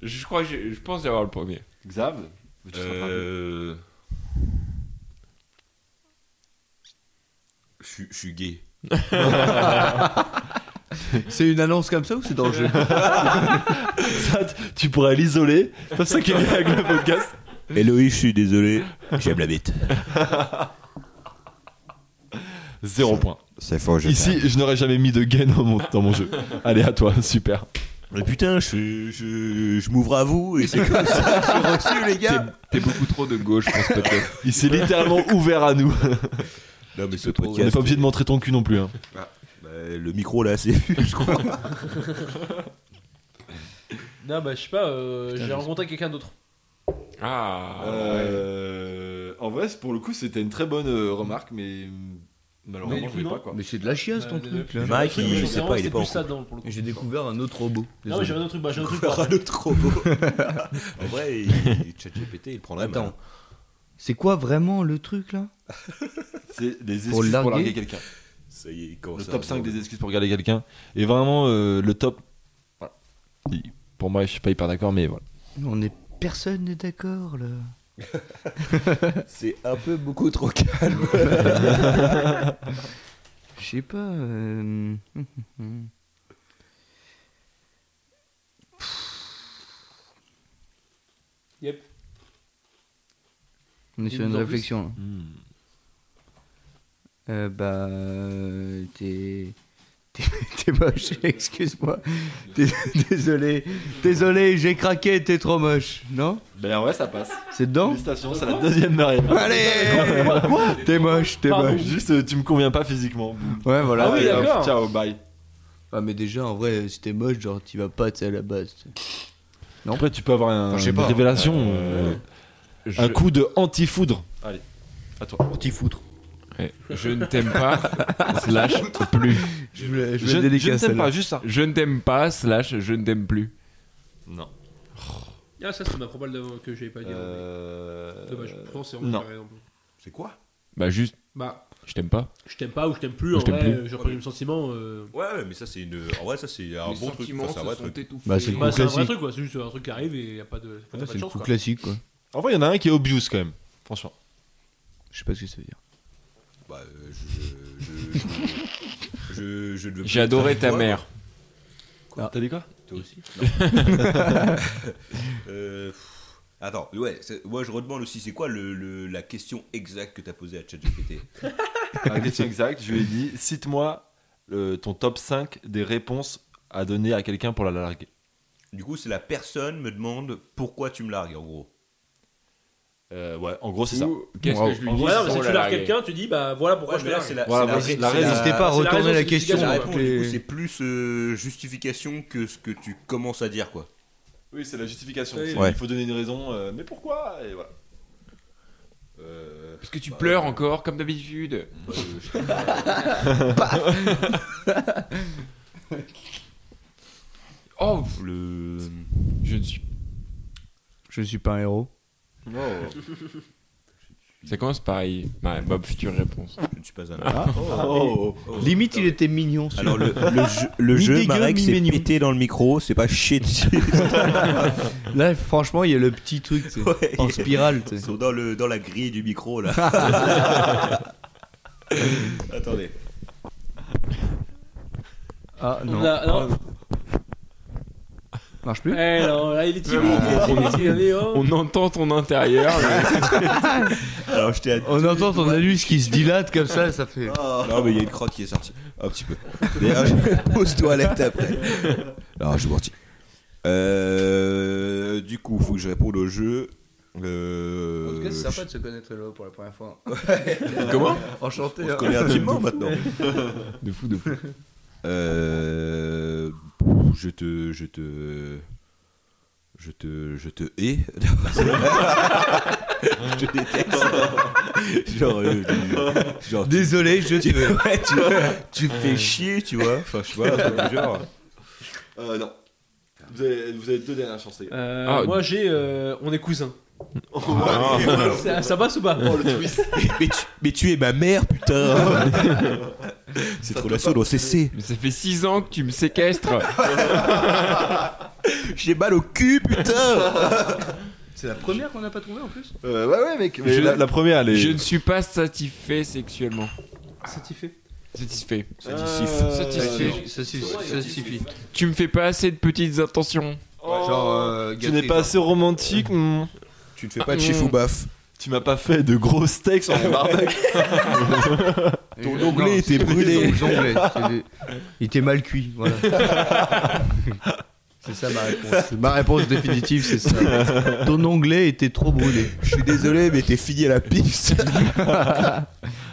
Je crois que j'ai- je pense avoir le premier. Xav veux-tu te rattraper Euh. Je suis- je suis gay. Ah, C'est une annonce comme ça ou c'est dans le jeu Ça, t- Tu pourrais l'isoler. C'est ça qui est bien avec le podcast. Héloïse, je suis désolé. J'aime la bête. Zéro point. C'est fort, je Ici, je n'aurais jamais mis de gain dans mon, dans mon jeu. Allez, à toi, super. Mais putain, je, je, je m'ouvre à vous et c'est comme ça que j'ai reçu, les gars. T'es beaucoup trop de gauche, je pense peut-être. Il s'est littéralement ouvert à nous. Non, mais ce On n'est podcast. pas obligé de montrer ton cul non plus. hein. bah, le micro là, c'est vu, je crois. Non, bah je sais pas, euh, j'ai rencontré quelqu'un d'autre. Ah. ouais. Euh, En vrai, c'est- pour le coup, c'était une très bonne euh, remarque, mais hum, malheureusement, Mais je l'ai non. pas quoi. Mais c'est de la chiasse ton Ouais, truc là. désolé. Mike, il- Oui, je mais sais c'est pas, vraiment, il est c'est pas plus en ça dedans pour le coup. J'ai découvert un autre robot. Non, Désolé. mais j'ai un autre truc, bah j'ai un autre truc. Encore pour un après. autre robot. en vrai, il- ChatGPT, il prendrait Attends. mal. hein. C'est quoi vraiment le truc là C'est des excuses Pour pour larguer, larguer quelqu'un. Ça y est, il commence Le à top 5 ressembler. des excuses pour garder quelqu'un. Et vraiment, euh, le top. Voilà. Il- Pour moi, je suis pas hyper d'accord, mais voilà. On est personne n'est d'accord là. C'est un peu beaucoup trop calme. Je sais pas. euh, Yep. On est Et sur une nous en plus. réflexion. là. Hmm. Euh, bah, euh, t'es. t'es- T'es moche, excuse-moi. T'es- Désolé, désolé, j'ai craqué, t'es trop moche, non Ben ouais, ça passe. C'est dedans Félicitations, c'est la deuxième meilleure. Allez T'es moche, t'es Pardon. moche. Juste, euh, tu me conviens pas physiquement. Ouais, voilà. Euh, Ah oui, Allez, hop, d'accord. Ciao, bye. Ah, mais déjà, en vrai, si t'es moche, genre, t'y vas pas, tu sais, à la base. Après, tu peux avoir un- je sais une pas. révélation. Euh, Je- Un coup de anti-foudre. Allez, à toi. Anti-foutre. Ouais. Je ne t'aime pas, slash plus. Je voulais, je Je, voulais je délicat, ne t'aime celle-là. pas, juste ça. Je ne t'aime pas, slash je ne t'aime plus. Non. Ah, ça, c'est ma propale d'avant que j'avais pas dit. avant. Euh... Dommage, pourtant c'est non. vraiment par exemple. C'est quoi Bah juste, Bah, je t'aime pas. je t'aime pas ou je t'aime plus, Ou en je t'aime vrai, plus. euh, j'ai reconnu le sentiment. euh, Ouais, ouais, mais ça, c'est une. En vrai, ça, c'est un bon truc. Enfin, c'est un vrai truc. étouffés. Bah, c'est le Bah, coup c'est un vrai classique. truc quoi, c'est juste un truc qui arrive et y a pas de. faut Ouais, pas c'est de le chance, coup quoi. classique, quoi. En vrai, il y en a un qui est obvious quand même. Franchement. Je sais pas ce que ça veut dire. Bah, euh, je. Je. Je. je, je ne veux plus J'ai adoré être ta avec toi. mère. T'as dit quoi Toi aussi Euh, pff, Attends, ouais, c'est- moi je redemande aussi, c'est quoi le, le- la question exacte que t'as posée à ChatGPT Ah, La question exacte, je lui ai dit cite-moi euh, ton top 5 des réponses à donner à quelqu'un pour la larguer. Du coup, c'est la personne me demande pourquoi tu me largues en gros. Euh, ouais, en gros, c'est ça. Ou Qu'est-ce que je lui En dis vrai, non, mais sans si tu Oh la largues larguer. quelqu'un, tu dis bah voilà pourquoi Ouais, je mais te là, largue. c'est la, Voilà, c'est c'est la, la Ah, c'est la- N'hésitez pas à c'est la retourner raison, la c'est question. c'est la Ouais, réponse, avec du les- coup, c'est plus euh, justification que ce que tu commences à dire, quoi. Oui, c'est la justification. Oui. C'est- Ouais. Il faut donner une raison, euh, mais pourquoi Et voilà. Euh, Parce que tu pleures encore, comme d'habitude. bah, euh, je- Oh, le... Je ne suis Je ne suis pas un héros. Oh. Ça commence pareil. Ouais, Bob, future réponse. Je ne suis pas un. Ah, oh. Ah, oh, Limite, il était mignon. celui-là. Alors le, le jeu, le Mi jeu, dégueu, Marek mi s'est mignon. pété dans le micro, c'est pas chier dessus. Là, franchement, il y a le petit truc tu sais, Ouais, en il- spirale. tu Ils sais. sont dans, le, dans la grille du micro là. Attendez. Ah non, Ah, On a- alors- marche plus. Eh non, là, il est timide, il est timide, il est timide, oh. On entend ton intérieur. mais- Alors je t'ai à- Oh, On entend ton anus qui se dilate comme ça, ça fait. Non mais il y a une crotte qui est sortie. Un petit peu. D'ailleurs, je- Pose-toi à la table. Non, je vous mentis. Euh, du coup, faut que je réponde au jeu. Euh, de se connaître là pour la première fois. Comment Enchanté. hein. On se connaît intimement maintenant. De fou, de fou. Euh, je te, je te, je te, je te hais. je te déteste. genre, euh, genre, tu- Désolé, je tu, ouais, tu, tu me fais chier, tu vois. Enfin, je sais pas, un truc du genre. Euh, non. Vous avez, vous avez deux dernières chances, les gars. Euh, Ah. Moi, j'ai. euh, on est cousins. Ah, Ça, ça passe ou pas Oh, le twist. Mais tu, mais tu es ma mère, putain. Cette relation doit cesser. mais ça fait 6 ans que tu me séquestres. J'ai mal au cul, putain. C'est la première qu'on n'a pas trouvée en plus. Euh, ouais, ouais, mec. Mais Je- la, la première, elle est. Je ne suis pas satisfait sexuellement. Satisfait. Satisfait. Euh, Satisfait. Ça suffit. Ça suffit. Tu me fais pas assez de petites intentions. Genre, euh, Tu n'es gâté, pas quoi. assez romantique. hmm. Tu ne fais pas de chifou baf. Tu m'as pas fait de gros steaks sur mon barbecue. Ton Euh, non, onglet était c'est brûlé. des onglets, c'est des- Il était mal cuit, voilà. c'est ça ma réponse. Ma réponse définitive, c'est ça. Ton onglet était trop brûlé. Je suis désolé, mais t'es fini à la piste.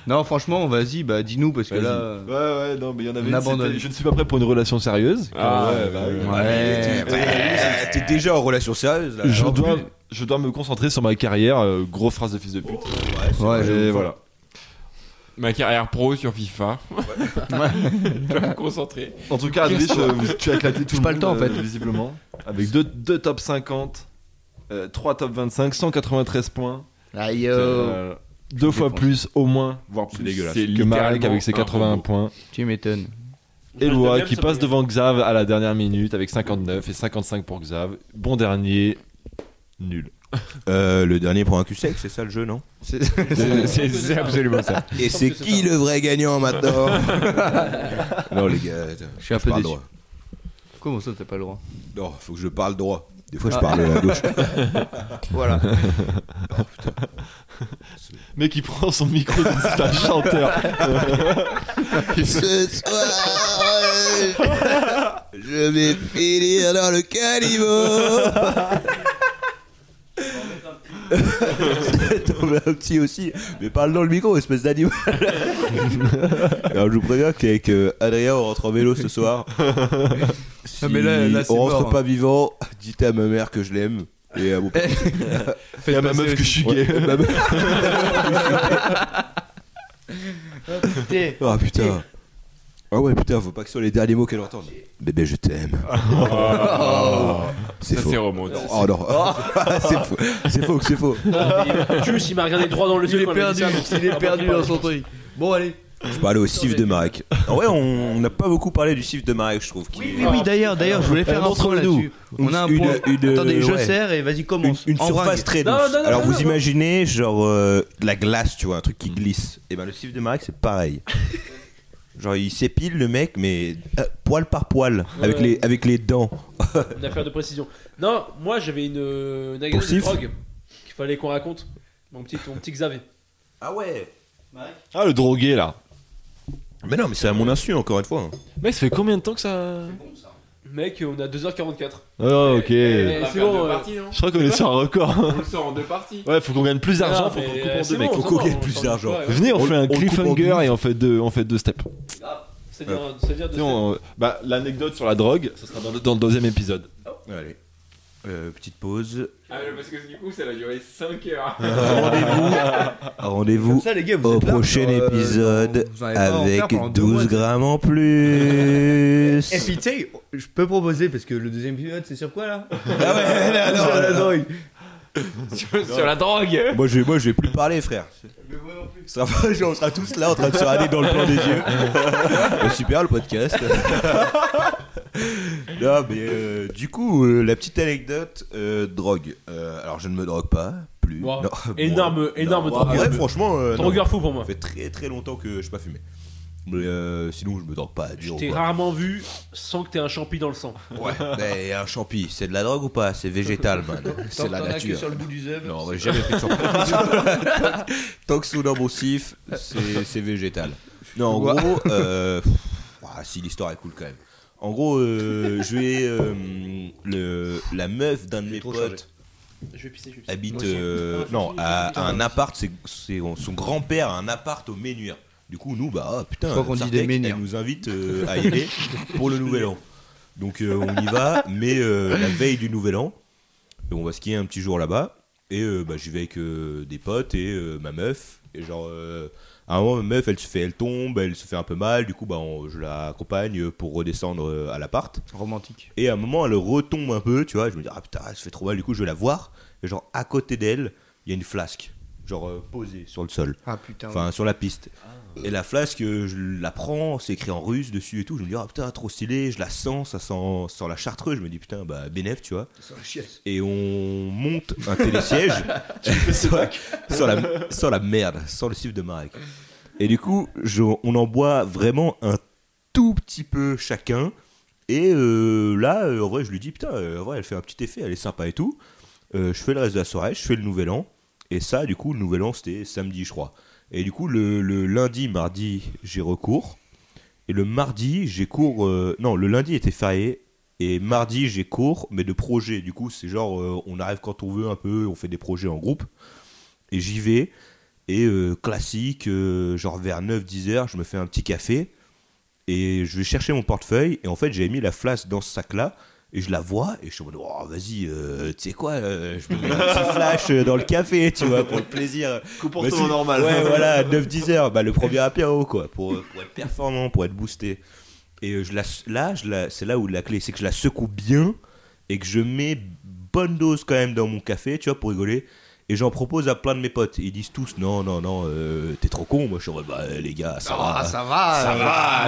Non, franchement, vas-y, bah dis-nous parce que Vas-y. là. Ouais, ouais, non, mais il y en On avait une. abandonne. c'était Je ne suis pas prêt pour une relation sérieuse. Ah, ouais, bah, oui. Ouais. Ouais, T'es déjà en relation sérieuse là. Je Bah, Alors, dois, je dois me concentrer sur ma carrière. euh, grosse phrase de fils de pute. Ouais, euh, Et je- voilà. Ma carrière pro sur FIFA. Je vais me concentrer. En tout cas, Adrich, euh, vous- tu as éclaté tout J'ai pas le temps, monde, en fait. euh, visiblement. Avec deux, deux top 50, euh, trois top 25, 193 points. Aïe, oh. Euh, deux fois défonce. plus, au moins, voire C'est plus dégueulasse. que Marek avec ses littéralement 80 un robot. points. tu m'étonnes. Et Loa Daniel, qui ça passe me- devant Xav à la dernière minute avec 59 et 55 pour Xav. Bon dernier, nul. Euh, le dernier pour un Q-Sec, c'est ça le jeu, non C'est- C'est c'est absolument ça. Et c'est qui le vrai gagnant maintenant Non, les gars, attends, Je suis un je peu parle déçu. droit. Comment ça, t'as pas le droit Non, faut que je parle droit. Des fois, je Ah. parle à gauche. Voilà. Mec, il prend son micro, c'est un chanteur. Ce soir, je vais finir dans le caniveau. T'en mets un petit aussi, mais parle dans le micro, espèce d'animal. Alors, je vous préviens qu'avec euh, Adrien, on rentre en vélo ce soir. Si Ah, mais là- là, c'est on rentre mort, hein. pas vivant, dites à ma mère que je l'aime. Et à mon père. Et à ma meuf que je suis gay. Bah, Ah putain. Ah ouais, putain, faut pas que ce soit les derniers mots qu'elle entende. Bébé, je t'aime. C'est Oh, Ah, Ça, faux. c'est romantique. Oh non, c'est faux, c'est faux, c'est faux. Juste, il m'a regardé droit dans les Il yeux. est quand m'a dit perdu, ça, mais- il est perdu dans son truc. Bon, allez. Je parlais au cif de Marek. En vrai, on n'a pas beaucoup parlé du cif de Marek, je trouve. qui est- Oui, oui, d'ailleurs, d'ailleurs, je voulais faire un point montre-le-nous. là-dessus. On a un Une- point. une- euh, Attendez, je ouais. serre et vas-y, Une, commence. une En surface vrague. très douce. Non, non, non, Alors non, vous non. imaginez genre euh, de la glace, tu vois, un truc qui glisse. Et ben le cif de Marek c'est pareil. Genre il s'épile le mec, mais euh, poil par poil, avec Ouais. les avec les dents. Une affaire de précision. Non, moi j'avais une, euh, une anecdote de Sif drogue qu'il fallait qu'on raconte. Mon petit, mon petit Xavier. Ah ouais. Ah, le drogué là. Mais non, mais c'est à mon insu encore une fois. Mec, ça fait combien de temps que ça. Mec, on a 2h44. Ah, ok. Eh, Je eh, On va c'est faire bon, deux euh, parties, non crois qu'on est sur un record. On le sort en deux parties. Ouais, faut qu'on gagne plus d'argent. Non, faut qu'on mais, coupe en euh, c'est deux, mec. bon, Faut ça qu'on va, gagne on plus s'en d'argent. fout, ouais, ouais. Venez, on, On- fait un on coupe en cliffhanger douze. et on fait deux, on fait deux steps. C'est bien, c'est bien de Tu sais, on- bah, L'anecdote sur la drogue, ça sera dans le, dans le deuxième épisode. Allez. Euh, petite pause. Ah, mais parce que du coup, ça va durer 5 heures. Comme Ah, Rendez-vous ça, les gars, vous au êtes là, prochain euh, épisode vous en avez pas à en faire pendant avec deux mois, 12 grammes en plus. Et puis tu sais, je peux proposer parce que le deuxième épisode c'est sur quoi là Ah ouais, là, Sur la drogue. sur, sur la drogue. Moi je, vais- moi je vais plus parler frère. Ça va, genre, on sera tous là en train de se râler dans le plan des yeux. Bah, super le podcast. non mais euh, du coup euh, la petite anecdote euh, drogue. Euh, alors je ne me drogue pas plus. Wow. Non, Énorme- énorme bah, drogueur. ouais, franchement. euh, non. Drogueur fou pour moi. Ça fait très très longtemps que je n'ai pas fumé. Mais euh, sinon je me drogue pas. à Je dur, t'ai quoi. rarement vu sans que t'aies un champi dans le sang. Ouais. Mais un champi, c'est de la drogue ou pas C'est végétal, man. C'est de la T'en as que nature. sur le bout du zèbre. Non, j'ai jamais fait de champi. Tant que c'est nocif, c'est c'est végétal. Non, en gros, euh, pff, ouah, si l'histoire est cool quand même. En gros, euh, je vais euh, le, la meuf d'un de mes trop potes chargé. Je vais pisser, je vais pisser. habite euh, non à, à un appart c'est c'est- son grand-père a un appart au Ménuire du coup nous bah ah, putain Je crois qu'on dit Sartec, des Ménuires. elle nous invite euh, à y aller pour le nouvel an donc euh, on y va mais euh, la veille du nouvel an et on va skier un petit jour là-bas et euh, bah, j'y vais avec euh, des potes et euh, ma meuf et genre euh, à un moment, ma meuf, elle se fait, elle tombe, elle se fait un peu mal. Du coup, bah, on- je la accompagne pour redescendre euh, à l'appart. Romantique. Et à un moment, elle retombe un peu, tu vois. Je me dis, ah putain, elle se fait trop mal, du coup, je vais la voir. Et genre, à côté d'elle, il y a une flasque, genre euh, posée sur le sol, Ah putain. enfin sur la piste. Et la flasque, euh, je la prends, c'est écrit en russe dessus et tout. Je me dis, ah putain, trop stylé, je la sens, ça sent, ça sent la chartreuse. Je me dis, putain, bah, bénéf, tu vois. Sans la chiasse. Et on monte un télésiège sans, sans la, sans la merde, sans le chiffre de Marek. Et du coup, je- on en boit vraiment un tout petit peu chacun. Et euh, là, euh, en vrai, je lui dis, putain, euh, en vrai, elle fait un petit effet, elle est sympa et tout. Euh, je fais le reste de la soirée, je fais le nouvel an. Et ça, du coup, le nouvel an, c'était samedi, je crois. Et du coup, le, le lundi, mardi, j'ai recours. Et le mardi, j'ai cours. euh, non, le lundi était férié. Et mardi, j'ai cours, mais de projet. Du coup, c'est genre, euh, on arrive quand on veut un peu, on fait des projets en groupe. Et j'y vais. Et euh, classique, euh, genre vers 9-10 heures, je me fais un petit café. Et je vais chercher mon portefeuille. Et en fait, j'avais mis la flasque dans ce sac-là. Et je la vois. Et je suis en mode, oh, vas-y, euh, tu sais quoi, euh, je me mets un petit flash euh, dans le café, tu vois, pour le plaisir. Bah, si. Ouais, voilà, 9-10 heures. Bah, le premier apéro, quoi, pour, euh, pour être performant, pour être boosté. Et euh, je la, là, je la- c'est là où la clé, c'est que je la secoue bien et que je mets bonne dose quand même dans mon café, tu vois, pour rigoler. Et j'en propose à plein de mes potes. Ils disent tous non, non, non, euh, t'es trop con. Moi, je suis en mode, bah, les gars, ça va. Ah ça va. Ça va,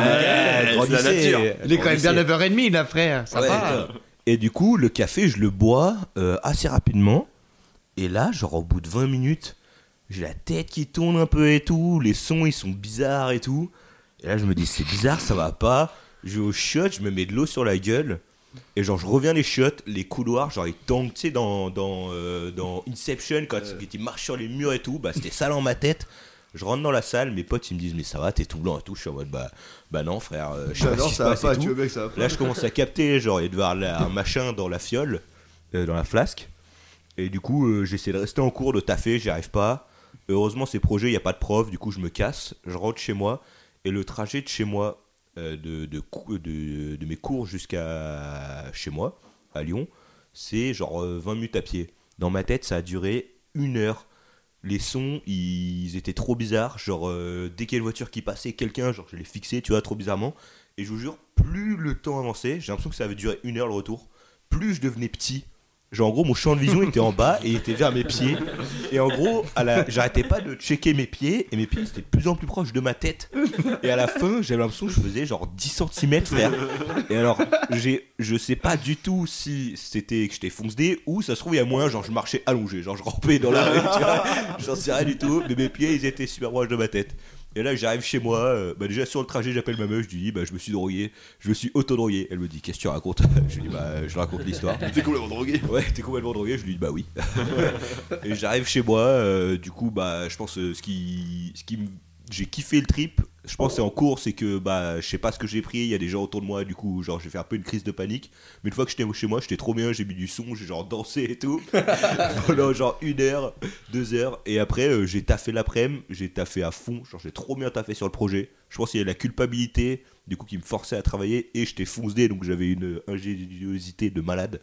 les gars, grandissez, Il est quand même bien grandissez. 9h30 là frère. Ça Ouais, va. hein. putain. Et du coup, le café, je le bois euh, assez rapidement. Et là, genre au bout de 20 minutes, j'ai la tête qui tourne un peu et tout. Les sons, ils sont bizarres et tout. Et là, je me dis, c'est bizarre, ça va pas. Je vais aux chiottes, je me mets de l'eau sur la gueule. Et genre, je reviens les chiottes, les couloirs, genre, ils tombent, tu sais, dans, dans, euh, dans Inception, quand ils- ils marchent sur les murs et tout. Bah, c'était ça dans ma tête. Je rentre dans la salle, mes potes, ils me disent, mais ça va, t'es tout blanc et tout. Je suis en mode, bah, bah non, frère, euh, je sais pas ce qui se passe et tout. bien que ça va Là, je commence à capter, genre, il y a de voir là, un machin dans la fiole, euh, dans la flasque. Et du coup, euh, j'essaie de rester en cours, de taffer, j'y arrive pas. Heureusement, ces projets, il n'y a pas de prof, du coup, je me casse, je rentre chez moi. Et le trajet de chez moi, euh, de, de, cou- de- de mes cours jusqu'à chez moi, à Lyon, c'est genre euh, 20 minutes à pied. Dans ma tête, ça a duré une heure. Les sons, ils étaient trop bizarres. Genre, euh, dès qu'il y a une voiture qui passait, quelqu'un, genre, je l'ai fixé, tu vois, trop bizarrement. Et je vous jure, plus le temps avançait, j'ai l'impression que ça avait duré une heure le retour, plus je devenais petit. Genre en gros, mon champ de vision était en bas et il était vers mes pieds. Et en gros, à la... j'arrêtais pas de checker mes pieds et mes pieds étaient de plus en plus proches de ma tête. Et à la fin, j'avais l'impression que je faisais genre 10 cm, frère. Et alors, j'ai... je sais pas du tout si c'était que j'étais foncedé ou ça se trouve, il y a moyen, genre je marchais allongé, genre je rampais dans la rue, tu vois. J'en sais rien du tout, mais mes pieds ils étaient super proches de ma tête. Et là, j'arrive chez moi. euh, bah, déjà, sur le trajet, j'appelle ma meuf. Je lui dis, bah, je me suis drogué. Je me suis auto-drogué. Elle me dit, qu'est-ce que tu racontes Je lui dis, bah, je raconte l'histoire. t'es complètement drogué Ouais, t'es complètement drogué. Je lui dis, bah oui. et j'arrive chez moi. euh, du coup, bah, je pense euh, ce qui. Ce qui me- j'ai kiffé le trip. Je pense que c'est en cours, c'est que bah je sais pas ce que j'ai pris, il y a des gens autour de moi, du coup genre j'ai fait un peu une crise de panique. Mais une fois que j'étais chez moi, j'étais trop bien, j'ai mis du son, j'ai genre dansé et tout pendant genre une heure, deux heures. Et après, euh, j'ai taffé l'après-midi, j'ai taffé à fond. Genre, j'ai trop bien taffé sur le projet. Je pense qu'il y a la culpabilité, du coup, qui me forçait à travailler. Et j'étais foncé, donc j'avais une ingéniosité de malade.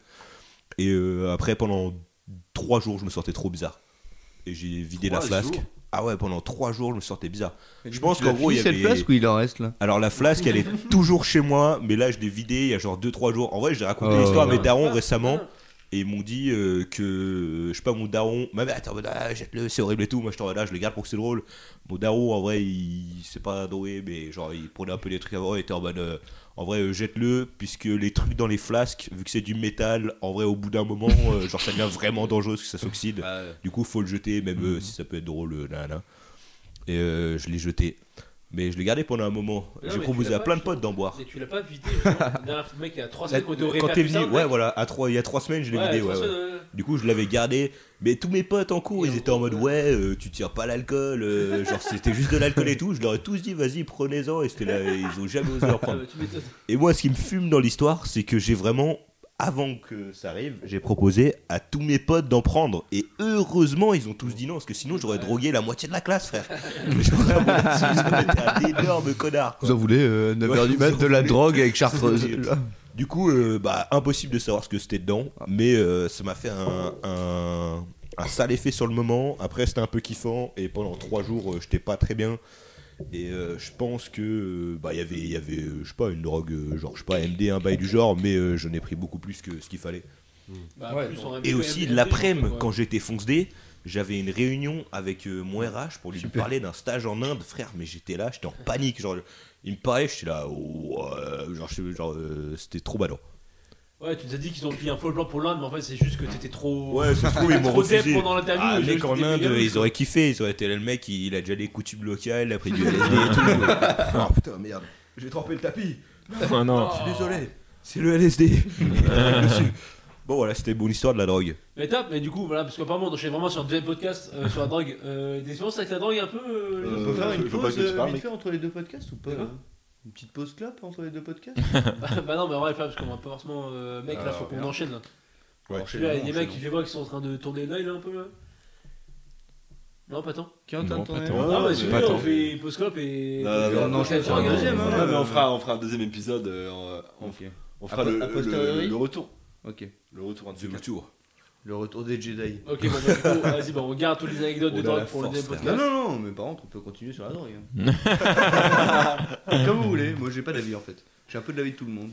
Et euh, après, pendant trois jours, je me sentais trop bizarre. Et j'ai vidé la flasque. Ah ouais, pendant trois jours, je me sentais bizarre. Je pense qu'en gros, il y cette avait. place où il en reste là. Alors la flasque, elle est toujours chez moi, mais là je l'ai vidée il y a genre 2-3 jours. En vrai, j'ai raconté Oh. l'histoire à mes darons récemment. et ils m'ont dit euh, que, je sais pas, mon daron m'avait attends, ah, jette-le, c'est horrible et tout. Moi, je t'en là, je le garde pour que c'est drôle. Mon daron, en vrai, il s'est pas adoré, mais genre, il prenait un peu des trucs avant, il était en mode. euh, en vrai, euh, jette-le, puisque les trucs dans les flasques, vu que c'est du métal, en vrai, au bout d'un moment, euh, genre, ça devient vraiment dangereux parce que ça s'oxyde. Du coup, faut le jeter, même Mhm. euh, si ça peut être drôle, euh, nanana. Et euh, je l'ai jeté. Mais je l'ai gardé pendant un moment. Non, J'ai mais tu proposé l'as à pas plein de jeté. potes d'en boire. Mais tu l'as pas vidé. genre, le dernier mec, il y a 3 semaines qu'on ben. devrait Quand t'es venu, ouais, voilà, à trois, il y a trois semaines, je l'ai vidé, ouais, ouais. Du coup, je l'avais gardé, mais tous mes potes en cours, ils étaient en mode ouais, euh, tu tires pas l'alcool, euh, genre c'était juste de l'alcool et tout. Je leur ai tous dit vas-y, prenez-en, et c'était là, ils ont jamais osé en prendre. Tu m'étonnes. Et moi, ce qui me fume dans l'histoire, c'est que j'ai vraiment, avant que ça arrive, j'ai proposé à tous mes potes d'en prendre. Et heureusement, ils ont tous dit non, parce que sinon, j'aurais drogué la moitié de la classe, frère. J'aurais vraiment été un énorme connard. quoi. Vous en voulez euh, 9h Ouais, du vous mat en de la voulez. drogue avec Chartreuse. C'est horrible. Du coup, euh, bah, impossible de savoir ce que c'était dedans, mais euh, ça m'a fait un, un, un sale effet sur le moment. Après, c'était un peu kiffant, et pendant trois jours, euh, j'étais pas très bien. Et euh, je pense que euh, bah, il y avait, il y avait euh, je sais pas, une drogue, euh, genre, je sais pas, MD, un bail du genre, mais euh, je n'ai pris beaucoup plus que ce qu'il fallait. Bah, plus on aurait Et vu aussi, MDMA, l'après-midi, quoi. quand j'étais foncedé, j'avais une réunion avec euh, mon RH pour lui parler d'un stage en Inde, frère, mais j'étais là, j'étais en panique. Genre, il me parlait, j'étais là, ouais, genre, je- genre, euh, c'était trop badant. Ouais, tu nous as dit qu'ils ont pris un faux plan pour l'Inde, mais en fait, c'est juste que t'étais trop. Ouais, ça se trouve, ils m'ont Trop dev refusé. pendant l'interview, Ah, je- mec, je en t'ai Inde, dégagé. ils auraient kiffé. Ils auraient été là, le mec, il, il a déjà les coutumes locales, il a pris du LSD et tout. oh putain, merde, j'ai trempé le tapis. Ah non. Je suis désolé, c'est le LSD. Dessus. bon, voilà, c'était bonne histoire de la drogue. Mais top, mais du coup, voilà, parce qu'apparemment, on enchaîne vraiment sur un deuxième podcast euh, sur la drogue. Euh, des expériences avec la drogue un peu. euh, les On autres peut faire je- une je veux pause pas que tu euh, parles, vite mec. fait entre les deux podcasts ou pas D'accord. hein Une petite pause clap entre les deux podcasts Bah, bah non, mais on va le faire parce qu'on va pas forcément. euh, mec, là, faut qu'on enchaîne là. Ouais, Parce que là, il y a des mecs qui fait voir qui sont en train de tourner l'œil là un peu là. Non, pas tant. Qui est en train Non, de tourner pas tant. Ah, ouais, bah, pas celui-là, tant. on fait Postcop et. Non, non, et non, bah, on non, enchaîne je- sur un non, deuxième. hein. non, Ouais, mais on euh, fera, on fera un deuxième épisode. euh, on, on- Ok, on fera A- le, a posteriori le- le retour. ok. Le retour. un de ces C'est le quatre. tour. Le retour des Jedi. Ok, bon, bah, du coup, vas-y, bah, on garde toutes les anecdotes de On a drogue la pour le force, deuxième frère. podcast. Non, non, non, mais par contre, on peut continuer sur la drogue. hein. Comme vous voulez, moi j'ai pas d'avis en fait. J'ai un peu de l'avis de tout le monde.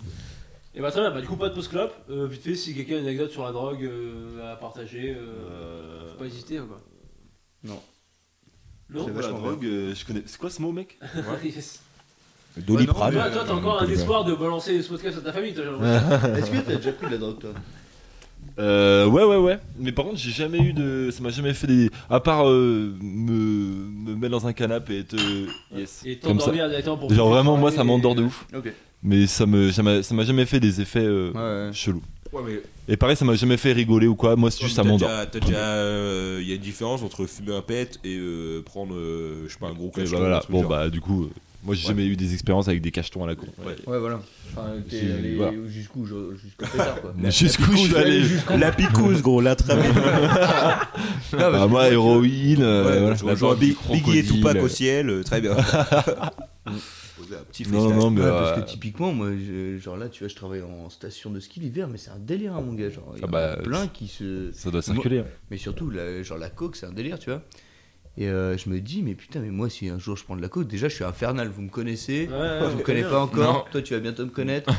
Et bah très bien, bah du coup pas de post clope euh, vite fait si quelqu'un a une anecdote sur la drogue euh, à partager, euh, faut pas hésiter quoi. Non. Non C'est Moi, la vachement drogue, euh, je connais. C'est quoi ce mot, mec Yes. Doliprane. Toi, toi, t'as encore un espoir de balancer ce podcast à ta famille, toi, j'ai l'impression. Est-ce que t'as déjà pris de la drogue toi Euh, ouais, ouais, ouais. Mais par contre, j'ai jamais eu de. Ça m'a jamais fait des. À part euh, me... me mettre dans un canapé et te. Yes. Et Comme ça. t'endormir directement pour... Genre vraiment, moi, ça m'endort de ouf. Ok. Mais ça me, ça m'a ça m'a jamais fait des effets euh, Ouais. chelous. Et pareil, ça m'a jamais fait rigoler ou quoi. Moi, c'est juste ça T'as m'endort. déjà- t'as déjà, euh, il y a une différence entre fumer un pet et euh, prendre, euh, je sais pas, un gros Ouais, cacheton. bah, voilà. un truc Bon genre. bah du coup, euh, moi j'ai Ouais. jamais eu des expériences avec des cachetons à la con. Ouais. Ouais, voilà. Enfin, t'es C'est- allé voilà. jusqu'où je- Jusqu'au pétard quoi. Mais Jusqu'où je suis allé La picouse, gros, la trappe. bah, Moi, héroïne, euh, Ouais, voilà, je la rejoins drogue du Big- Biggie et Tupac crocodile. au ciel, euh, très bien. Poser un petit Non, freestyle. non, mais Ouais, euh, parce que typiquement, moi, je- genre là, tu vois, je travaille en station de ski l'hiver, mais c'est un délire, hein, mon gars. Genre, il y en Ah a bah, plein qui se. ça doit circuler. Mais surtout, la- genre la coke, c'est un délire, tu vois. Et euh, je me dis, mais putain, mais moi, si un jour je prends de la coke, déjà, je suis infernal, vous me connaissez. Ouais, Je vous connais pas encore, toi tu vas bientôt me connaître.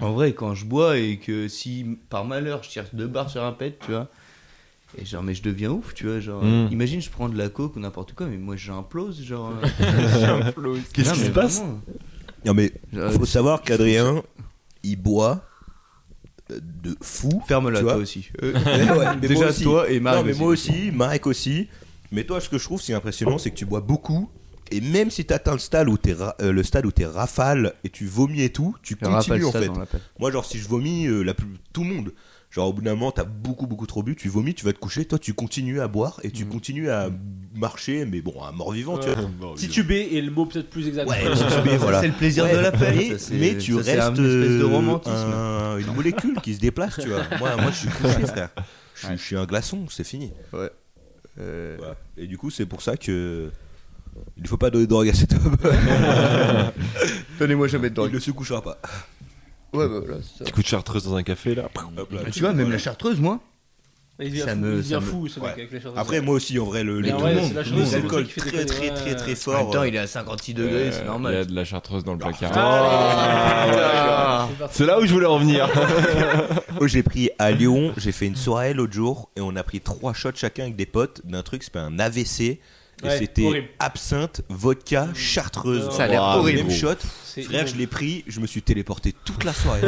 en vrai, quand je bois et que si par malheur je tire deux barres sur un pet, tu vois, et genre, mais je deviens ouf, tu vois. Genre, Mm. imagine, je prends de la coke ou n'importe quoi, mais moi j'implose, genre. euh, Qu'est-ce non, qui mais se passe vraiment. Non, mais Genre, faut savoir qu'Adrien, il boit euh, de fou. Ferme-la Tu toi vois aussi. Ouais, ouais, mais Déjà moi aussi. toi et Marc. Non, mais moi aussi, Marek aussi. Mais toi, ce que je trouve, c'est impressionnant, c'est que tu bois beaucoup. Et même si t'atteins le stade où t'es ra- euh, le stade où t'es rafale et tu vomis et tout, tu continues en fait. Moi, genre, si je vomis, euh, la plus- tout le monde. Genre, au bout d'un moment, t'as beaucoup, beaucoup trop bu, tu vomis, tu vas te coucher, toi, tu continues à boire et tu continues à marcher, mais bon, à mort-vivant, tu vois. Titubé est le mot peut-être plus exact. Ouais, titubé, voilà. C'est le plaisir de la fête. Mais, ça, c'est- mais tu ça, c'est restes un espèce de euh, romantisme. un- une molécule qui se déplace, tu vois. Moi, moi je suis couché, frère. Je, suis- je suis un glaçon, c'est fini. Euh, Voilà. Et du coup, c'est pour ça que. Il ne faut pas donner de drogue à cet homme. Donnez-moi jamais de Il drogue. ne se couchera pas. Ouais, bah voilà, c'est ça. Tu coupes chartreuse dans un café là. Ah, Hop là. Tu vois, même la chartreuse, moi, Il devient Ça fou, me- il devient ça me- fou, ce mec, ouais. avec la chaleur de Après, sol. moi aussi, en vrai, le, Mais le- en tout vrai, le c'est la monde, chose, les c'est le alcools truc qui fait très, euh, déconner, très, très, ouais. très En même forts. temps, il est à 56 degrés, c'est euh, Il y a normal. de la chartreuse dans le placard. Ah, Allez, Ah, c'est parti. C'est là où je voulais en venir. Oh, j'ai pris à Lyon, j'ai fait une soirée l'autre jour et on a pris trois shots chacun avec des potes d'un truc, c'était un AVC. Et Ouais, c'était horrible. Mmh. absinthe, vodka, chartreuse. Ça a l'air Waouh, horrible. Même shot. C'est- Frère, je l'ai pris, je me suis téléporté toute la soirée.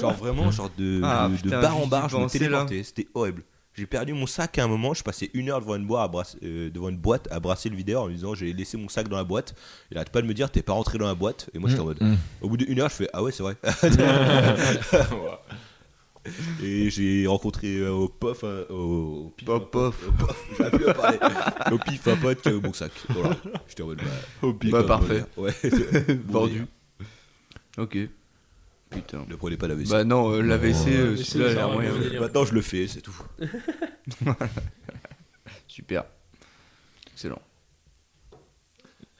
genre vraiment, genre de, Ah, de- de putain, bar en j'y bar, je me pensais, téléportais. C'était horrible. J'ai perdu mon sac à un moment, je passais une heure devant une, boîte à brasser- euh, devant une boîte à brasser le videur en me disant j'ai laissé mon sac dans la boîte. Il arrête pas de me dire t'es pas rentré dans la boîte. Et moi j'étais en mode. Au bout d'une heure, je fais ah ouais, c'est vrai. Et j'ai rencontré euh, au pof, euh, au pif, Pop, pof. au pof, je n'arrive plus à parler. au pif, un pote qui avait mon sac. Voilà, j'étais en mode bah, au Bah, parfait. Ouais, Vendu. Ok. Putain. Ne prenez pas la vessie. Bah non, euh, l'AVC, euh, c'est celui-là, il a genre, moyen. euh, délire. Maintenant, je le fais, c'est tout. Super. Excellent.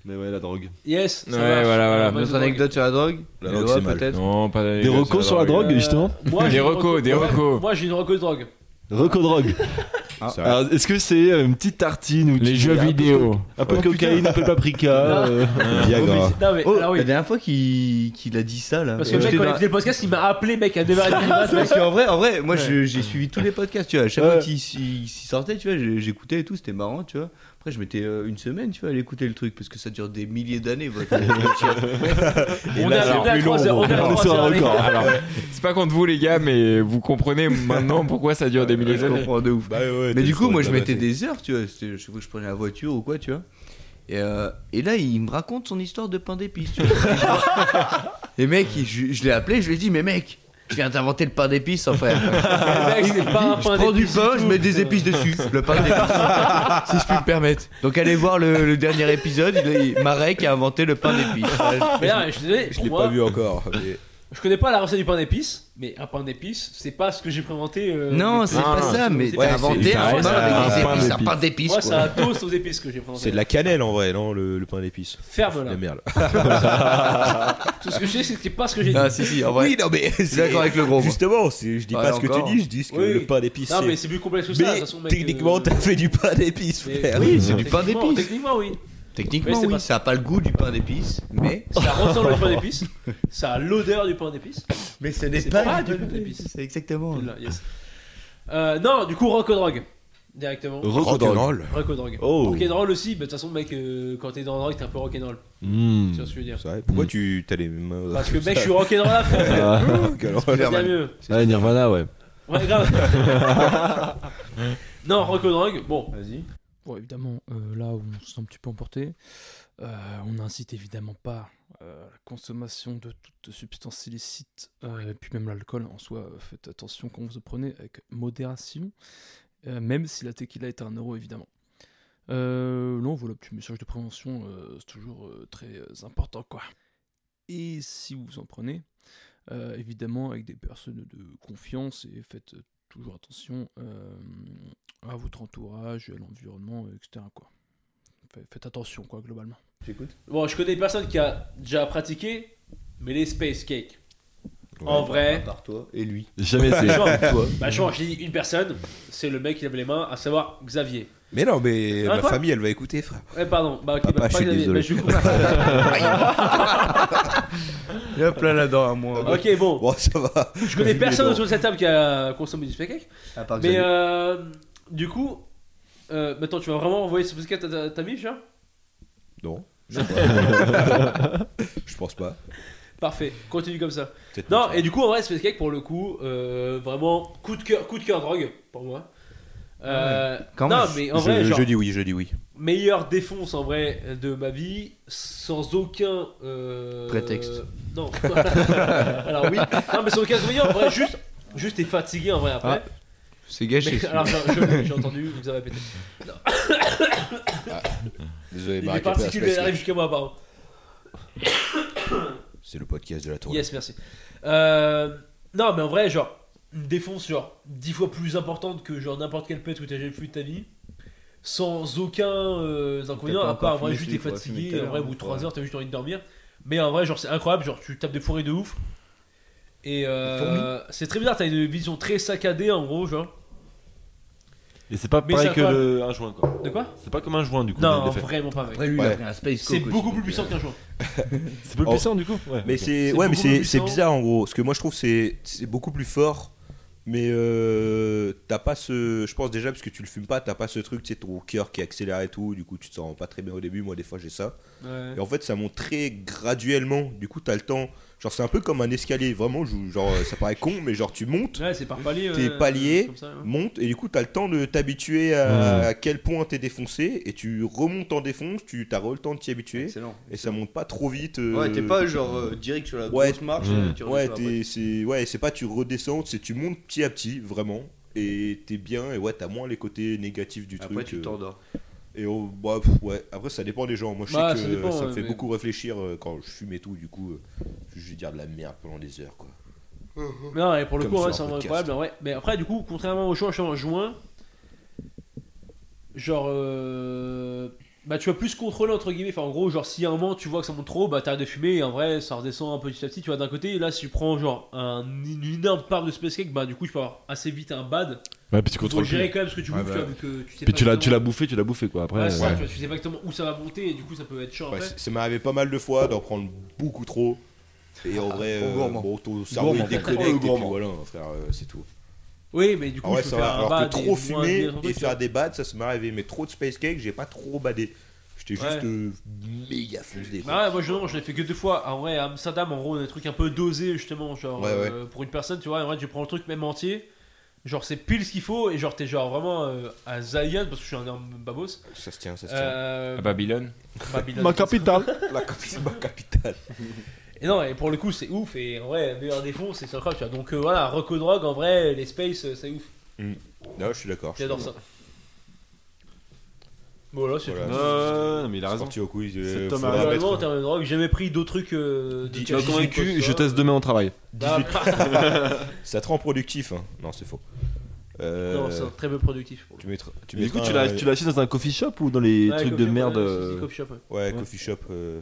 Mais ouais, la drogue. Yes, ça Ouais, marche. voilà, voilà. Bonne D'autres drogue. anecdotes sur la drogue La Les drogue, lois, c'est mal. peut-être Non, pas Des recos sur la drogue, Euh, justement moi, Des j'ai une recos, reco- des ouais. recos. Moi, j'ai une reco de drogue. Reco drogue. C'est vrai. Alors, Est-ce que c'est euh, une petite tartine ou Les tu- jeux un ah, peu- vidéo. Un peu de cocaïne, un peu de paprika. euh, Viagra. Non, mais Oh, alors la oui. dernière fois qu'il qu'il a dit ça, là. Parce que euh, le mec, j'étais quand il dans- faisait le podcast, il m'a appelé, mec, à 9h30. Parce qu'en vrai, en vrai, moi Ouais. je- j'ai suivi tous les podcasts, tu vois. À chaque Ouais. fois qu'ils s'y s'y sortaient, tu vois, j'ai- j'écoutais et tout, c'était marrant, tu vois. Après, je mettais euh, une semaine, tu vois, à l'écouter le truc, parce que ça dure des milliers d'années, votre. On est arrivé à 3h. On est on est sur un record. Alors, c'est pas contre vous les gars, mais vous comprenez maintenant pourquoi ça dure des milliers je d'années. comprends de ouf. Bah ouais, ouais, Mais t'as du le coup, temps moi de je la mettais mater. des heures, tu vois. c'était- Je sais pas, je prenais la voiture ou quoi, tu vois. Et, euh, et là, il me raconte son histoire de pain d'épices, tu vois. et mec, il- je, je l'ai appelé, je lui ai dit, mais mec, je viens d'inventer le pain d'épices, en frère. Mec, c'est pas un Je pain prends du d'épices pain, et je tout. mets des épices dessus. Le pain d'épices. si je puis me permettre. Donc allez voir le, le dernier épisode. Il, il- Marek a inventé le pain d'épices. Mais là, je suis désolé, Je pour l'ai moi, pas vu encore. mais- Je connais pas la recette du pain d'épices, mais un pain d'épices, c'est pas ce que j'ai présenté. euh, Non, mais- c'est pas ça, mais c'est t'as pas- inventé ça un reste pain avec des pain épices, un d'épices. pain d'épices. Moi, c'est quoi. un toast aux épices que j'ai présenté. C'est de la cannelle en vrai, non Le, le pain d'épices. Ferme là. La merde. Tout ce que je sais, c'est que c'est pas ce que j'ai dit. Ah, si, si, en vrai. Oui, non, mais. Je suis d'accord avec le gros. moi. Justement, c'est- je dis Ouais, pas ce que encore. tu dis, je dis ce que Oui. le pain d'épices. Non, c'est. mais c'est plus complexe que ça. de Mais toute façon, mec, techniquement, euh, t'as fait du pain d'épices, mais- frère. Oui, c'est du pain techniquement, d'épices. Techniquement, oui. Mais Techniquement, c'est oui, pas- ça a pas le goût du pain d'épices, mais. Ça ressemble au pain d'épices. Ça a l'odeur du pain d'épices. Mais ce n'est n'est C'est pas pas, pas du du pain pain d'épices. d'épices. C'est exactement. Oh. Là, yes. Euh, non, du coup, rock-drogue. Directement. Oh. Rock'n'roll. Rock-drogue. Oh. Rock'n'roll aussi, bah, de toute façon, mec, euh, quand t'es dans la drogue, t'es un peu rock'n'roll. Tu vois ce que je veux dire C'est vrai, Pourquoi tu t'as les mains Parce que, mec, Bah, je suis rock'n'roll à fond. C'est bien mieux. Ouais, Nirvana, ouais. Ouais, grave. non, Rock-drogue, bon. Vas-y. Bon, évidemment, euh, là où on se sent un petit peu emporté, euh, on n'incite évidemment pas euh, à la consommation de toute substance illicite, euh, et puis même l'alcool en soi, euh, faites attention quand vous en prenez avec modération, euh, même si la tequila est à 1 euro évidemment. Euh, non, voilà, petit message de prévention, euh, c'est toujours euh, très euh, important quoi. Et si vous en prenez, euh, évidemment avec des personnes de confiance et faites euh, toujours attention. euh, à votre entourage, à l'environnement, euh, etc. Quoi. Fait- Faites attention, quoi, globalement. J'écoute. Bon, je connais personne qui a déjà pratiqué, mais les space cake. en À vrai, part toi et lui. Jamais essayé. genre, Toi. bah, genre, j'ai dit une personne, c'est le mec qui lève les mains, à savoir Xavier. Mais non, mais Ah, ma quoi famille, elle va écouter, frère. Eh, pardon, bah, ok, Papa, bah, je suis Xavier, désolé. bah, je coupe. Il y a plein là-dedans à moi. ok, bon, Bon, ça va. je connais personne autour de cette table qui a consommé du space cake, À part mais Ah, Xavier. euh, du coup, euh, maintenant, tu vas vraiment envoyer ce space cake à ta, ta biche, hein Non. Je sais pas. Je pense pas. Parfait, continue comme ça. Peut-être Non, pas. et du coup, en vrai, Space Cake, pour le coup, euh, vraiment, coup de cœur, coup de cœur drogue, pour moi. Euh, Quand non, même. mais en vrai, je, genre, je dis oui, je dis oui. meilleure défonce, en vrai, de ma vie, sans aucun... euh, Prétexte. Non. alors oui, non, mais sans aucun moyen, en vrai, juste... Juste t'es fatigué en vrai après. C'est Mais- gâché. celui-là. alors je- j'ai entendu, vous avez pété. Désolé, Les Marrakech, particules Place, arrivent jusqu'à moi pardon. C'est le podcast de la tournée. Yes, merci. Euh, non, mais en vrai, genre, une défonce, genre, 10 fois plus importante que genre n'importe quelle pète que t'as jamais fumé de ta vie, sans aucun euh, inconvénient, pas à part, en encore vrai, fumé juste t'es celui qu'on a fumé tout fatigué, à en l'heure, vrai, au hein, bout de 3 ouais. heures, t'as juste envie de dormir. Mais en vrai, genre, c'est incroyable, genre, tu tapes des forêts de ouf. Et euh, c'est très bizarre, t'as une vision très saccadée, en gros, genre. Et c'est pas Mais pareil ça que va. le- un joint, quoi. De quoi C'est pas comme un joint, du coup. Non, l'effet. vraiment pas, mec. Après, lui, il Ouais. a pris un Space C'est Coke beaucoup aussi, plus puissant donc, qu'un joint. C'est plus Oh. puissant, du coup. Ouais, Mais ok. c'est C'est ouais, mais beaucoup plus c'est c'est puissant. bizarre en gros. Ce que moi je trouve c'est c'est beaucoup plus fort. Mais euh, t'as pas ce, je pense déjà parce que tu le fumes pas, t'as pas ce truc, tu sais, ton cœur qui accélère et tout. Du coup, tu te sens pas très bien au début. Moi, des fois, j'ai ça. Ouais. Et en fait, ça monte très graduellement. Du coup, t'as le temps. Genre, c'est un peu comme un escalier. Vraiment, je- genre, euh, ça paraît con, mais genre, tu montes, Ouais, c'est par palier. T'es euh, palier. comme ça, ouais. montes, et du coup, t'as le temps de t'habituer à, à quel point t'es défoncé. Et tu remontes en défonce, tu t'as le temps de t'y habituer. Excellent. Et ça monte pas trop vite. euh, Ouais, t'es pas genre euh, direct sur la Ouais. hmm. grosse marche. Mmh. et tu Ouais, redescends t'es- c'est ouais, c'est pas tu redescends, c'est tu montes petit à petit, vraiment. Et t'es bien, et ouais, t'as moins les côtés négatifs du après. Après, truc. tu euh, t'endors. et on- bah, pff, ouais. Après, ça dépend des gens. Moi, je Bah, sais que ça ça, dépend, me ouais, fait mais- beaucoup réfléchir euh, quand je fume et tout. Du coup, euh, je vais dire de la merde pendant des heures, quoi. Non, et pour le Comme coup, sur ouais, un c'est vraiment podcast. incroyable. Ouais. Mais après, du coup, contrairement au joint, je suis en juin. Genre. euh, Bah, tu vas plus contrôler entre guillemets. Enfin, en gros, genre, si à un moment tu vois que ça monte trop, bah, t'arrêtes de fumer. Et en vrai, ça redescend un peu petit à petit. Tu vois, d'un côté, là, si tu prends genre un, une énorme part de space cake, bah, du coup, tu peux avoir assez vite un bad. Ouais, puis tu Tu contrôles gérer plus. quand même ce que tu Ouais, bouffes, bah. tu vois, vu que tu sais Puis pas tu l'as, exactement- tu l'as bouffé, tu l'as bouffé, quoi. Après. Ouais, c'est ça, euh, tu vois, tu sais pas exactement où ça va monter. Et du coup, ça peut être chiant Ouais, après. c- ça m'est arrivé pas mal de fois d'en prendre beaucoup trop. Et en vrai, Ah, au euh, gourmand. bon, ton cerveau Gourmand, il déconnecte. Et puis gourmand. voilà, frère, euh, c'est tout. Oui, mais du coup, En vrai, je Ah ça peux faire va. un Alors bad que trop et moins fumer bien, et tu vois. faire des bads, ça, ça m'est arrivé. Mais trop de space cake, j'ai pas trop badé. J'étais Ouais. juste euh, méga foncé. quoi. Bah ouais, moi je, non, je l'ai fait que deux fois. En vrai, à Amsterdam, en gros, on a des trucs un peu dosés, justement. Genre, Ouais, ouais. euh, pour une personne, tu vois, en vrai, tu prends le truc même entier. Genre, c'est pile ce qu'il faut. Et genre, t'es genre vraiment euh, à Zion, parce que je suis un énorme babos. Ça se tient, ça se tient. Euh, bah, À Babylone Babylone. capitale. La capitale, ma capitale. Et non, et pour le coup, c'est ouf. Et en vrai, meilleur défaut, c'est incroyable, tu vois. Donc euh, voilà, Reco Drogue, en vrai, les Space, euh, c'est ouf. Non, je suis d'accord. J'adore ça. Bon, là, c'est Voilà. tout. Non, mais il a raison. Sorti au quiz. Cet euh, homme a faudra raison. Globalement, en mettre- termes de drogue, j'ai jamais pris d'autres trucs euh, de Tu m'as qualité, quoi que convaincu, ce je soit. teste demain au travail. Bah, Ça te rend productif. hein. Non, c'est faux. Euh, non, c'est très peu productif. Pour le coup. Tu mettras. Tu Du coup, mettras tu un- l'as tu l'as acheté dans un coffee shop ou dans les Ouais, trucs coffee de shop, merde ouais, euh, c'est- c'est coffee shop, ouais. Ouais, coffee shop. euh,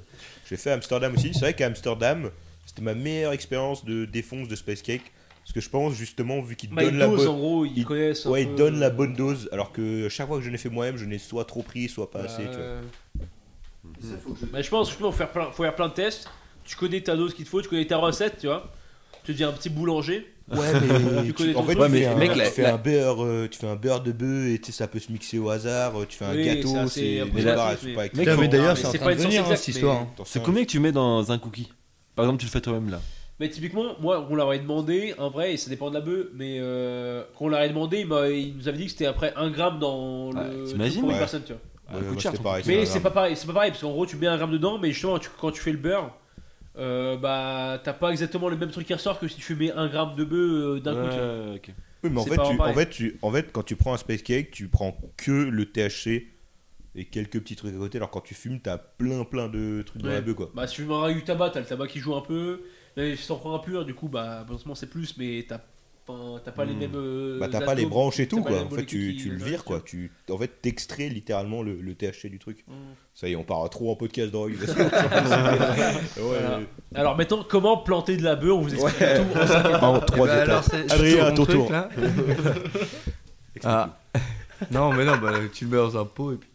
J'ai fait Amsterdam aussi. C'est vrai qu'à Amsterdam, c'était ma meilleure expérience de défonce de space cake. Parce que je pense justement, vu qu'ils te Bah, donnent ils la dosent, bonne. en gros, ils ils- connaissent. un Ouais, ils peu, donnent la euh, bonne dose, alors que chaque fois que je l'ai fait moi-même, je n'ai soit trop pris, soit pas bah, assez. Tu vois. euh, bah, je pense qu'il faut faire plein, faut faire plein de tests. Tu connais ta dose qu'il te faut, tu connais ta recette, tu vois. Tu deviens un petit boulanger. Ouais, mais Tu connais en ton fait, truc, tu, mais fais un, mec, tu la- fais un beurre, euh, tu fais un beurre de bœuf et tu sais, ça peut se mixer au hasard. euh, Tu fais un Oui, c'est gâteau, assez c'est approximatif, des barres, c'est mais- pas avec- Mec, Putain, faut- mais Non, d'ailleurs, c'est mais en c'est train pas de une science venir hein, exacte, cette histoire. mais- hein. T'en sais C'est un- combien que tu mets dans un cookie Par exemple, tu le fais toi-même là. Mais typiquement, moi, on leur avait demandé, en vrai, et ça dépend de la bœuf, mais euh, quand on leur avait demandé, bah, ils nous avaient dit que c'était après 1 gramme dans Ouais, le. t'imagines pour une Ouais. personne, tu vois. Ça Ouais, coûte moi, cher, c'était ton pareil, Mais un c'est gramme. pas pareil, c'est pas pareil, parce qu'en gros, tu mets un gramme dedans, mais justement, tu- quand tu fais le beurre. euh, bah t'as pas exactement le même truc qui ressort que si tu mets un gramme de bœuf euh, d'un coup tu vois. Ouais, ok. Oui, mais en c'est fait, pas tu, pareil. en, fait, tu, en fait, quand tu prends un space cake, tu prends que le THC et quelques petits trucs à côté. Alors quand tu fumes, t'as plein plein de trucs dans Ouais. la bœuf quoi. Bah, si tu veux un du tabac, t'as le tabac qui joue un peu. Mais si t'en prends un pur, du coup, bah, potentiellement c'est plus, mais t'as enfin, t'as pas les Hmm. mêmes. euh, Bah t'as pas atomes. les branches et tout pas les quoi. En fait, tu, molécules qui- tu le vires quoi. Tu, en fait, t'extrais littéralement le, le THC du truc. Hmm. Ça y est, on part trop en podcast drogue. Voilà. Alors maintenant, comment planter de la bœuf On vous explique tout. En trois Bah, alors, étapes. c'est- c'est Adrien, sur à mon ton truc, tour. là. Ah. Non, mais non, bah, tu le mets dans un pot et puis.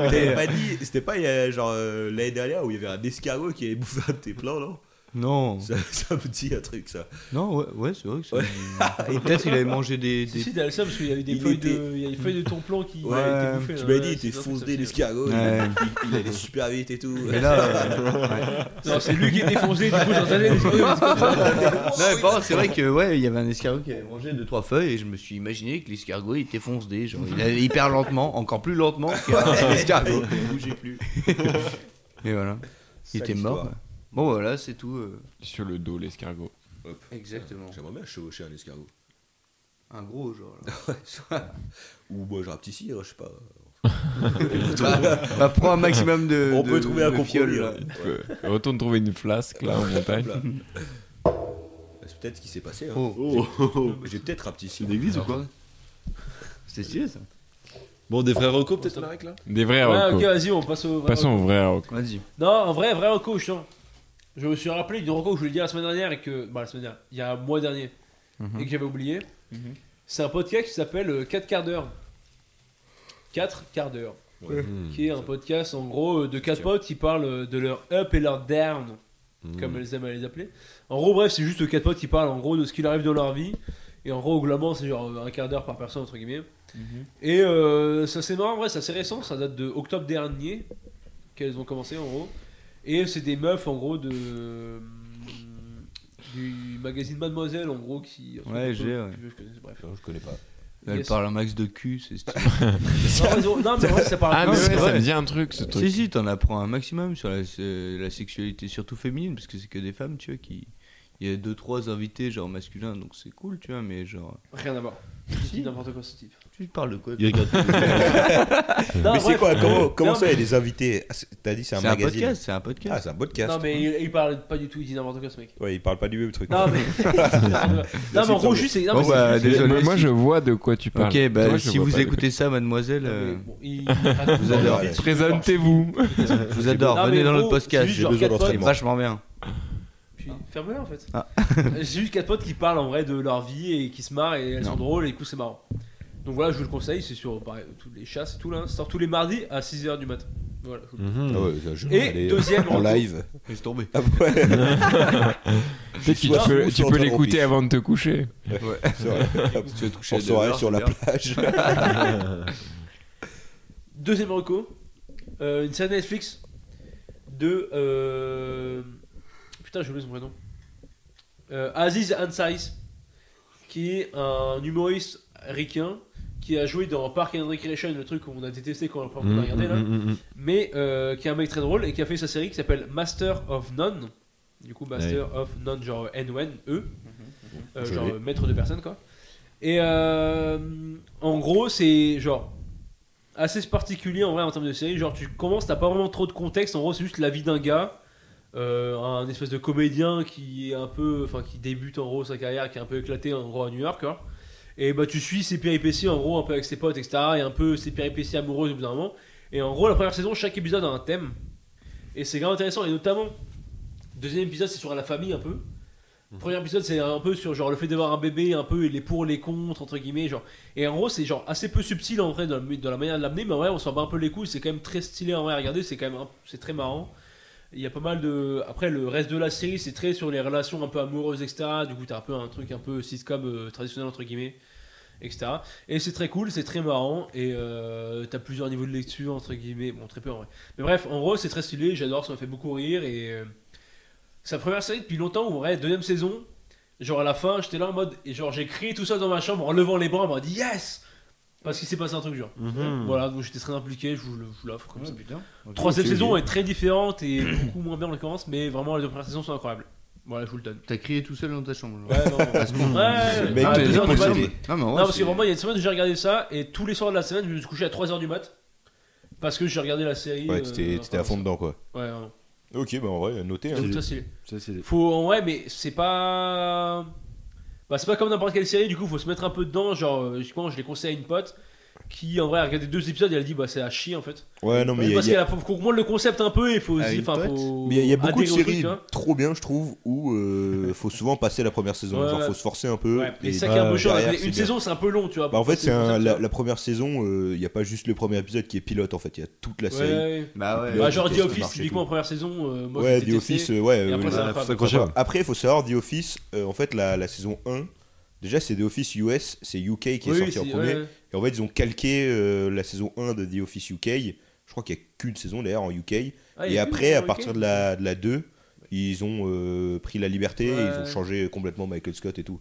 euh, T'avais pas dit, c'était pas il y a, genre euh, l'année dernière où il y avait un escargot qui avait bouffé un de tes plans, non Non, ça, ça me dit un truc, ça. non, ouais, ouais, c'est vrai que c'est. Et peut-être il avait mangé des. Si, des- si, t'as le seum, parce qu'il y avait des Il feuilles était- de, il y a les feuilles de ton plan qui. Ouais, étaient tu bouffées, Tu là, m'as ouais, dit, il c'est était ça, foncé c'est ça. l'escargot, Ouais. il, il allait super vite et tout. Mais là. euh, ouais. Non, c'est lui qui est défoncé, du coup, j'entendais. les bruits, parce que- Non, mais par contre, c'est vrai que ouais, il y avait un escargot qui avait mangé deux trois feuilles et je me suis imaginé que l'escargot il était foncé, genre il allait hyper lentement, encore plus lentement qu'un escargot. il bougeait plus. Et voilà, il Sale était mort. histoire. ouais. Bon voilà, c'est tout. euh. sur le dos, l'escargot. Exactement. J'aimerais bien chevaucher un escargot. Un gros genre. là. Ou moi, genre un petit cire, je sais pas. Bah, prends un maximum de. On Euh, de- peut trouver un de compromis. fiole, là. hein. Euh, Retourne trouver une flasque là en montagne. Hop là. C'est peut-être ce qui s'est passé. hein. Oh. J'ai peut-être un petit cire. C'est une église ou quoi C'était stylé ça. Bon, des frères Rocco, peut-être Marek là Des vrais Ouais, recos. Ah, ok, vas-y, on passe au. Passons aux vrais recos. Vas-y. Non, en vrai, vrai reco, je sens. Je me suis rappelé d'une reco que je voulais dire la semaine dernière et que. Bah, la semaine dernière, il y a un mois dernier, et que j'avais oublié. C'est un podcast qui s'appelle euh, 4 quarts d'heure. 4 quarts d'heure. Mmh. Mhm. Qui est un podcast en gros euh, de 4 potes qui parlent euh, de leur up et leur down, Mmh. comme elles aiment à les appeler. En gros, bref, c'est juste 4 potes qui parlent en gros de ce qu'il arrive dans leur vie. Et en gros, globalement, c'est genre euh, un quart d'heure par personne, entre guillemets. Mhm. Et euh, ça, c'est marrant, en vrai, c'est assez récent, ça date de octobre dernier qu'elles ont commencé en gros. Et c'est des meufs en gros de. du magazine Mademoiselle en gros qui. un truc Ouais, un peu j'ai, ouais. plus vieux, je connais- bref. Non, je connais pas. Elle Yes. parle un max de cul, c'est stylé. Non, ils ont- non, mais en vrai, ça parle Ah, pas. mais c'est ouais, ça vrai. me dit un truc ce truc. Si, si, t'en apprends un maximum sur la, euh, la sexualité, surtout féminine, parce que c'est que des femmes, tu vois, qui. Il y a deux, trois invités, genre masculins, donc c'est cool, tu vois, mais genre. Rien à voir. Je dis n'importe quoi ce type. Tu parles de quoi Il regarde. Non, mais c'est bref. quoi Comment, comment Non, ça, il y a mais- des invités Ah, c'est- T'as dit Euh, c'est un C'est un magazine podcast, c'est un Ah, podcast. c'est un podcast. Non, mais il, il parle pas du tout, il dit n'importe quoi ce mec. Ouais, il parle pas du même truc. Non, mais. non, mais en gros, juste. c'est- non, mais Bon, bah, c'est- désolé, moi, si- je vois de quoi tu parles. Ok, bah Toi, je si vois vous pas de- écoutez ça, mademoiselle, Non, mais euh, bon, il- il- vous adore. Ouais. Présentez-vous. Je vous adore, Non, mais venez dans gros, notre podcast, c'est juste j'ai genre besoin quatre c'est potes, d'entraînement. vachement bien. puis ferme-le en fait. Ah. J'ai juste quatre potes qui parlent en vrai de leur vie et qui se marrent et elles Non. sont drôles et du coup c'est marrant. Donc voilà, je vous le conseille, c'est sur pareil, toutes les chasses et tout là, ça sort tous les mardis à 6h du matin. Voilà. Mmh. Ah Mmh. ouais, ça, je- Et allez, euh, deuxième en retour. live. Laisse tomber. Ah ouais, Peut-être que Soit tu peux, vous, tu soit peux en l'écouter piste. avant de te coucher. c'est vrai. Tu veux toucher En à deux soirée heures, sur la c'est bien. plage. Deuxième reco, euh, une série Netflix de euh, putain j'ai oublié son prénom. Euh, Aziz Ansari, qui est un humoriste ricain qui a joué dans Park and Recreation, le truc qu'on a détesté quand on Mhm, l'a regardé Mmh, là. mais euh, qui est un mec très drôle et qui a fait sa série qui s'appelle Master of None. Du coup, Master of None, genre N-O-N-E, E. Euh, genre euh, maître de personne quoi. Et euh, en gros, c'est genre assez particulier en vrai en termes de série. Genre, tu commences, t'as pas vraiment trop de contexte. En gros, c'est juste la vie d'un gars, euh, un espèce de comédien qui est un peu, enfin, qui débute en gros sa carrière, qui est un peu éclaté en gros à New York. quoi. Et bah, tu suis ses péripéties en gros, un peu avec ses potes, etc. Et un peu ses péripéties amoureuses au bout d'un moment. Et en gros, la première saison, chaque épisode a un thème. Et c'est grave intéressant. Et notamment, deuxième épisode, c'est sur la famille un peu. Premier épisode, c'est un peu sur genre le fait d'avoir un bébé, un peu et les pour, les contre, entre guillemets. Genre. Et en gros, c'est genre assez peu subtil en vrai dans, le- dans la manière de l'amener, mais en vrai, on s'en bat un peu les couilles. C'est quand même très stylé en vrai à regarder, c'est quand même un- c'est très marrant. Il y a pas mal de. Après, le reste de la série, c'est très sur les relations un peu amoureuses, etc. Du coup, t'as un peu un truc un peu sitcom euh, traditionnel, entre guillemets, etc. Et c'est très cool, c'est très marrant, et euh, t'as plusieurs niveaux de lecture, entre guillemets, bon, très peu en vrai. Mais bref, en gros, c'est très stylé, j'adore, ça m'a fait beaucoup rire, et euh, c'est la première série depuis longtemps, ou vrai, deuxième saison, genre à la fin, j'étais là en mode, et genre j'ai crié tout ça dans ma chambre en levant les bras, en mode yes Parce qu'il s'est passé un truc, genre. mmh. Hmm. Voilà, donc j'étais très impliqué, je vous le- je vous l'offre comme ça. Troisième saison est très différente et beaucoup moins bien en l'occurrence, mais vraiment les deux premières saisons sont incroyables. Voilà, je vous le donne. T'as crié tout seul dans ta chambre. Ah, Ouais, non, À ce moment. Ouais, Le mec, ah, il est deux heures du mat. possédé. Non, mais en vrai, non, parce que c'est- vraiment, il y a une semaine où j'ai regardé ça, et tous les soirs de la semaine, je me suis couché à 3h du mat. Parce que j'ai regardé la série. Ouais, euh, t'étais t'étais à fond dedans, quoi. Ouais, ouais. Ok, bah en vrai, notez. Donc, ça, c'est- Ça, c'est des- Faut, en vrai, mais c'est pas. Bah, c'est pas comme n'importe quelle série, du coup, faut se mettre un peu dedans. Genre, euh, justement, je l'ai conseillé à une pote qui, en vrai, a regardé deux épisodes et elle a dit, bah, c'est à chier en fait. Ouais, non, mais il y a- parce il y qu'elle a- a- faut comprendre le concept un peu et faut À aussi. une Enfin, pote faut. mais il y a beaucoup de adhérer au séries truc, hein. trop bien, je trouve, où euh, faut souvent passer la première saison. Ouais, Genre, ouais. faut se forcer un peu. Ouais, et Euh, et bah, ça qui est un peu derrière, chiant. c'est mais Une bien. saison, c'est un peu long, tu vois. Bah, en pour fait, passer c'est le un- concept, la, tu la première saison, il n'y a pas juste le premier épisode qui est pilote en fait, il y a toute la vois. série. Ouais, ouais. Bah ouais. Ouais, Bah, genre The qu'est-ce que Office, marche et typiquement tout. en première saison. euh, moi, ouais, j'ai The détesté. Office, euh, ouais. Et euh, après, oui. ça Ouais, faut va pas. s'accrocher. ouais. Après, il faut savoir, The Office, euh, en fait, la, la saison 1, déjà, c'est The Office US, c'est UK qui est Oui, sorti c'est- en ouais, premier. ouais. Et en fait, ils ont calqué euh, la saison 1 de The Office UK. Je crois qu'il n'y a qu'une saison d'ailleurs en UK. Ah, il y et a eu après, une à série, partir ok. de la, de la 2, ils ont euh, pris la liberté et ils ont Ouais. changé complètement Michael Scott et tout.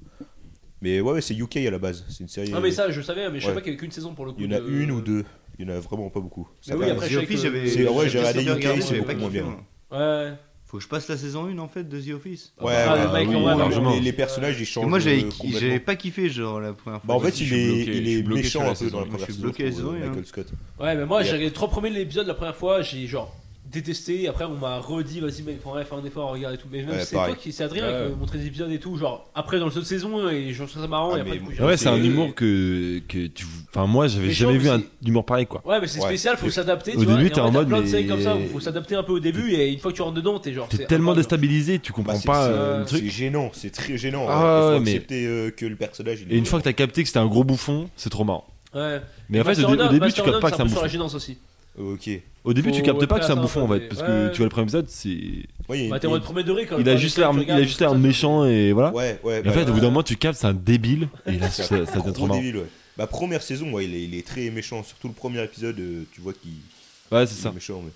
Mais ouais, ouais, c'est UK à la base. C'est une série. euh, Ah, mais ça, je savais, mais je Ouais. savais pas qu'il y avait qu'une saison pour le coup. il y en a de- une ou deux. Il y en a vraiment pas beaucoup. Ça Euh, Mais oui, va, après, The je sais Office, que- j'avais. C'est- ouais, j'ai essayé regardé de regarder, UK, j'avais c'est pas beaucoup kiffé, moins bien. moi. Ouais. Faut que je passe la saison 1 en fait de The Office. Ouais, Ah, le ouais, mec, oui, on va oui, largement. les, les personnages ils changent. Et moi j'avais euh, complètement. j'avais pas kiffé genre la première Bah fois. en fait, Je- il suis est, bloqué, il je est suis bloqué sur méchant un la peu dans saison la un. première Je suis saison. bloqué à la je trouve, saison euh, un, Michael Scott. Ouais, mais moi, Et j'ai regardé les trois premiers épisodes la première fois, j'ai genre détesté. Et après, on m'a redit, vas-y, mec, faudrait faire un effort, regarde et tout. Mais même, Ouais, c'est pareil. toi qui, c'est Adrien Ouais. qui m'a montré des épisodes et tout. Genre, après, dans le saut de saison, et je trouve ça marrant. Ah, et après, mais du coup, bon. j'ai- Ouais, c'est un et- humour que, que tu. Enfin, moi, j'avais Mais je trouve jamais vu que un humour pareil, quoi. Ouais, mais c'est Ouais. spécial, faut s'adapter. au tu vois, début, et t'es vrai, en t'as mode, plein de séries mais- comme ça où faut s'adapter un peu au début, et une fois que tu rentres dedans, t'es genre. T'es c'est tellement incroyable. déstabilisé, tu comprends Bah, c'est- pas c'est- euh, le C'est truc. gênant, c'est très gênant. Ah, Il faut ouais, mais- accepter euh, que le personnage. il est Et une gênant. fois que t'as capté que c'était un gros bouffon, c'est trop marrant. Ouais. Mais en fait, au, Master dé- au None- début, tu Master captes None, pas Bah, c'est que un c'est un peu sur la bouffon. gênance aussi. Ok. Au début, tu Faut captes pas que être c'est un classe, bouffon, en hein, fait. mais- Parce que ouais. tu vois le premier épisode, c'est. Ouais, il y a Bah, t'es une- en mode premier degré quand Il a juste l'air, il a juste l'air méchant et voilà. Ouais, ouais. Et en bah, fait, au bout d'un moment, tu captes, c'est un débile. Et là, ça, ça devient trop Gros marrant. débile, ouais. Bah, première saison, ouais, il est, il est très méchant. Surtout le premier épisode, euh, tu vois qu'il Ouais, il c'est est ça. méchant. Mais,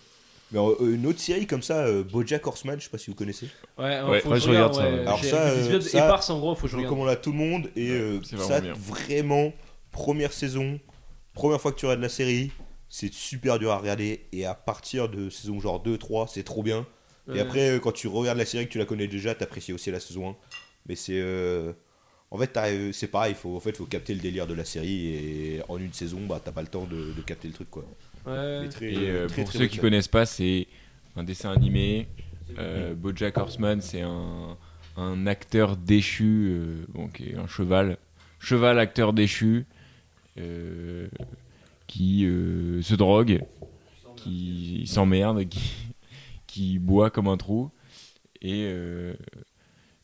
mais euh, une autre série comme ça, euh, Bojack Horseman, je sais pas si vous connaissez. Ouais, Ouais, faut ouais, que je regarde ça, ouais. ouais. Alors J'ai ça, des épisodes euh, ça- éparses en gros, faut que Je je regarde. recommande à tout le monde. Et euh, c'est ça, vraiment bien. vraiment, première saison, première fois que tu regardes la série, c'est super dur à regarder. Et à partir de saison genre 2, 3, c'est trop bien. Et Ouais. après, euh, quand tu regardes la série et que tu la connais déjà, t'apprécies aussi la saison 1. Mais c'est. euh, En fait, t'arrives- c'est pareil, faut, en fait, faut capter le délire de la série et en une saison, bah, t'as pas le temps de, de capter le truc, quoi. Ouais. Mais très- Et euh, très, pour très ceux bonne qui série. connaissent pas, c'est un dessin animé. Euh, Bojack Horseman, c'est un, un acteur déchu, euh, bon, qui est un cheval, cheval acteur déchu, euh, qui euh, se drogue, qui s'emmerde, qui, qui boit comme un trou, et, euh,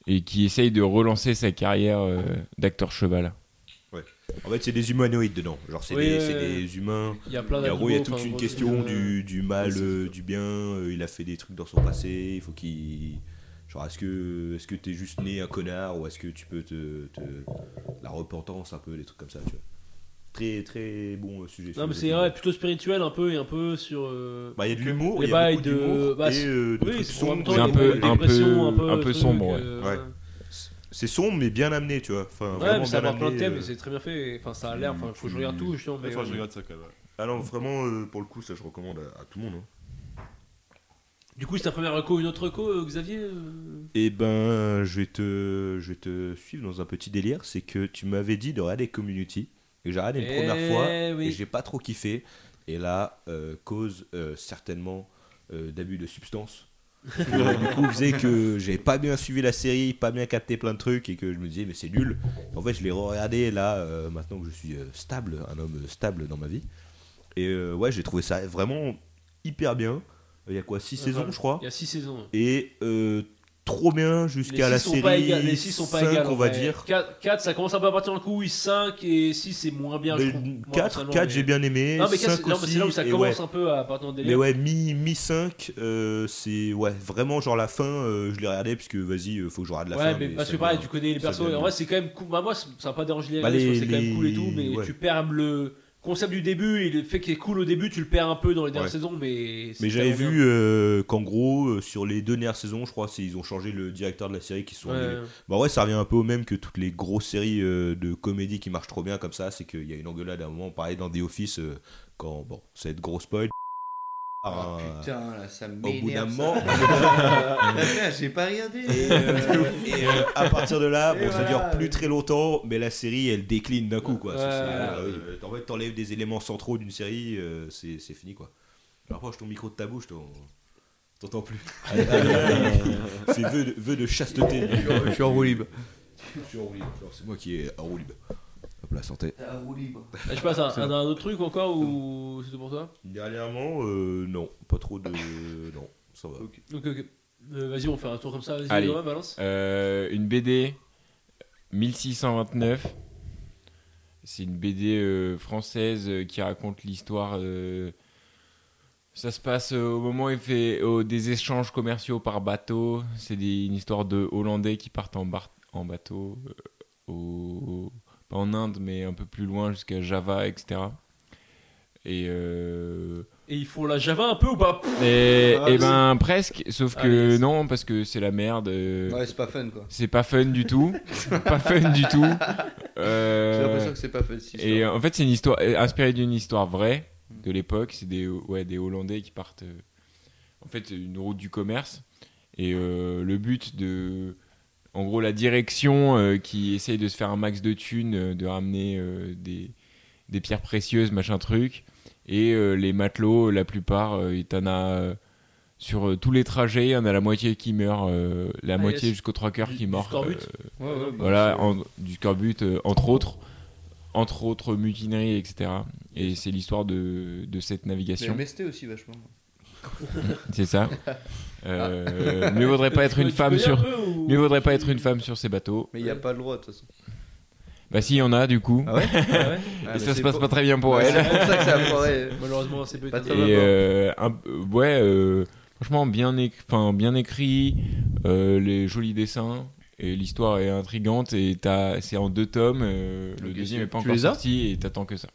et qui essaye de relancer sa carrière euh, d'acteur cheval. En fait, c'est des humanoïdes dedans. Genre, c'est Oui, des, ouais, c'est ouais. des humains. Il y a plein Et en gros, il y a toute enfin, une gros, question euh, du, du mal, euh, du bien. euh, il a fait des trucs dans son passé. Il faut qu'il. Genre, est-ce que est-ce que t'es juste né un connard ou est-ce que tu peux te, te- La repentance, un peu, des trucs comme ça, tu vois. Très, très bon euh, sujet. Non, mais c'est ouais, plutôt spirituel un peu et un peu sur. euh, Bah, il y a de l'humour, Les il y a bails beaucoup de- d'humour. bah, et c'est- euh, des Oui, trucs c'est en même sombres. temps, il C'est y a un peu- beaucoup de un peu- dépression, un peu, un peu truc, sombre, ouais. euh, Ouais. C'est sombre, mais bien amené, tu vois. Enfin, Ouais, mais vraiment ça bien aborde plein de amené. thèmes euh. et c'est très bien fait. et, Enfin, ça a l'air. Enfin, faut que je regarde tout. justement, mais, ouais. ça quand même. Ah non, vraiment, euh, pour le coup, ça, je recommande à, à tout le monde. hein. Du coup, c'est ta première reco, une autre reco, euh, Xavier euh Eh ben, je vais te, je vais te suivre dans un petit délire. C'est que tu m'avais dit de regarder Community. Et j'ai regardé une Eh première fois. Et oui. j'ai pas trop kiffé. Et là, euh, cause euh, certainement euh, d'abus de substances. Et, euh, du coup, faisait que j'avais pas bien suivi la série, pas bien capté plein de trucs. Et que je me disais, mais c'est nul. En fait, je l'ai regardé là, euh, maintenant que je suis euh, stable, un homme stable dans ma vie. Et euh, ouais, j'ai trouvé ça vraiment hyper bien. Il y a quoi 6 Ouais, saisons, voilà. je crois Il y a 6 saisons. et euh, trop bien jusqu'à Les la six série sont pas égales, les 6 sont pas 5, égales. on va dire. 4, ça commence un peu à partir dans le coup. 5 et 6, c'est moins bien. je trouve. Moi, 4, personnellement, 4 mais- j'ai bien aimé. Non, mais 5 quatre, c'est- non, mais aussi, c'est là où ça et commence ouais. hein, un peu à partir dans le Mais délire. ouais, mi, mi 5, euh, c'est ouais, vraiment genre la fin, euh, je l'ai regardé parce que vas-y, euh, faut que je regarde la ouais, fin. mais parce ça que pareil, vient- tu connais les ça persos. vient Et en de- vrai, c'est quand même cool. Bah, moi, c'est- ça va pas déranger les Bah, gars, je les- trouve que c'est quand les- même cool et tout. Mais ouais. tu perds le concept du début et le fait qu'il est cool au début, tu le perds un peu dans les dernières Ouais. saisons. Mais, c'est Mais j'avais tellement vu euh, qu'en gros, euh, sur les deux dernières saisons, je crois, c'est- ils ont changé le directeur de la série qui se sont bien. engueulés. Ouais. Bah ouais, ça revient un peu au même que toutes les grosses séries euh, de comédie qui marchent trop bien comme ça, c'est qu'il y a une engueulade à un moment, pareil dans The Office, euh, quand, bon, ça va être gros spoil. Ah, un- putain, là, ça au bout d'un m'énerve. ça. moment, Ah, putain, j'ai pas regardé. et, euh, et, euh, à partir de là, Et bon, ça voilà. dure plus très longtemps, mais la série elle décline d'un coup quoi. Ça, Ouais. c'est- euh, en fait, t'enlèves des éléments centraux d'une série, euh, c'est c'est fini quoi. Alors, approche ton micro de ta bouche, t'en- t'entends plus. c'est vœu de, vœu de chasteté. Je suis en roue libre. Je suis en roue libre. Alors, C'est moi qui est en roue libre. Hop, la santé. T'es en roue libre. Ah, Je sais pas, ça, un, un autre truc encore ou c'est tout pour toi Dernièrement, euh, non, pas trop de. non, ça va. Ok, ok. Euh, vas-y, on fait un tour comme ça. Vas-y, Allez. Thomas, balance. Euh, une BD 1629. C'est une BD euh, française euh, qui raconte l'histoire. euh, ça se passe euh, au moment où il fait au- des échanges commerciaux par bateau. C'est des- une histoire de Hollandais qui partent en, bar- en bateau, euh, au- pas en Inde, mais un peu plus loin jusqu'à Java, etc. Et euh, Et ils font la Java un peu ou pas et, Ah, et c'est- ben presque, sauf Ah, que yes. non, parce que c'est la merde. euh, Ouais, c'est pas fun quoi. c'est pas fun du tout. pas fun du tout. Euh, J'ai l'impression que c'est pas fun. cette histoire. et euh, en fait, c'est une histoire euh, inspirée d'une histoire vraie de Mm. l'époque. C'est des, ouais, des Hollandais qui partent. euh, en fait, une route du commerce. Et euh, le but de. En gros, la direction euh, qui essaye de se faire un max de thunes, euh, de ramener euh, des, des pierres précieuses, machin truc. Et euh, les matelots, la plupart, euh, il t'en a. euh, sur euh, tous les trajets, il y en a la moitié qui meurt, euh, la Ah, moitié yes. jusqu'aux trois quarts Du- qui euh, du meurt. scorbut. Ouais, ouais, bah, voilà, en- du scorbut, euh, entre autres, entre autres mutineries, etc. Et c'est l'histoire de, de cette navigation, MST aussi, vachement. c'est ça. Euh, Mieux vaudrait pas être Ah. Tu peux- une tu femme peux dire sur, un peu, ou- mieux vaudrait pas être une femme sur ces bateaux. Mais il n'y a pas le droit, de toute façon. Bah si, il y en a du coup. Ah ouais Ah ouais. Et ça se passe pas très bien pour elle. Bah, C'est pour ça que ça a foiré. Malheureusement, c'est Pas peut-être. très- Et euh, un- euh, ouais, euh, franchement bien, éc- enfin, bien écrit, euh, les jolis dessins et l'histoire est intrigante et t'as- c'est en deux tomes. euh, le Ok, deuxième tu- est pas tu encore les as sorti et t'attends que ça.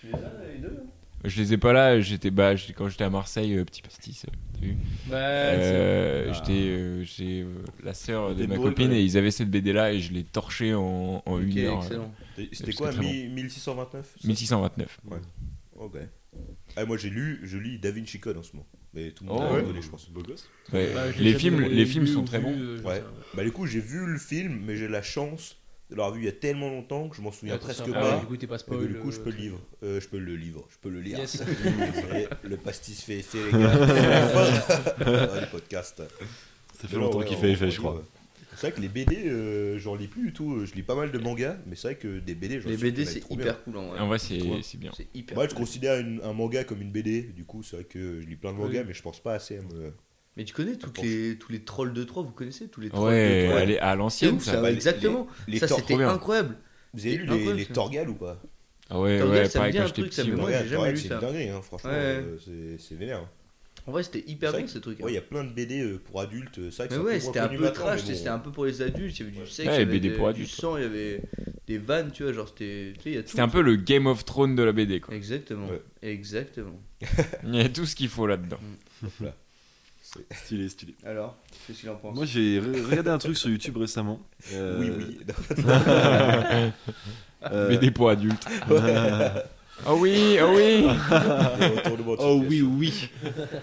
Tu les as, les deux hein Je les ai pas là. J'étais bah, j'étais- quand j'étais à Marseille, euh, petit pastis. euh, t'as vu Bah, Ah, Euh, J'étais euh, j'ai euh, la sœur de Des ma boules, copine ouais. et ils avaient cette BD là et je l'ai torché en, en Ok, une heure. euh, excellent. C'était Parce quoi, que très mi- 1629 ça 1629. Ok. Ah, moi j'ai lu, je lis Da Vinci Code en ce moment. Mais tout le monde Oh, l'a ouais. connaît, je pense. Beau gosse. Bah, Ouais, bah, les films, les films sont très bons. euh, Ouais. Bah du coup j'ai vu le film, mais j'ai la chance de l'avoir vu il y a tellement longtemps que je m'en Ah, souviens presque pas. Du coup, t'es pas Et que spoil. du coup je peux le livrer livre, Euh, je peux le livre, je peux le lire. Yes. Et le pastis fait effet les gars. C'est la fin. Ouais, du podcast. Ça fait longtemps qu'il fait effet, je crois. C'est vrai que les BD, euh, j'en lis plus du tout. Je lis pas mal de mangas, mais c'est vrai que des BD, j'en Les suis BD, jamais c'est trop bien. hyper cool en vrai. En vrai, c'est c'est bien. C'est hyper Moi, je cool. considère une- un manga comme une BD. Du coup, c'est vrai que je lis plein de mangas, mais je pense pas assez à me. Mais tu connais toutes les, tous les trolls de 3, vous connaissez tous les trolls Ouais, de 3 elle est à C'est l'ancienne ouf ça. ça, bah, les- exactement. les ça torts, c'était trop bien. incroyable. Vous avez lu Incroyable, les, les ça. Torgal ou pas Ah ouais, Torgal, ça ouais, me pareil dit quand un j'étais truc, ça petit. me ouais. Moi, j'ai Torgal, jamais lu c'est ça. une dinguerie, hein, franchement. Ouais. euh, c'est- c'est vénère. En vrai, c'était hyper C'est bon vrai ces trucs. Ouais, il y a plein de BD euh, pour adultes. C'est vrai que Mais c'est ouais, peu c'était un reconnu peu maintenant, trash, mais bon. c'était un peu pour les adultes, il y avait du sexe, Ouais, il y avait BD des- pour du adultes, sang, il y avait des vannes, tu vois, genre c'était tu sais, il y a tout. C'était un peu le Game of Thrones de la BD quoi. Exactement. Ouais. Exactement. Il y a tout ce qu'il faut là-dedans. Stylé, stylé. Alors, qu'est-ce qu'il en pense Moi, j'ai re- regardé un truc sur YouTube récemment. Euh, Oui, oui. euh, BD pour adultes. Oh oui, oh oui. Le retournement de Oh oui, situation. oui.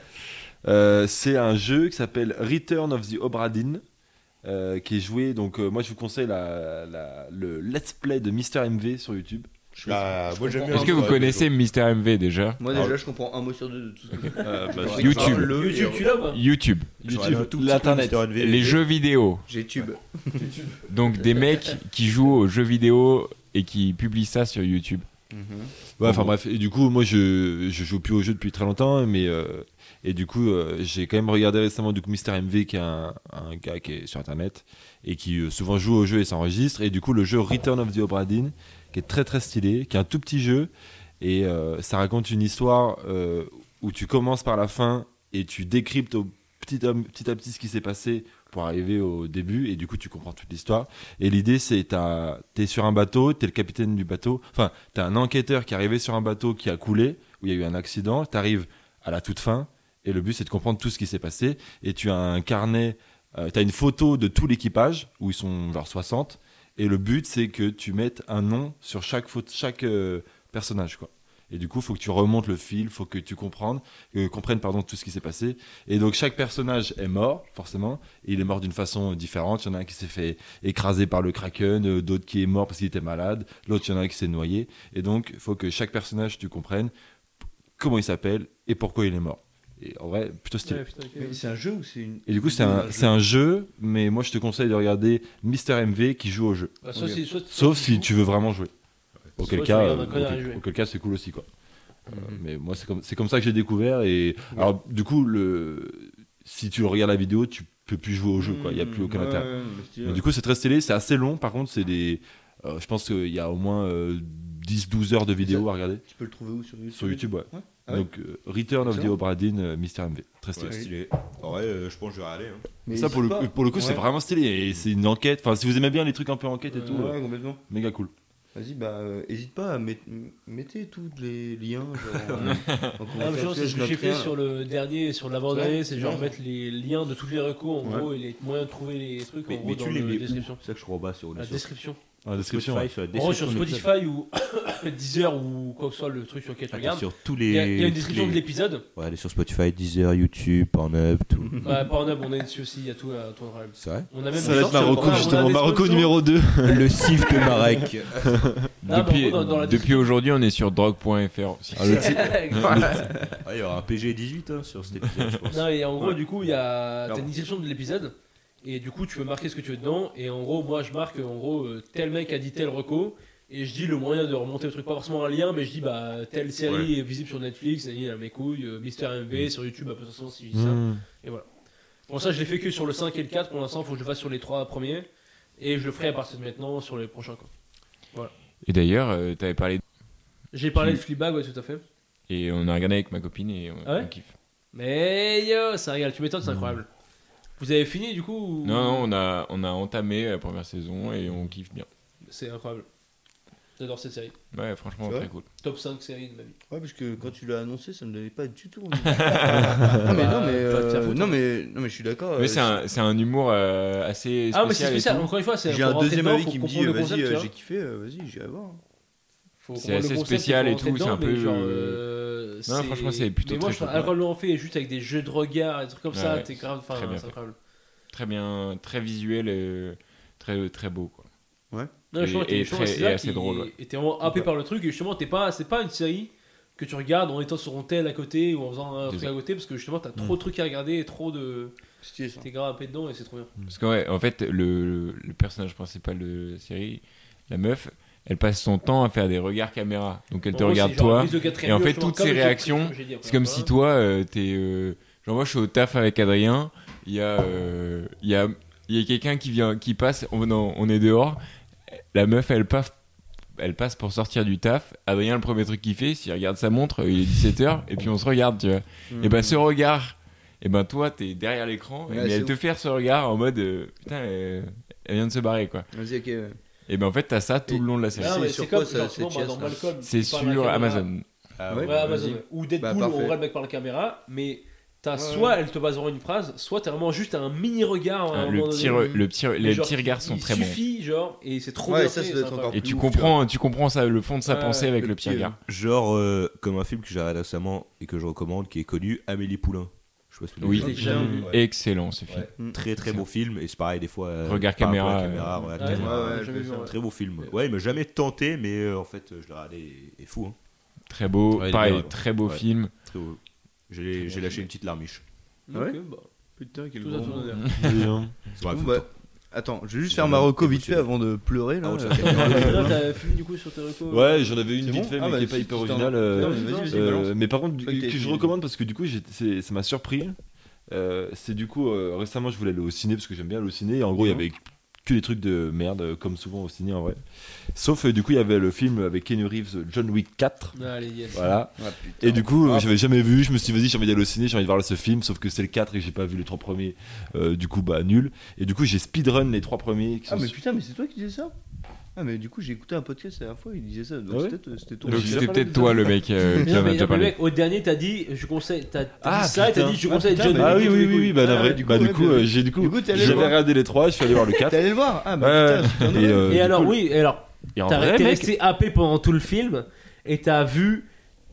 Euh, c'est un jeu qui s'appelle Return of the Obra Dinn, euh, qui est joué. Donc, euh, moi, je vous conseille la, la- le Let's Play de Mister MV sur YouTube. Bah, moi, j'aime bien Est-ce que ça, vous ouais, connaissez Mister MV déjà Moi Alors- déjà, je comprends un mot sur deux de tout ce que Euh, bah, Ouais. je- YouTube. Le- YouTube, tu l'as ou pas YouTube, J'aurais YouTube, un tout petit l'internet. peu Mr. NV. les jeux vidéo. j'ai tube. Donc des mecs qui jouent aux jeux vidéo et qui publient ça sur YouTube. Ouais, enfin bref, et du coup, moi je, je joue plus au jeu depuis très longtemps, mais euh, et du coup, euh, j'ai quand même regardé récemment du coup Mister MV, qui est un, un gars qui est sur internet et qui euh, souvent joue au jeu et s'enregistre. Et du coup, le jeu Return of the Obra Dinn, qui est très très stylé, qui est un tout petit jeu et euh, ça raconte une histoire euh, où tu commences par la fin et tu décryptes au petit, à petit à petit ce qui s'est passé pour arriver au début et du coup tu comprends toute l'histoire et l'idée c'est t'as- t'es sur un bateau t'es le capitaine du bateau enfin t'as un enquêteur qui est arrivé sur un bateau qui a coulé où il y a eu un accident t'arrives à la toute fin et le but c'est de comprendre tout ce qui s'est passé et tu as un carnet euh, t'as une photo de tout l'équipage où ils sont genre 60 et le but c'est que tu mettes un nom sur chaque faute chaque euh, personnage quoi et du coup, faut que tu remontes le fil, faut que tu comprennes, euh, comprennes pardon, tout ce qui s'est passé. Et donc, chaque personnage est mort, forcément. Et il est mort d'une façon différente. Il y en a un qui s'est fait écraser par le kraken, euh, d'autres qui est mort parce qu'il était malade, l'autre, il y en a un qui s'est noyé. Et donc, faut que chaque personnage, tu comprennes p- comment il s'appelle et pourquoi il est mort. Et en vrai, plutôt stylé. Ouais, putain, ok. Mais c'est un jeu ou c'est une Et du coup, c'est un, c'est un jeu, mais moi, je te conseille de regarder Mister MV qui joue au jeu. Bah, sauf si- soit- Sauf si tu veux vraiment jouer. Auquel Soit tu cas, regardes euh, un connard auquel- y jouer. auquel cas c'est cool aussi quoi. Euh, Mhm. Mais moi c'est comme c'est comme ça que j'ai découvert et alors du coup le si tu regardes la vidéo tu peux plus jouer au jeu quoi. Il y a plus aucun Hmm. Mm-hmm. Ouais, intérêt. ouais, mais stylé. Mais du coup c'est très stylé, c'est assez long par contre c'est des euh, je pense qu'il y a au moins 10-12 heures de vidéo à regarder Tu peux le trouver où sur YouTube sur YouTube ouais. Ouais. Ah ouais Donc euh, Return of the Excellent. Obra Dinn, euh, Mr MV, très stylé. Ouais, stylé. En vrai, euh, je pense que je vais aller. hein. Mais ça pour le, pas. coup- pour le coup c'est Ouais. vraiment stylé et c'est une enquête. Enfin si vous aimez bien les trucs un peu enquête et tout, Ouais, euh, complètement. méga cool. Vas-y, bah, euh, hésite pas à met- m- mettez tous les liens. Genre, en Ah, mais genre, c'est ce que j'ai fait sur le dernier et sur l'avant-dernier, Ouais. c'est genre Ouais. mettre les liens de tous les recours en Ouais. gros et les moyens de trouver les trucs Mais- en mais gros tu dans les mets la où description. C'est ça que je rebats sur La description. Dans la description. ouais. sur la En gros, sur description de l'épisode. Spotify ou Deezer ou quoi que ce soit le truc sur lequel tu Attends, regardes. sur tous Il les. y, a il y a une tous description les- de l'épisode. Ouais, elle est sur Spotify, Deezer, YouTube, Pornhub, tout. Bah, Pornhub, on est dessus aussi, il y a tout à tout à- C'est vrai On a même Ça va être Marocco On a- on a justement, des Marocco sponsors. numéro 2. Le sift de Marek. Ah, bah, depuis dans- dans la depuis aujourd'hui, on est sur drogue.fr. Ah, le ti- Ah, il y aura un PG18 hein, sur cet épisode, je pense. Non, et en gros, du coup, il y a t'as Pardon. une description de l'épisode. Et du coup, tu peux marquer ce que tu veux dedans. Et en gros, moi, je marque, en gros, euh, tel mec a dit tel reco. Et je dis le moyen de remonter le truc, pas forcément un lien, mais je dis, bah, telle série est visible sur Netflix, et il a mes couilles, euh, Mister Mm. MV, sur YouTube, à peu près si je dis ça. Mmh. Et voilà. Pour ça, je l'ai fait que sur le 5 et le 4. Pour l'instant, il faut que je fasse sur les 3 premiers. Et je le ferai à partir de maintenant sur les prochains. quoi. Et d'ailleurs, euh, t'avais parlé. J'ai parlé Tu- de Fleabag, ouais, tout à fait. Et on a regardé avec ma copine et on, Ah ouais on kiffe. Mais yo, ça régale, tu m'étonnes, c'est incroyable. Vous avez fini du coup ou- Mm. Non, non, on a, on a entamé la première saison et on kiffe bien. C'est incroyable. J'adore cette série. Ouais, franchement, C'est très vrai cool. Top 5 série de ma vie. Ouais, parce que quand tu l'as annoncé, ça ne l'avait pas du tout. envie. non, mais, non, mais, Bah, euh, faut te faire foutre. non, mais, non, mais je suis d'accord. euh, Mais c'est un, c'est un humour euh, assez spécial. Ah, mais c'est et spécial, tout. encore une fois. c'est- J'ai faut un rentrer deuxième dedans, avis faut qui me dit comprendre le vas-y, concept, euh, tu vois. j'ai kiffé, euh, vas-y, j'irai voir. Faut C'est comprendre le assez concept, spécial faut et rentrer tout, c'est dedans, un mais peu, genre, euh, euh, non, franchement, c'est plutôt Mais moi, très je trouve cool, ouais. Alcool Laurent fait juste avec des jeux de regard et des trucs comme Ouais, ça. ouais, T'es grave. Enfin, très bien c'est fait. incroyable. Très bien, très visuel, et très, très beau. Quoi. Non, Et- justement, t'es- et justement, très- c'est et là assez qu'il- drôle, ouais. Et t'es vraiment happé par le truc. Et justement, t'es pas, c'est pas une série que tu regardes en étant sur un tel à côté ou en faisant un truc à Désolé. côté parce que justement, t'as Mm. trop de trucs à regarder et trop de. T'es grave happé dedans et c'est trop bien. Parce que, ouais, en fait, le, le personnage principal de la série, la meuf, elle passe son temps à faire des regards caméra. Donc elle te En gros, regarde c'est genre une toi. prise de quatrième et en mur, fait, justement, toutes comme ces le truc réactions, que j'ai dit, C'est comme voilà. si toi, euh, t'es. euh, genre, moi, je suis au taf avec Adrien. Il y a. euh, Il y a, il y a quelqu'un qui vient, qui passe. On, non, on est dehors. La meuf, elle passe. Elle passe pour sortir du taf. Adrien, le premier truc qu'il fait, s'il regarde sa montre, il est 17h, et puis on se regarde, tu vois. Hmm. Et ben ce regard, et ben toi, t'es derrière l'écran, Ouais, mais c'est elle te fait ce regard en mode euh, putain, euh, elle vient de se barrer, quoi. Vas-y, ok. ouais. Et ben en fait, t'as ça tout le long de la Ah, série. c'est mais sur c'est comme quoi, ça, genre, cette souvent, bah, pièce, dans là Malcolm, C'est il parle à la sur caméra. Amazon. hein, Ah Ouais, Amazon. ouais. Ou Deadpool, Bah, on parfait. voit le mec par la caméra, mais t'as Ouais, soit elle te base en une phrase, soit t'as vraiment juste un mini regard. à un Hein, le moment petit, donné. re- le petit, Mais les genre, petits regards sont il très bons. suffit, genre, et c'est trop Ouais, bien ça, fait, ça et doit c'est être incroyable. encore Et tu Plus, comprends, tu comprends ça, le fond de sa Ouais, pensée avec le le petit petit, regard. Genre, euh, comme un film que j'ai regardé récemment et que je recommande, qui est connu, Amélie Poulain. Je sais pas si vous Oui. l'avez vu. J'ai jamais vu. Ouais. Excellent ce film. Très très beau film, et c'est pareil, des fois. euh, Regard par rapport à caméra, la euh, caméra, regard Ouais, caméra. ouais, j'ai jamais vu, c'est un ouais. Très beau film. Ouais, il m'a jamais tenté, mais euh, en fait, euh, je l'ai regardé, il est fou. Hein. Très beau, Ouais, il est pareil, bien, ouais. très beau Ouais. film. Très beau. J'ai j'ai lâché une petite larmiche. Ouais. Ok, bah, Putain, quel tout ça, bon tout moment. ça. hein. C'est vrai, Bon, faut bah, le temps. Attends, je vais juste faire ma reco vite fait avant de pleurer là. Ah, on se Euh, fait Là, T'as fini du coup sur tes recos Ouais, j'en avais une C'est vite bon fait, Ah mais bah, qui est pas si, hyper si, originale. Non, euh, mais vas-y, vas-y, euh, balance. mais par contre, du- Ok, que je vas-y. recommande parce que du coup, j'ai- c'est- ça m'a surpris. Euh, c'est du coup, euh, récemment, je voulais aller au ciné parce que j'aime bien aller au ciné. Et en Mhm. gros, il y avait que des trucs de merde, euh, comme souvent au ciné en vrai. Sauf, euh, du coup, il y avait le film avec Keanu Reeves, euh, John Wick 4. Allez, yes. Voilà. Ah, putain. Et du coup, Ah, j'avais jamais vu. Je me suis dit, vas-y, j'ai envie d'aller au ciné, j'ai envie de voir ce film. Sauf que c'est le 4 et que j'ai pas vu les trois premiers. Euh, du coup, bah, nul. Et du coup, j'ai speedrun les trois premiers. Qui Ah, sont mais putain, mais c'est toi qui disais ça Ah, mais du coup, j'ai écouté un podcast la dernière fois, il disait ça. Donc Ah ouais c'était- euh, c'était toi. Donc j'ai c'était déjà peut-être toi le mec euh, Mais qui non, en a mais non, déjà mais parlé. mec, au dernier, t'as dit, je conseille, t'as t'as Ah, dit ça et t'as putain. dit, je Ah, conseille putain, John mais- Wick Ah et oui, tous oui, les oui, oui, couilles. bah, Ah, navré. ouais, du bah, coup, du ouais, coup, bah, euh, j'ai du Du coup, coup, t'es allé le j'avais voir. regardé les trois, je suis allé voir le 4. T'es allé le voir Ah, Ouais, bah putain, ouais. c'est bien Et, normal. euh, Et du alors, coup, oui, et alors, Et en t'as vrai, t'es mec, resté happé pendant tout le film et t'as vu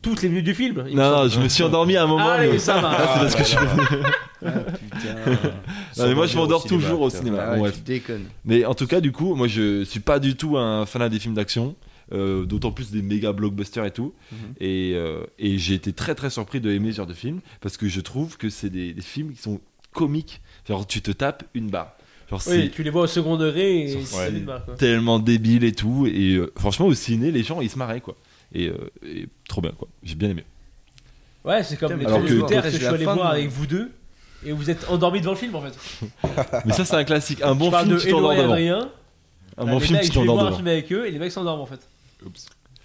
toutes les minutes du film. il me Non, semble. non, je me suis endormi à un moment. mais- Allez, ça Ah, va. c'est parce que je suis- Ah, putain. Non, mais moi je S'endormir m'endors au cinéma, toujours au putain. cinéma. Ah, Bon, ouais, bref. tu déconnes. Mais en tout cas, du coup, moi je suis pas du tout un fanat des films d'action, euh, d'autant plus des méga blockbusters et tout. Mhm. Et, euh, et j'ai été très très surpris de aimer ce genre de films parce que je trouve que c'est des, des films qui sont comiques. Genre, tu te tapes une barre. Genre, c'est Oui, tu les vois au second degré et Ouais. ça les marque, quoi. tellement débile et tout. Et euh, franchement, au ciné, les gens ils se marraient quoi. Et, euh, et trop bien quoi. J'ai bien aimé. Ouais, c'est comme Putain, les mais alors trucs que- de terre, c'est est-ce que je suis la allé fin de- voir avec vous deux et vous êtes endormi devant le film en fait. Mais ça, c'est un classique. Un je bon parle film, de tu t'endors Eloi et devant. Adrien. Un là, bon les film, mecs, tu je vais t'endors voir un devant. film avec eux et les mecs s'endorment en fait.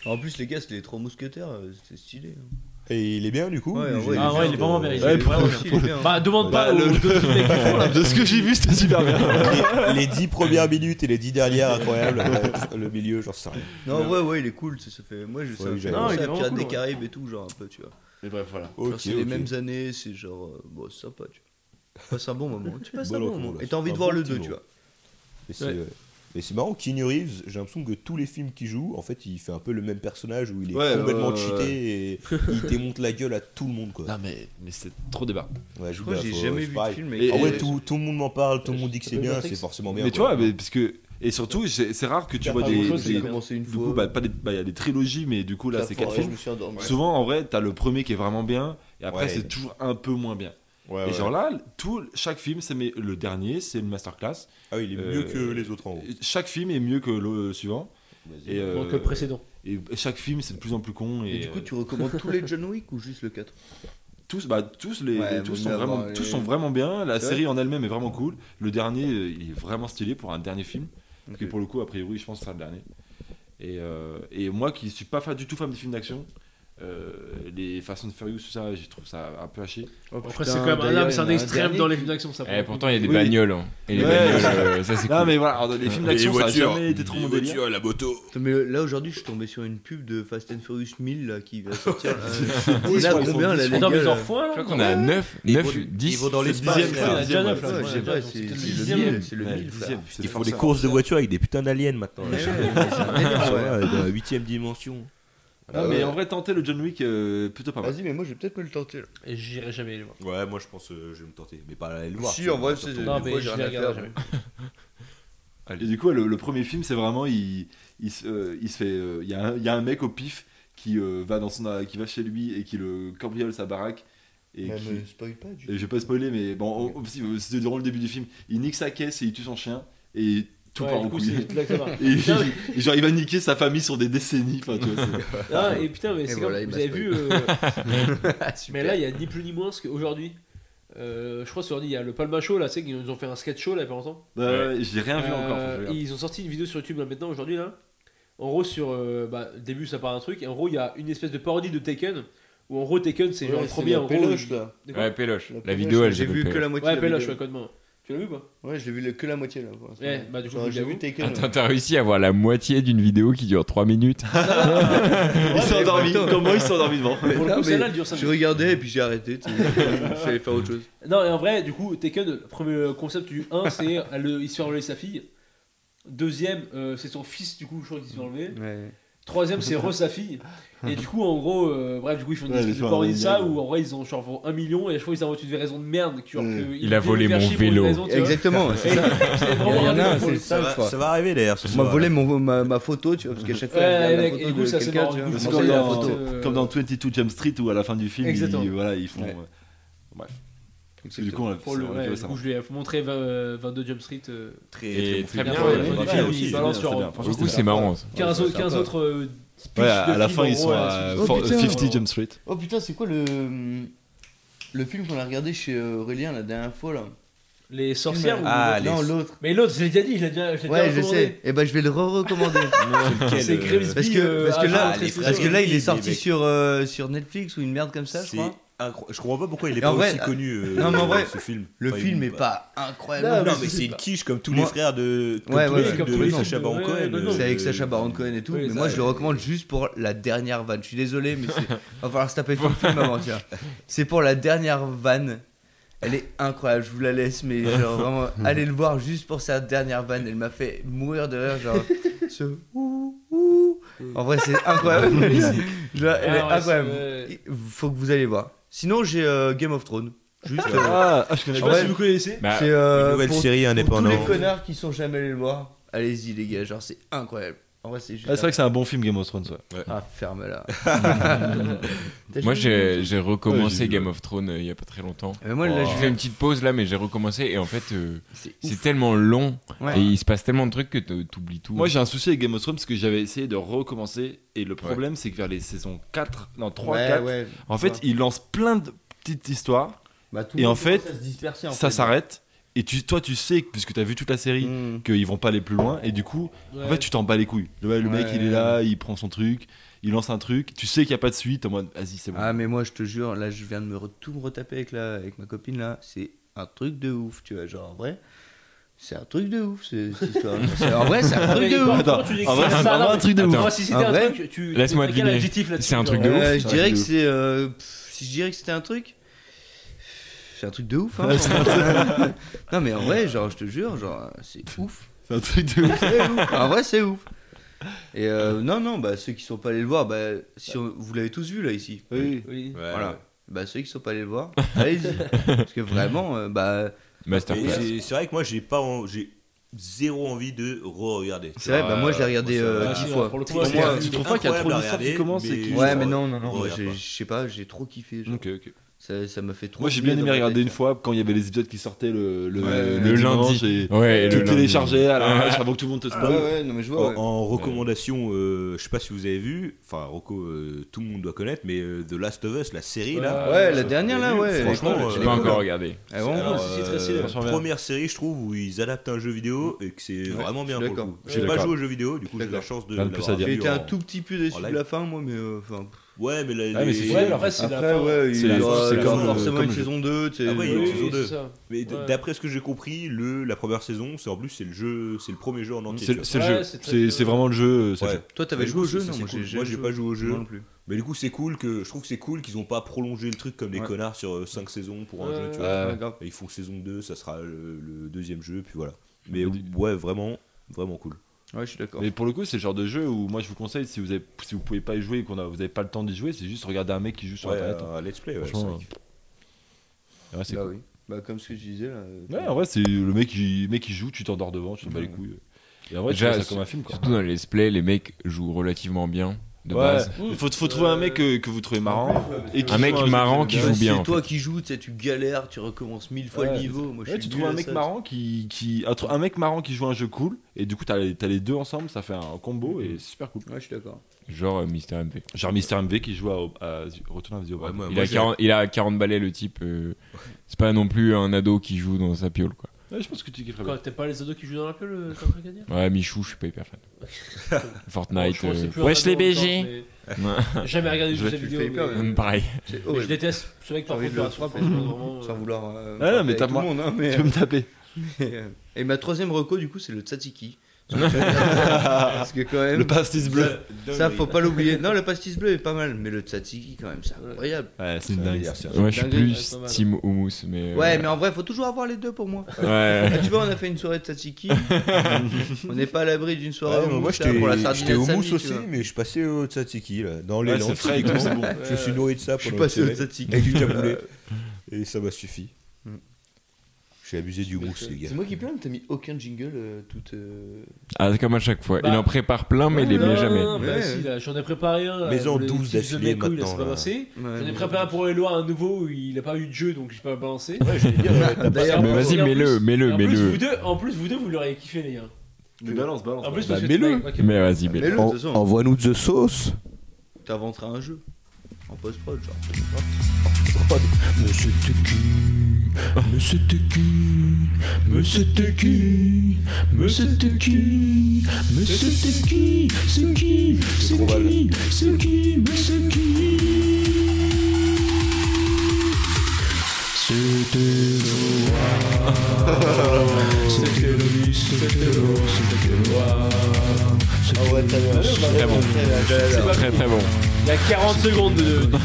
En plus, les gars, c'est les trois mousquetaires, euh, c'était stylé. hein. Et il est bien du coup Ouais, lui, ouais, j'ai- Ah ouais, il est vraiment bien. il est Ouais, vraiment pour- bien. Aussi, euh, il est bien. hein. Bah, demande pas Bah, aux le- deux films mecs qui font là. De ce que j'ai vu, c'était super bien. les dix premières minutes et les dix dernières, incroyable. Ouais, le milieu, j'en sais rien. Non, ouais, ouais, il est cool. Ça, ça fait... Moi, je sais Ouais, ça, j'aime bien. non, Non, il est ça vraiment Pirates cool, des ouais. Caraïbes et tout, genre un peu, tu vois. Mais bref, voilà. Genre, c'est les mêmes années, c'est genre. euh, Bon, c'est sympa, tu vois. Tu passes un bon moment. Tu passes un Bon bon recours, moment. là, Et t'as envie c'est de un voir bon le petit 2, mot. tu vois. Mais c'est, Ouais. euh, mais c'est marrant, Keanu Reeves, j'ai l'impression que tous les films qu'il joue, en fait, il fait un peu le même personnage où il est Ouais, complètement ouais, cheaté et il démonte la gueule à tout le monde. Quoi. Non, mais, mais c'est trop débat. Ouais, Je crois que euh, Gilbert, j'ai faut- Ah jamais c'est vu de pareil. film. Et- avec- En et- vrai, tout, tout le monde m'en parle, tout le monde dit que c'est euh, bien, Matrix. c'est forcément bien. Mais tu quoi. vois, mais parce que Et surtout, j'ai- c'est rare que tu vois pas des. grand-chose, des- j'ai commencé une du fois. coup, bah, pas des- bah, il y a des trilogies, mais du coup, là, La c'est forêt, quatre films. Je me suis endormi. Souvent, en vrai, t'as le premier qui est vraiment bien, et après, Ouais. Ah c'est toujours un peu moins bien. Ouais, et genre là, tout, chaque film, c'est mais le dernier, c'est une masterclass. Ah oui, il est Euh, mieux que les autres en Oh. haut. Chaque film est mieux que le suivant. Et, euh, Donc le précédent. et chaque film, c'est de plus en plus con. Et, Et du coup, tu recommandes tous les John Wick ou juste le 4 tous, bah, tous, les, Ouais, tous, vaut sont mieux vraiment, avoir tous les- sont vraiment bien. La Ouais. série en elle-même est vraiment cool. Le dernier, euh, il est vraiment stylé pour un dernier film. Ok. Qui, pour le coup, a priori, je pense, sera le dernier. Et, euh, et moi, qui suis pas fan- du tout fan des films d'action, euh, les façons de Furious, tout ça, je trouve ça un peu haché. Après, c'est quand même un, non, mais c'est un extrême dans les films d'action, ça. pour Eh, le coup. pourtant, il y a des Oui. bagnoles. hein. Et les Ouais. bagnoles, euh, ça c'est Non, cool. mais voilà, alors, Euh, les films d'action, ça a jamais été trop mon délire. la moto. Putain, mais là aujourd'hui, je suis tombé sur une pub de Fast and Furious 1000 là, qui va sortir. là. dix, là, ouais, ils combien sont là, dix. les Attends, mais gars, ils en là font un, Je là crois qu'on a 9, 9, 10. vont dans les dixième, dixièmes. c'est Ouais, il y en a déjà neuf, là. Ouais, Ouais, je sais pas, c'est le c'est le dixième. 1000, c'est le 1000 frère. Ils Ils font des courses de voitures avec des putains d'aliens maintenant. Ouais, ouais, c'est un délire, Ça ouais. va, dans la huitième dimension. Non, mais en vrai, tenter le John Wick, euh, plutôt pas mal. Vas-y, mais moi je vais peut-être me le tenter. là. Et J'irai jamais les voir. Ouais, moi je pense que je vais me tenter, mais pas aller le voir. Si, en vrai, c'est. Non, mais moi, j'ai je les rien à regarderai faire, jamais. Et du coup, le, le premier film, c'est vraiment il, il, se, euh, il se fait, euh, il y, a un- il y a un mec au pif qui euh, va dans son, qui va chez lui et qui le cambriole sa baraque et Mais qui- me spoil pas du et je vais pas spoiler, mais bon, on- si, euh, c'était durant le début du film, il nique sa caisse et il tue son chien et tout Ouais, part du en coup, couille. c'est- exactement. Et, et genre il va niquer sa famille sur des décennies. Enfin, tu vois, c'est- Ah, et putain, mais Et c'est voilà, comme- il vous m'a avez vu. spoil. euh, tout. mais là, il y a ni plus ni moins ce qu'aujourd'hui. Euh, je crois sur il y a le Palma Show là, tu sais qu'ils ont fait un sketch show là il y a pas longtemps. Ouais, ouais, Bah, j'ai rien vu Euh, encore. faut que je regarde. ils ont sorti une vidéo sur YouTube là maintenant aujourd'hui là. En gros sur euh, bah, le début ça part un truc et en gros il y a une espèce de parodie de Taken où en gros Taken c'est genre le premier en gros. Péloche, là. De quoi Ouais, Péloche. La La Péloche, vidéo, elle J'ai vu s'appelle que la moitié. Ouais, la Péloche, vidéo. ouais, code main. Tu l'as vu pas Ouais, je l'ai vu le- que la moitié là. pour l'instant. Ouais, bah, du coup, Genre, vous j'ai l'avez vu vu Taken. Attends, ouais. t'as réussi à voir la moitié d'une vidéo qui dure 3 minutes Il s'est endormi. Comment il s'est endormi devant Pour le Non, coup, mais celle-là elle dure 5 Je regardais et puis j'ai arrêté. tu sais. J'allais faire autre chose. Non, et en vrai, du coup, Taken, le premier euh, concept du 1, c'est elle- il se fait enlever sa fille. Deuxième, euh, c'est son fils, du coup, je crois qu'il se fait enlever. Ouais. Troisième, c'est Re sa fille. Et du coup, en gros, euh, bref, du coup, ils font une Ouais, espèce ils de font un parodie de ça délire. où en vrai, ils ont genre pour un million et à chaque fois, ils inventent une raison de merde. Genre, Ouais. que Il a viennent volé faire mon chier pour une vélo. raison, tu vois. Exactement, Et c'est ça. c'est Il vraiment y en a un un, des- c'est le sale, je crois. Ça va arriver d'ailleurs ce On m'a soir. volé mon, ma, ma photo, tu vois, parce qu'à chaque fois, Ouais, je regarde mec, la et photo du coup, de ça, c'est quelqu'un, marrant, tu du coup, vois. C'est c'est comme la dans, photo, euh, comme dans 22 Jump Street où à la fin du film, Exactement. ils, voilà, ils font. Ouais. Bref. Parce que du coup, on l'a Pour le, on l'a ouais, fait du ça. coup, je lui ai montré euh, 22 Jump Street. euh, Et très bien. bien, ouais. ouais. Ouais, Ouais, aussi, il c'est bien, balance sur- c'est bien. Du Franchement, coup, c'est marrant. ça. 15, Ouais, c'est 15 sympa. autres. euh, pitchs Ouais, de à la films, fin, en ils gros, sont à la à suite. for- Oh, putain. 50 Jump Street. Oh putain, c'est quoi le. hum, Le film qu'on a regardé chez euh, Aurélien la dernière fois là euh, Les sorcières ou Ah, les- Non, l'autre. Mais l'autre, je l'ai déjà dit, je l'ai déjà, je l'ai Ouais, déjà je recommandé. sais. Et bah, je vais le re-recommander. C'est Grimsby. Parce que- euh, parce que là, agent les très Parce que spécial. là, il est Horrible, sorti mec. sur, euh, sur Netflix ou une merde comme ça, je C'est crois. incro- Je comprends pas pourquoi il est Et en pas vrai, aussi connu. euh, non, mais en vrai, ce film. Le Enfin, film il- est pas Non, Non, incroyable. mais mais c'est- c'est une quiche comme tous Moi- les frères de. comme Ouais, tous ouais, les films comme de tous les Sacha films, Baron ouais, Cohen. ouais, euh, C'est avec Sacha Baron Cohen et tout, Oui, mais ça, moi je le ouais. recommande juste pour la dernière vanne. Je suis désolé, mais c'est- va falloir se taper tout le film avant, tiens. C'est pour la dernière vanne. Elle est incroyable, je vous la laisse, mais genre vraiment, allez le voir juste pour sa dernière vanne. Elle m'a fait mourir de rire, genre ce ouh, ouh. En vrai, c'est incroyable. Genre, elle est Ah ouais, incroyable. c'est- Il Faut que vous allez voir. Sinon, j'ai euh, Game of Thrones. Juste. euh, Ah, je Je connais sais En pas vrai, si vous connaissez. Bah, c'est euh, Une nouvelle pour- série pour tous les indépendante. connards qui sont jamais allés le voir, allez-y les gars, genre c'est incroyable. En vrai, c'est juste. Ah, c'est vrai que c'est un bon film Game of Thrones. ouais. Ah, ferme-la. T'as jamais moi, j'ai j'ai Ouais, j'ai recommencé vu, Game of Thrones euh, il y a pas très longtemps. vu Mais moi, là, J'ai je fait vais. une petite pause là, mais j'ai recommencé et en fait, euh, C'est c'est tellement long Ouais. et il se passe tellement de trucs que t- t'oublies tout. Moi j'ai un souci avec Game of Thrones parce que j'avais essayé de recommencer et le problème c'est que vers les saisons 4, non 3, 4, ouais. en fait Ouais. ils lancent plein de petites histoires, Bah, tout et le en monde fait, commence à se hein, disperser, en ça fait. s'arrête et tu, toi tu sais, que- puisque t'as vu toute la série, Mm. qu'ils vont pas aller plus loin et du coup en fait tu t'en bats les couilles. Le, le mec Ouais. il est là, il prend son truc, il lance un truc, tu sais qu'il y a pas de suite en mode vas-y c'est bon. Ah, mais moi, je te jure, là, je viens de me re- tout me retaper avec, la... avec ma copine là. C'est un truc de ouf, tu vois. Genre, en vrai, c'est un truc de ouf, ce- cette histoire. C'est- en vrai, c'est un truc de ouf. Attends, en vrai, c'est vraiment un truc de ouf. Si En c'était un vrai, truc, tu. laisse-moi t'as quel deviner. adjectif là-dessus, C'est un genre truc de ouf. Euh, c'est je un dirais truc que de ouf. c'est. euh, pff, si je dirais que c'était un truc. C'est un truc de ouf, hein. non, mais en vrai, genre, je te jure, genre, c'est ouf. C'est un truc de ouf. C'est ouf. En vrai, c'est ouf. Et euh, non, non, bah, ceux qui sont pas allés le voir, bah, si on- vous l'avez tous vu là ici. Oui. Oui. Ouais. Voilà. Bah, ceux qui sont pas allés le voir, allez-y. Parce que vraiment, euh, bah, Et Masterclass. C'est c'est vrai que moi j'ai pas en- j'ai zéro envie de re-regarder. C'est vrai, bah moi je l'ai regardé euh, Ah, 10 si, fois. Pour le coup, Pour c'est- moi, c'est- tu il trouves est pas qu'il y a trop incroyable à d'histoires qui regarder, commencent et mais- qui- Ouais, mais non, non, non. Ouais, j'ai- pas. Je sais pas, j'ai trop kiffé. genre. Ok, ok. Ça ça m'a fait trop. Moi j'ai bien oublier aimé dans ma regarder tête. une fois quand il y avait les épisodes qui sortaient le, le, Ouais, le le dimanche et Ouais, tout le lundi. téléchargé à la vache avant que tout le monde te Ah spoil. ouais, ouais, non, mais je vois. En, ouais. en recommandation, euh, je sais pas si vous avez vu, enfin Rocco, euh, tout le monde doit connaître, mais euh, The Last of Us, la série là. Ouais, la euh, dernière, vous là, avez vu ouais, Franchement, elle est J'ai euh, pas cool. encore regardé. Ah bon alors, c'est- c'est euh, très stylé, franchement, bien. première série, je trouve, où ils adaptent un jeu vidéo et que c'est vraiment bien. je suis pour le d'accord. coup. Je J'ai suis pas d'accord. joué aux jeux vidéo, du coup j'ai eu la D'accord. chance de. Rien de plus à l'avoir dire. J'ai vu été en- un tout petit peu déçu en de live. la fin, moi, mais euh, enfin. Ouais, mais la- Ah, mais les- c'est Ouais, fini. mais après, c'est la après, fin. ouais, C'est il la- y aura c'est il y comme aura le- forcément comme une le jeu. saison 2. tu sais. Après, il y a Oui, une oui, saison c'est 2. ça. Mais d- Ouais. d'après ce que j'ai compris, le, la première saison, c'est en plus c'est le jeu, c'est le premier jeu en entier. tu C'est vois. c'est le Ouais, jeu, c'est très c'est cool. c'est vraiment le jeu. euh, c'est le Ouais. jeu. Toi, t'avais Du joué coup, au jeu ça, Non, c'est moi cool. j'ai Moi, j'ai pas joué au jeu. Moi non plus. Mais du coup, c'est cool que je trouve que c'est cool qu'ils ont pas prolongé le truc comme les Ouais. connards sur 5 saisons pour un Ouais. jeu. Tu vois. Ouais. Ouais, grave. Et Ils font saison 2, ça sera le, le deuxième jeu, puis voilà. Mais Ouais. ouais, vraiment, vraiment cool. Ouais, je suis d'accord. Mais pour le coup, c'est le genre de jeu où moi je vous conseille si vous avez, si vous pouvez pas y jouer et qu'on a vous avez pas le temps d'y jouer, c'est juste regarder un mec qui joue sur Ouais, internet. un let's play, ouais. Franchement, c'est Ouais, c'est Bah cool. oui. Bah, comme ce que je disais là. euh, Ouais, en vrai, c'est le mec qui mec qui joue, tu t'endors devant, tu te bats les couilles. Et en vrai, Déjà, tu vois ça c'est- comme un film quoi. Surtout dans les let's play, les mecs jouent relativement bien de Ouais, base. il faut, faut trouver un mec euh, que vous trouvez marrant. Et qui Un mec joue jeu marrant que qui vous joue aimez bah, bien. bien, en C'est toi qui joues, tu sais, tu galères, tu recommences mille fois Ouais. le niveau. Moi, je Ouais, suis tu nul trouves un à mec ça. marrant qui, qui un, tr- un mec marrant qui joue un jeu cool et du coup t'as les, t'as les deux ensemble ça fait un combo et c'est super cool. Ouais, je suis d'accord. Genre euh, Mister MP. Genre Mister MV qui joue à, à, Retourne à Zero. Ouais, moi, Il Bah, moi, a, j'ai- 40, il a 40 balais le type. euh, c'est pas non plus un ado qui joue dans sa piole quoi. Ouais, je pense que tu kifferais bien. Quoi, t'aimes pas les ados qui jouent dans la queue, le t'as un truc à dire Ouais, Michou, je suis pas hyper fan. Fortnite. Franchement, c'est euh, plus un ado en même temps, mais- J'ai jamais regardé de Je jeux vais- vidéo. tu le fais hyper, mais- ouais. Ouais. Pareil. C'est mais Je horrible. déteste ce mec J'ai par envie contre, de le par frapper, vraiment. Sans vouloir. euh, Ah non, mais frapper t'as avec tout moi- le monde, hein, mais, Tu peux me taper. euh, Et ma troisième reco, du coup, c'est le tzatziki. Parce que quand même. Le pastis bleu. Ça, faut pas l'oublier. Non, le pastis bleu est pas mal, mais le tzatziki, quand même, c'est incroyable. Ouais, c'est une dingue. dingue. Ouais, je suis Dinguerie, plus ouais, pas mal. team houmous, mais. euh, Ouais, mais en vrai, faut toujours avoir les deux pour moi. Ouais. Ah, tu vois, on a fait une soirée de tzatziki. on n'est pas à l'abri d'une Ouais, soirée mais au moi mousse, j'étais là, pour la j'étais sardine au au mousse aussi, mais je suis passé au tzatziki là, dans les Ouais, c'est Landes, frais et tout, typiquement. c'est bon. Je suis nourri de ça Je suis pendant une passé au semaine. tzatziki. Avec du taboulé. Et ça m'a suffi. Mm. Je suis abusé du mousse, les gars. C'est moi qui plains, t'as mis aucun jingle euh, toute. euh, Ah, c'est comme à chaque fois. Bah. Il en prépare plein, mais il les Non, met non, jamais. non, bah Ouais. si, là, J'en ai préparé un. là, Mais en pour les 12 tips de d'affilée mes couilles, là, c'est maintenant, pas là. passé. ouais, J'en ai mais- préparé un pour Eloi, un nouveau où il a pas eu de jeu donc j'ai pas balancé. D'ailleurs, Mais vas-y, Et en mets-le, plus- et mets-le, en plus, vous mets-le. deux- En plus, vous deux, vous l'auriez kiffé, les gars. Mais balance, balance. En plus, Bah, parce que- mets-le. Ok. Bah, Mais vas-y, Mais mets-le. le, de toute façon, Envoie-nous de sauce t'inventeras un jeu. En post-prod, genre. Monsieur Tucu, Monsieur Tucu, Monsieur Tucu, Monsieur Tucu, Monsieur Tucu, c'est qui, c'est qui, c'est qui, mais c'est qui C'était le roi, c'était lui, c'était l'eau, c'était le roi. Ah ouais, t'as bien. Très bon. C'est Très très bon. Il y a 40 secondes de. de-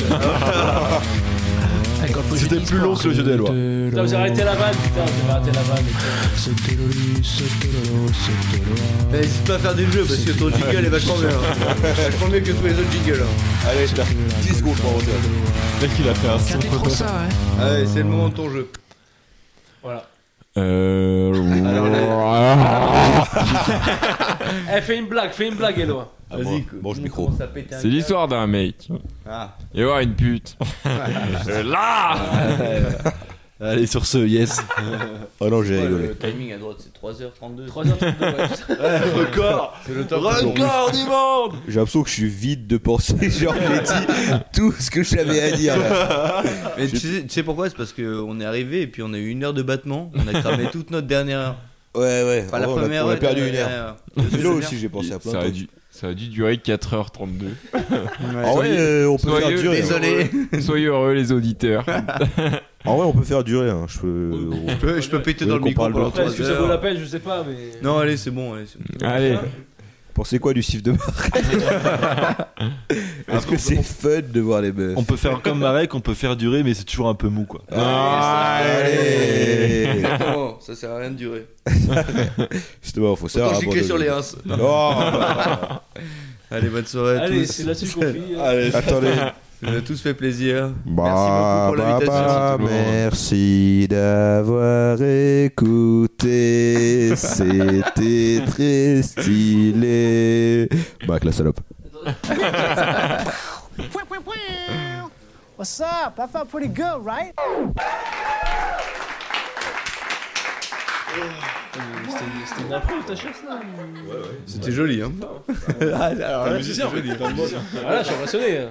C'était plus long que le jeu des lois. Putain, j'ai arrêté la vanne, putain, j'ai arrêté la vanne. euh, C'était le lui, c'était l'eau, c'était le roi. Mais N'hésite pas à faire des jeux parce que ton jingle est vachement bien. hein. Vachement mieux que tous les autres jingles. hein. Allez, je 10 secondes pour rentrer. Dès qu'il a fait un son. trop ça, ouais. Ah ouais, c'est le moment de ton jeu. Voilà. Euh... Eh, fais une blague, fais une blague, Eloi. Ah, Vas-y, mange on micro. commence à péter un C'est l'histoire d'un mec. câble. Ah, Et voir une pute. Euh, Là Allez, sur ce, yes. Oh non, j'ai ouais, rigolé. le timing à droite, c'est 3h32. 3h32, ouais, putain. Record C'est le temps pour- Record du monde J'ai l'impression que je suis vide de pensée. Genre, j'ai dit tout ce que j'avais à dire. là. Mais tu sais, tu sais pourquoi C'est parce qu'on est arrivé et puis on a eu une heure de battement. On a cramé toute notre dernière heure. Ouais, ouais. Enfin, en la vrai, Oh, on a- première on a heure. perdu la une heure. dernière heure. Vélo aussi, j'ai pensé Oh, à plein de ça a, trucs. dû, ça a dû durer 4h32. En vrai, euh, on peut faire Soyez, durer. hein. Désolé. soyez heureux les auditeurs. En vrai, on peut faire durer. hein. Je peux. Je peux, je peux péter Oui, dans le qu'on micro parle de pendant Après, est-ce 3 que ça vaut la heures. peine Je sais pas, mais. Non, allez, c'est bon. Allez, c'est bon. Allez, Pensez quoi du siffle de Marek Est-ce que c'est fun de voir les meufs On peut faire comme Marek, on peut faire durer, mais c'est toujours un peu mou quoi. Ah, Allez, Exactement, ça sert à rien de durer. Justement, faut Autant savoir. gicler sur les abandonner. 1. Oh, Allez, bonne soirée à Allez, tous. c'est là-dessus qu'on finit. Allez, attendez. Ça nous a tous fait plaisir. Bah, beaucoup pour l'invitation, bah, tout le monde. Merci d'avoir écouté. C'était très stylé. Bah, que la salope. What's up? I felt pretty good, right? C'était une impro, ta chasse là C'était joli, hein. Ah là, j'ai impressionné.